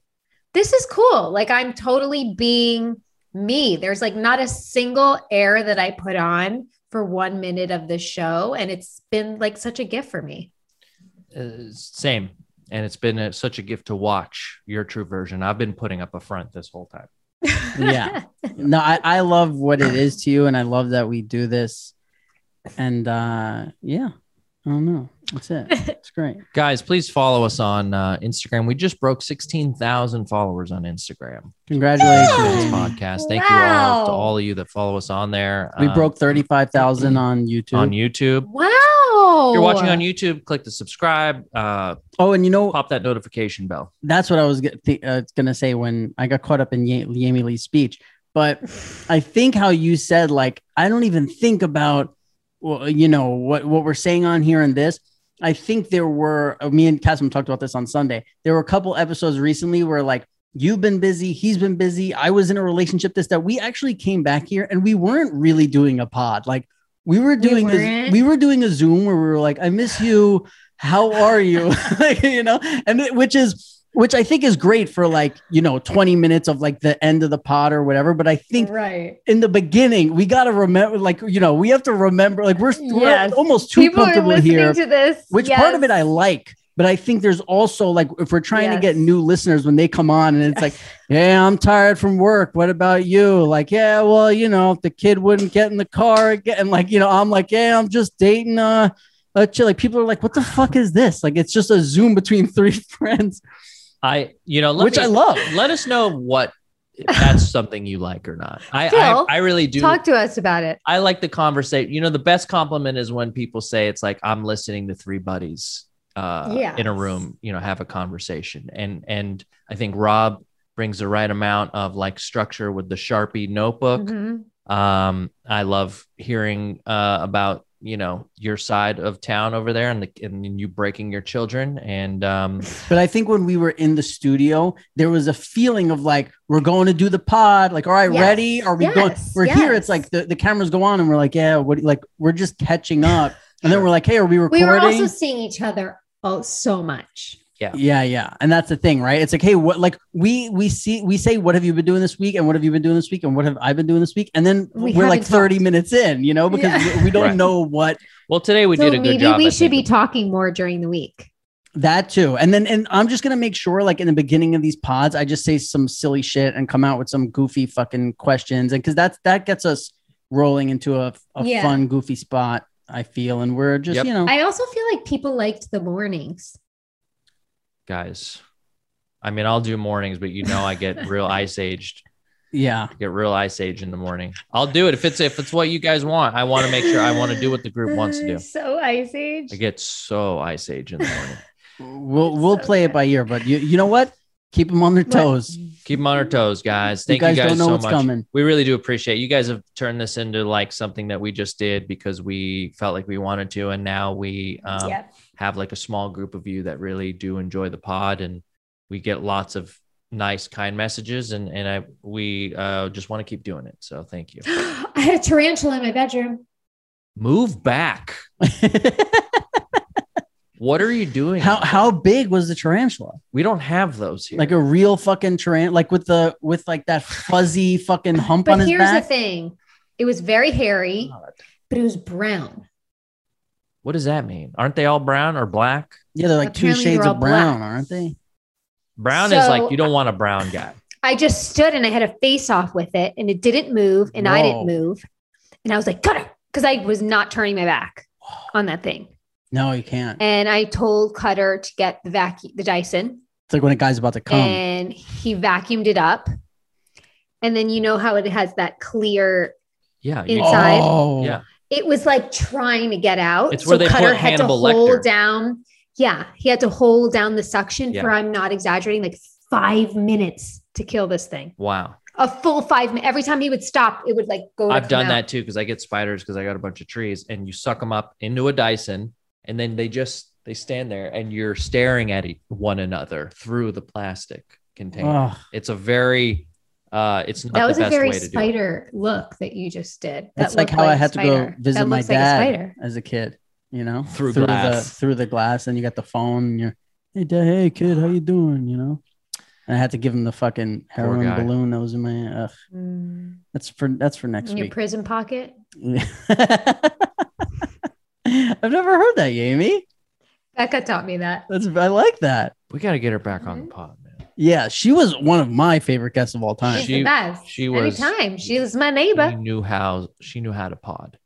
Speaker 3: this is cool. Like, I'm totally being me. There's like not a single air that I put on for one minute of the show. And it's been like such a gift for me.
Speaker 2: Uh, same. And it's been a, such a gift to watch your true version. I've been putting up a front this whole time.
Speaker 1: Yeah. No, I, I love what it is to you, and I love that we do this. And uh, yeah, I don't know. That's it. It's great.
Speaker 2: Guys, please follow us on uh, Instagram. We just broke 16,000 followers on Instagram. This
Speaker 1: Congratulations.
Speaker 2: podcast. Thank you all to
Speaker 3: Wow.
Speaker 2: all of you that follow us on there.
Speaker 1: We
Speaker 2: Um,
Speaker 1: broke 35,000 on YouTube.
Speaker 2: on YouTube.
Speaker 3: wow.
Speaker 2: If you're watching on YouTube, click the subscribe, uh,
Speaker 1: oh, and you know,
Speaker 2: pop that notification bell.
Speaker 1: that's what I was get- th- uh, gonna say when I got caught up in Ye- Yami Lee's speech. But I think how you said, like, I don't even think about, well, you know, what what we're saying on here and this. I think there were uh, me and Casim talked about this on Sunday. There were a couple episodes recently where like you've been busy, he's been busy. I was in a relationship this that we actually came back here and we weren't really doing a pod. Like we were doing a-
Speaker 3: weren't?
Speaker 1: we were doing a Zoom where we were like, I miss you. How are you? like, you know, and it- which is which I think is great for like, you know, 20 minutes of like the end of the pod or whatever. But I think
Speaker 3: right.
Speaker 1: in the beginning, we gotta remember, like, you know, we have to remember, like, we're,
Speaker 3: Yes.
Speaker 1: we're almost too
Speaker 3: People are
Speaker 1: comfortable
Speaker 3: listening
Speaker 1: here.
Speaker 3: to this.
Speaker 1: which
Speaker 3: Yes.
Speaker 1: part of it I like, but I think there's also like, if we're trying to get
Speaker 3: Yes.
Speaker 1: new listeners when they come on, and it's like, yeah, I'm tired from work. What about you? Like, yeah, well, you know, if the kid wouldn't get in the car again, and like, you know, I'm like, yeah, I'm just dating. Uh, a chick. Like, people are like, what the fuck is this? Like, it's just a Zoom between three friends,
Speaker 2: I, you know, let
Speaker 1: which
Speaker 2: me-
Speaker 1: I love.
Speaker 2: Let us know what if that's something you like or not. I,
Speaker 3: Phil,
Speaker 2: I, I really do.
Speaker 3: Talk to us about it.
Speaker 2: I like the conversation. You know, the best compliment is when people say it's like I'm listening to three buddies uh,
Speaker 3: Yes.
Speaker 2: in a room. You know, have a conversation, and and I think Rob brings the right amount of like structure with the Sharpie notebook.
Speaker 3: Mhm.
Speaker 2: Um, I love hearing uh, about you know your side of town over there, and the and you breaking your children, and um,
Speaker 1: But I think when we were in the studio, there was a feeling of like, we're going to do the pod. Like, all right,
Speaker 3: Yes.
Speaker 1: ready? Are we
Speaker 3: Yes.
Speaker 1: going? We're here.
Speaker 3: Yes.
Speaker 1: It's like the, the cameras go on and we're like, yeah, what? do you- Like, we're just catching up. And then
Speaker 2: Sure.
Speaker 1: we're like, hey, are we
Speaker 3: We
Speaker 1: recording?
Speaker 3: were also seeing each other oh so much.
Speaker 1: yeah, yeah. And that's the thing, right? It's like, hey, what? Like, we we see we say, what have you been doing this week? And what have you been doing this week? And what have I been doing this week? And then
Speaker 3: We
Speaker 1: we are like
Speaker 3: haven't
Speaker 1: 30 minutes in, you know, because
Speaker 3: Yeah.
Speaker 1: we, we don't
Speaker 2: Right.
Speaker 1: know what
Speaker 2: well, today we
Speaker 3: so
Speaker 2: did a good
Speaker 3: maybe
Speaker 2: job. I
Speaker 3: we should
Speaker 2: think.
Speaker 3: be talking more during the week.
Speaker 1: That too. And then and I'm just gonna make sure, like in the beginning of these pods, I just say some silly shit and come out with some goofy fucking questions. And cause that's that gets us rolling into a, a
Speaker 3: Yeah.
Speaker 1: fun, goofy spot, I feel. And we're just,
Speaker 2: Yep.
Speaker 1: you know,
Speaker 3: I also feel like people liked the mornings.
Speaker 2: guys. I mean, I'll do mornings, but you know, I get real ice aged
Speaker 1: yeah.
Speaker 2: get real ice age in the morning. I'll do it if it's if it's what you guys want. I want to make sure I want to do what the group wants to do.
Speaker 3: So ice age.
Speaker 2: I get so ice age in the morning.
Speaker 1: We'll we'll
Speaker 3: So
Speaker 1: play it
Speaker 3: good.
Speaker 1: by ear, but you you know what? Keep them on their
Speaker 3: What?
Speaker 1: toes.
Speaker 2: Keep them on our toes, guys. Thank you guys,
Speaker 1: guys don't know
Speaker 2: so
Speaker 1: what's
Speaker 2: much.
Speaker 1: coming.
Speaker 2: We really do appreciate you guys have turned this into like something that we just did because we felt like we wanted to, and now we um,
Speaker 3: yeah.
Speaker 2: have like a small group of you that really do enjoy the pod, and we get lots of nice, kind messages, and and I we uh, just want to keep doing it. So thank you.
Speaker 3: I had a tarantula in my bedroom.
Speaker 2: Move back. What are you doing?
Speaker 1: How how big was the tarantula?
Speaker 2: we don't have those here.
Speaker 1: Like a real fucking tarantula, like with the with like that fuzzy fucking hump on
Speaker 3: But
Speaker 1: his
Speaker 3: here's
Speaker 1: back.
Speaker 3: the thing it was very hairy,
Speaker 1: God.
Speaker 3: but it was brown.
Speaker 2: what does that mean? Aren't they all brown or black?
Speaker 1: Yeah, they're like two
Speaker 3: Apparently
Speaker 1: shades
Speaker 3: they're all
Speaker 1: of brown,
Speaker 3: black.
Speaker 1: aren't they?
Speaker 2: Brown is
Speaker 3: So-
Speaker 2: like you don't want a brown guy.
Speaker 3: I just stood and I had a face off with it and it didn't move and I didn't
Speaker 1: Whoa.
Speaker 3: move. And I was like, cut her. Cause I was not turning my back on that thing.
Speaker 1: No, you can't.
Speaker 3: And I told Cutter to get the vacuum, the Dyson,
Speaker 1: It's like when a guy's about to come.
Speaker 3: and he vacuumed it up. And then you know how it has that clear,
Speaker 2: Yeah, you-
Speaker 3: Inside.
Speaker 1: Oh,
Speaker 2: Yeah.
Speaker 3: it was like trying to get out.
Speaker 2: It's where they
Speaker 3: Cutter
Speaker 2: put Hannibal
Speaker 3: had to hold
Speaker 2: Lecter.
Speaker 3: down. Yeah. He had to hold down the suction
Speaker 2: Yeah.
Speaker 3: for, I'm not exaggerating, like five minutes to kill this thing.
Speaker 2: Wow,
Speaker 3: A full five minutes. Every time he would stop, it would like go. to
Speaker 2: I've
Speaker 3: come
Speaker 2: done
Speaker 3: out.
Speaker 2: that too because I get spiders because I got a bunch of trees, and you suck them up into a Dyson, and then they just they stand there, and you're staring at e- one another through the plastic container.
Speaker 1: Ugh.
Speaker 2: It's a very, uh, it's not
Speaker 3: that was
Speaker 2: the
Speaker 3: a
Speaker 2: best
Speaker 3: very
Speaker 2: way to do it.
Speaker 3: spider look that you just did. That
Speaker 1: That's like
Speaker 3: looked
Speaker 1: how I
Speaker 3: a
Speaker 1: had to go
Speaker 3: spider.
Speaker 1: visit
Speaker 3: That
Speaker 1: my
Speaker 3: looks like a
Speaker 1: dad
Speaker 3: spider.
Speaker 1: as a kid. You know,
Speaker 2: Through
Speaker 1: the
Speaker 2: glass.
Speaker 1: through the glass, and you got the phone. And you're, hey dad, hey kid, how you doing? You know, and I had to give him the fucking
Speaker 2: Poor
Speaker 1: heroin
Speaker 2: guy.
Speaker 1: balloon that was in my. Ugh,
Speaker 3: Mm.
Speaker 1: that's for that's for next
Speaker 3: In your
Speaker 1: week.
Speaker 3: prison pocket.
Speaker 1: I've never heard that, Jamie.
Speaker 3: Becca taught me that.
Speaker 1: That's I like that.
Speaker 2: We got to get her back on
Speaker 3: Mm-hmm.
Speaker 2: the pod, man.
Speaker 1: Yeah, she was one of my favorite guests of all time.
Speaker 3: She's the best.
Speaker 2: Uh, She was. Mm.
Speaker 3: Anytime. She was my
Speaker 2: She
Speaker 3: neighbor.
Speaker 2: knew how. She knew how to pod.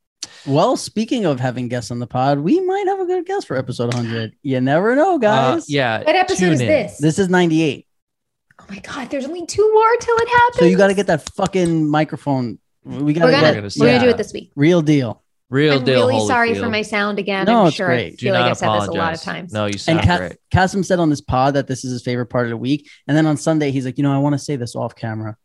Speaker 1: Well, speaking of having guests on the pod, we might have a good guest for episode 100. You never know,
Speaker 2: Uh,
Speaker 1: guys.
Speaker 2: yeah.
Speaker 3: What episode
Speaker 2: tune
Speaker 3: is
Speaker 2: in.
Speaker 3: this?
Speaker 1: This is 98.
Speaker 3: Oh my God, there's only two more till it happens.
Speaker 1: So you got to get that fucking microphone. We got
Speaker 3: We're
Speaker 1: to
Speaker 3: gonna,
Speaker 2: We're
Speaker 1: get
Speaker 2: gonna
Speaker 3: we're
Speaker 2: start.
Speaker 3: gonna do it this week.
Speaker 1: real deal.
Speaker 2: Real
Speaker 3: I'm
Speaker 2: deal.
Speaker 3: really sorry for
Speaker 2: Holyfield.
Speaker 3: my sound again.
Speaker 1: No,
Speaker 3: I'm
Speaker 1: it's
Speaker 3: sure
Speaker 1: great.
Speaker 3: I
Speaker 2: Do
Speaker 3: feel like
Speaker 2: not
Speaker 3: I've said
Speaker 2: apologize.
Speaker 3: this a lot of times.
Speaker 2: No, you
Speaker 1: And
Speaker 2: sound
Speaker 1: Kath,
Speaker 2: great.
Speaker 1: Kasim said on this pod that this is his favorite part of the week. And then on Sunday, he's like, you know, I want to say this off camera.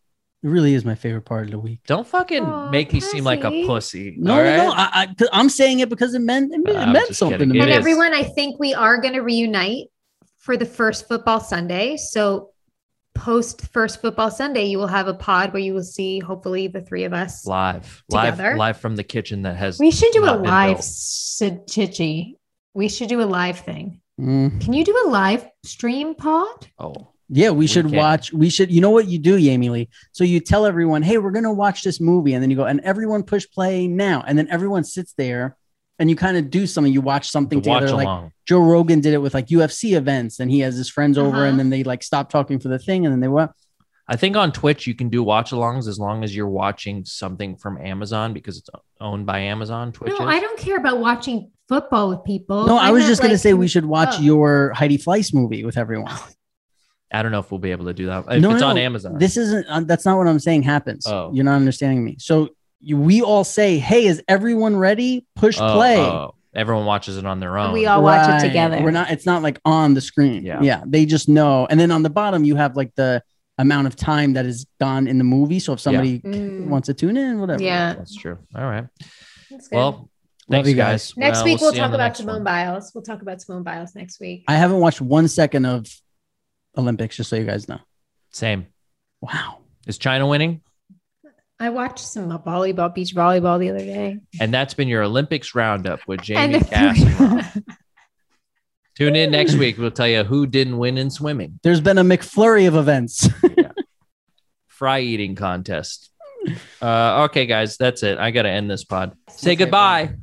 Speaker 1: It really is my favorite part of the week.
Speaker 2: Don't fucking
Speaker 3: Aw,
Speaker 2: make me seem like a
Speaker 3: Cassie.
Speaker 2: pussy.
Speaker 1: No,
Speaker 2: all
Speaker 1: no, no.
Speaker 2: right?
Speaker 1: I, I, 'cause I'm saying it because it meant, it meant, it
Speaker 2: I'm
Speaker 1: meant
Speaker 2: just
Speaker 1: something
Speaker 2: kidding.
Speaker 1: to
Speaker 2: It
Speaker 1: me.
Speaker 3: and
Speaker 2: is.
Speaker 3: everyone, I think we are going to reunite for the first football Sunday. So, post first football Sunday, you will have a pod where you will see hopefully the three of us.
Speaker 2: Live,
Speaker 3: Together.
Speaker 2: live, live from the kitchen that has.
Speaker 3: We should do a
Speaker 2: Not been
Speaker 3: live
Speaker 2: built.
Speaker 3: chichi. We should do a live thing.
Speaker 1: Mm.
Speaker 3: Can you do a live stream pod?
Speaker 2: Oh,
Speaker 1: Yeah, we should
Speaker 2: can.
Speaker 1: watch. We should. You know what you do, Yami Lee? So you tell everyone, "Hey, we're gonna watch this movie," and then you go, and everyone push play now, and then everyone sits there, and you kind of do something. You watch
Speaker 2: the
Speaker 1: something
Speaker 2: watch
Speaker 1: together. Like
Speaker 2: along.
Speaker 1: Joe Rogan did it with like UFC events, and he has his friends over,
Speaker 3: Uh-huh.
Speaker 1: and then they like stop talking for the thing, and then they went.
Speaker 2: I think on Twitch you can do watch alongs as long as you're watching something from Amazon because it's owned by Amazon. Twitch.
Speaker 3: No,
Speaker 2: is.
Speaker 3: I don't care about watching football with people.
Speaker 1: no, I was
Speaker 3: meant,
Speaker 1: just gonna
Speaker 3: like,
Speaker 1: say we should watch
Speaker 3: oh.
Speaker 1: your Heidi Fleiss movie with everyone.
Speaker 2: I don't know if we'll be able to do that. If
Speaker 1: No,
Speaker 2: it's
Speaker 1: no,
Speaker 2: on
Speaker 1: no.
Speaker 2: Amazon.
Speaker 1: This isn't. Uh, that's not what I'm saying. Happens.
Speaker 2: Oh.
Speaker 1: You're not understanding me. So you, we all say, "Hey, is everyone ready? Push
Speaker 2: Oh,
Speaker 1: play."
Speaker 2: oh. Everyone watches it on their own.
Speaker 3: We all watch
Speaker 1: Right.
Speaker 3: it together.
Speaker 1: We're not. It's not like on the screen.
Speaker 2: Yeah.
Speaker 1: Yeah. They just know. And then on the bottom, you have like the amount of time that is gone in the movie. So if somebody
Speaker 3: Mm.
Speaker 1: wants to tune in, whatever.
Speaker 3: yeah.
Speaker 2: That's true. All right.
Speaker 3: that's good.
Speaker 2: Well,
Speaker 1: Love
Speaker 2: thanks,
Speaker 1: you guys.
Speaker 2: guys.
Speaker 3: next
Speaker 2: Well,
Speaker 3: week we'll,
Speaker 2: see you on
Speaker 3: talk
Speaker 2: the
Speaker 3: about
Speaker 2: next
Speaker 3: Simone
Speaker 2: one.
Speaker 3: Biles. We'll talk about Simone Biles next week.
Speaker 1: I haven't watched one second of Olympics, just so you guys know.
Speaker 2: Same.
Speaker 1: Wow.
Speaker 2: Is China winning?
Speaker 3: I watched some volleyball, beach volleyball the other day.
Speaker 2: And that's been your Olympics roundup with
Speaker 3: And
Speaker 2: Jamie Cass. Tune in next week. We'll tell you who didn't win in swimming.
Speaker 1: There's been a McFlurry of events.
Speaker 2: fry eating contest. Uh, okay, guys, that's it. I got to end this pod. Say goodbye.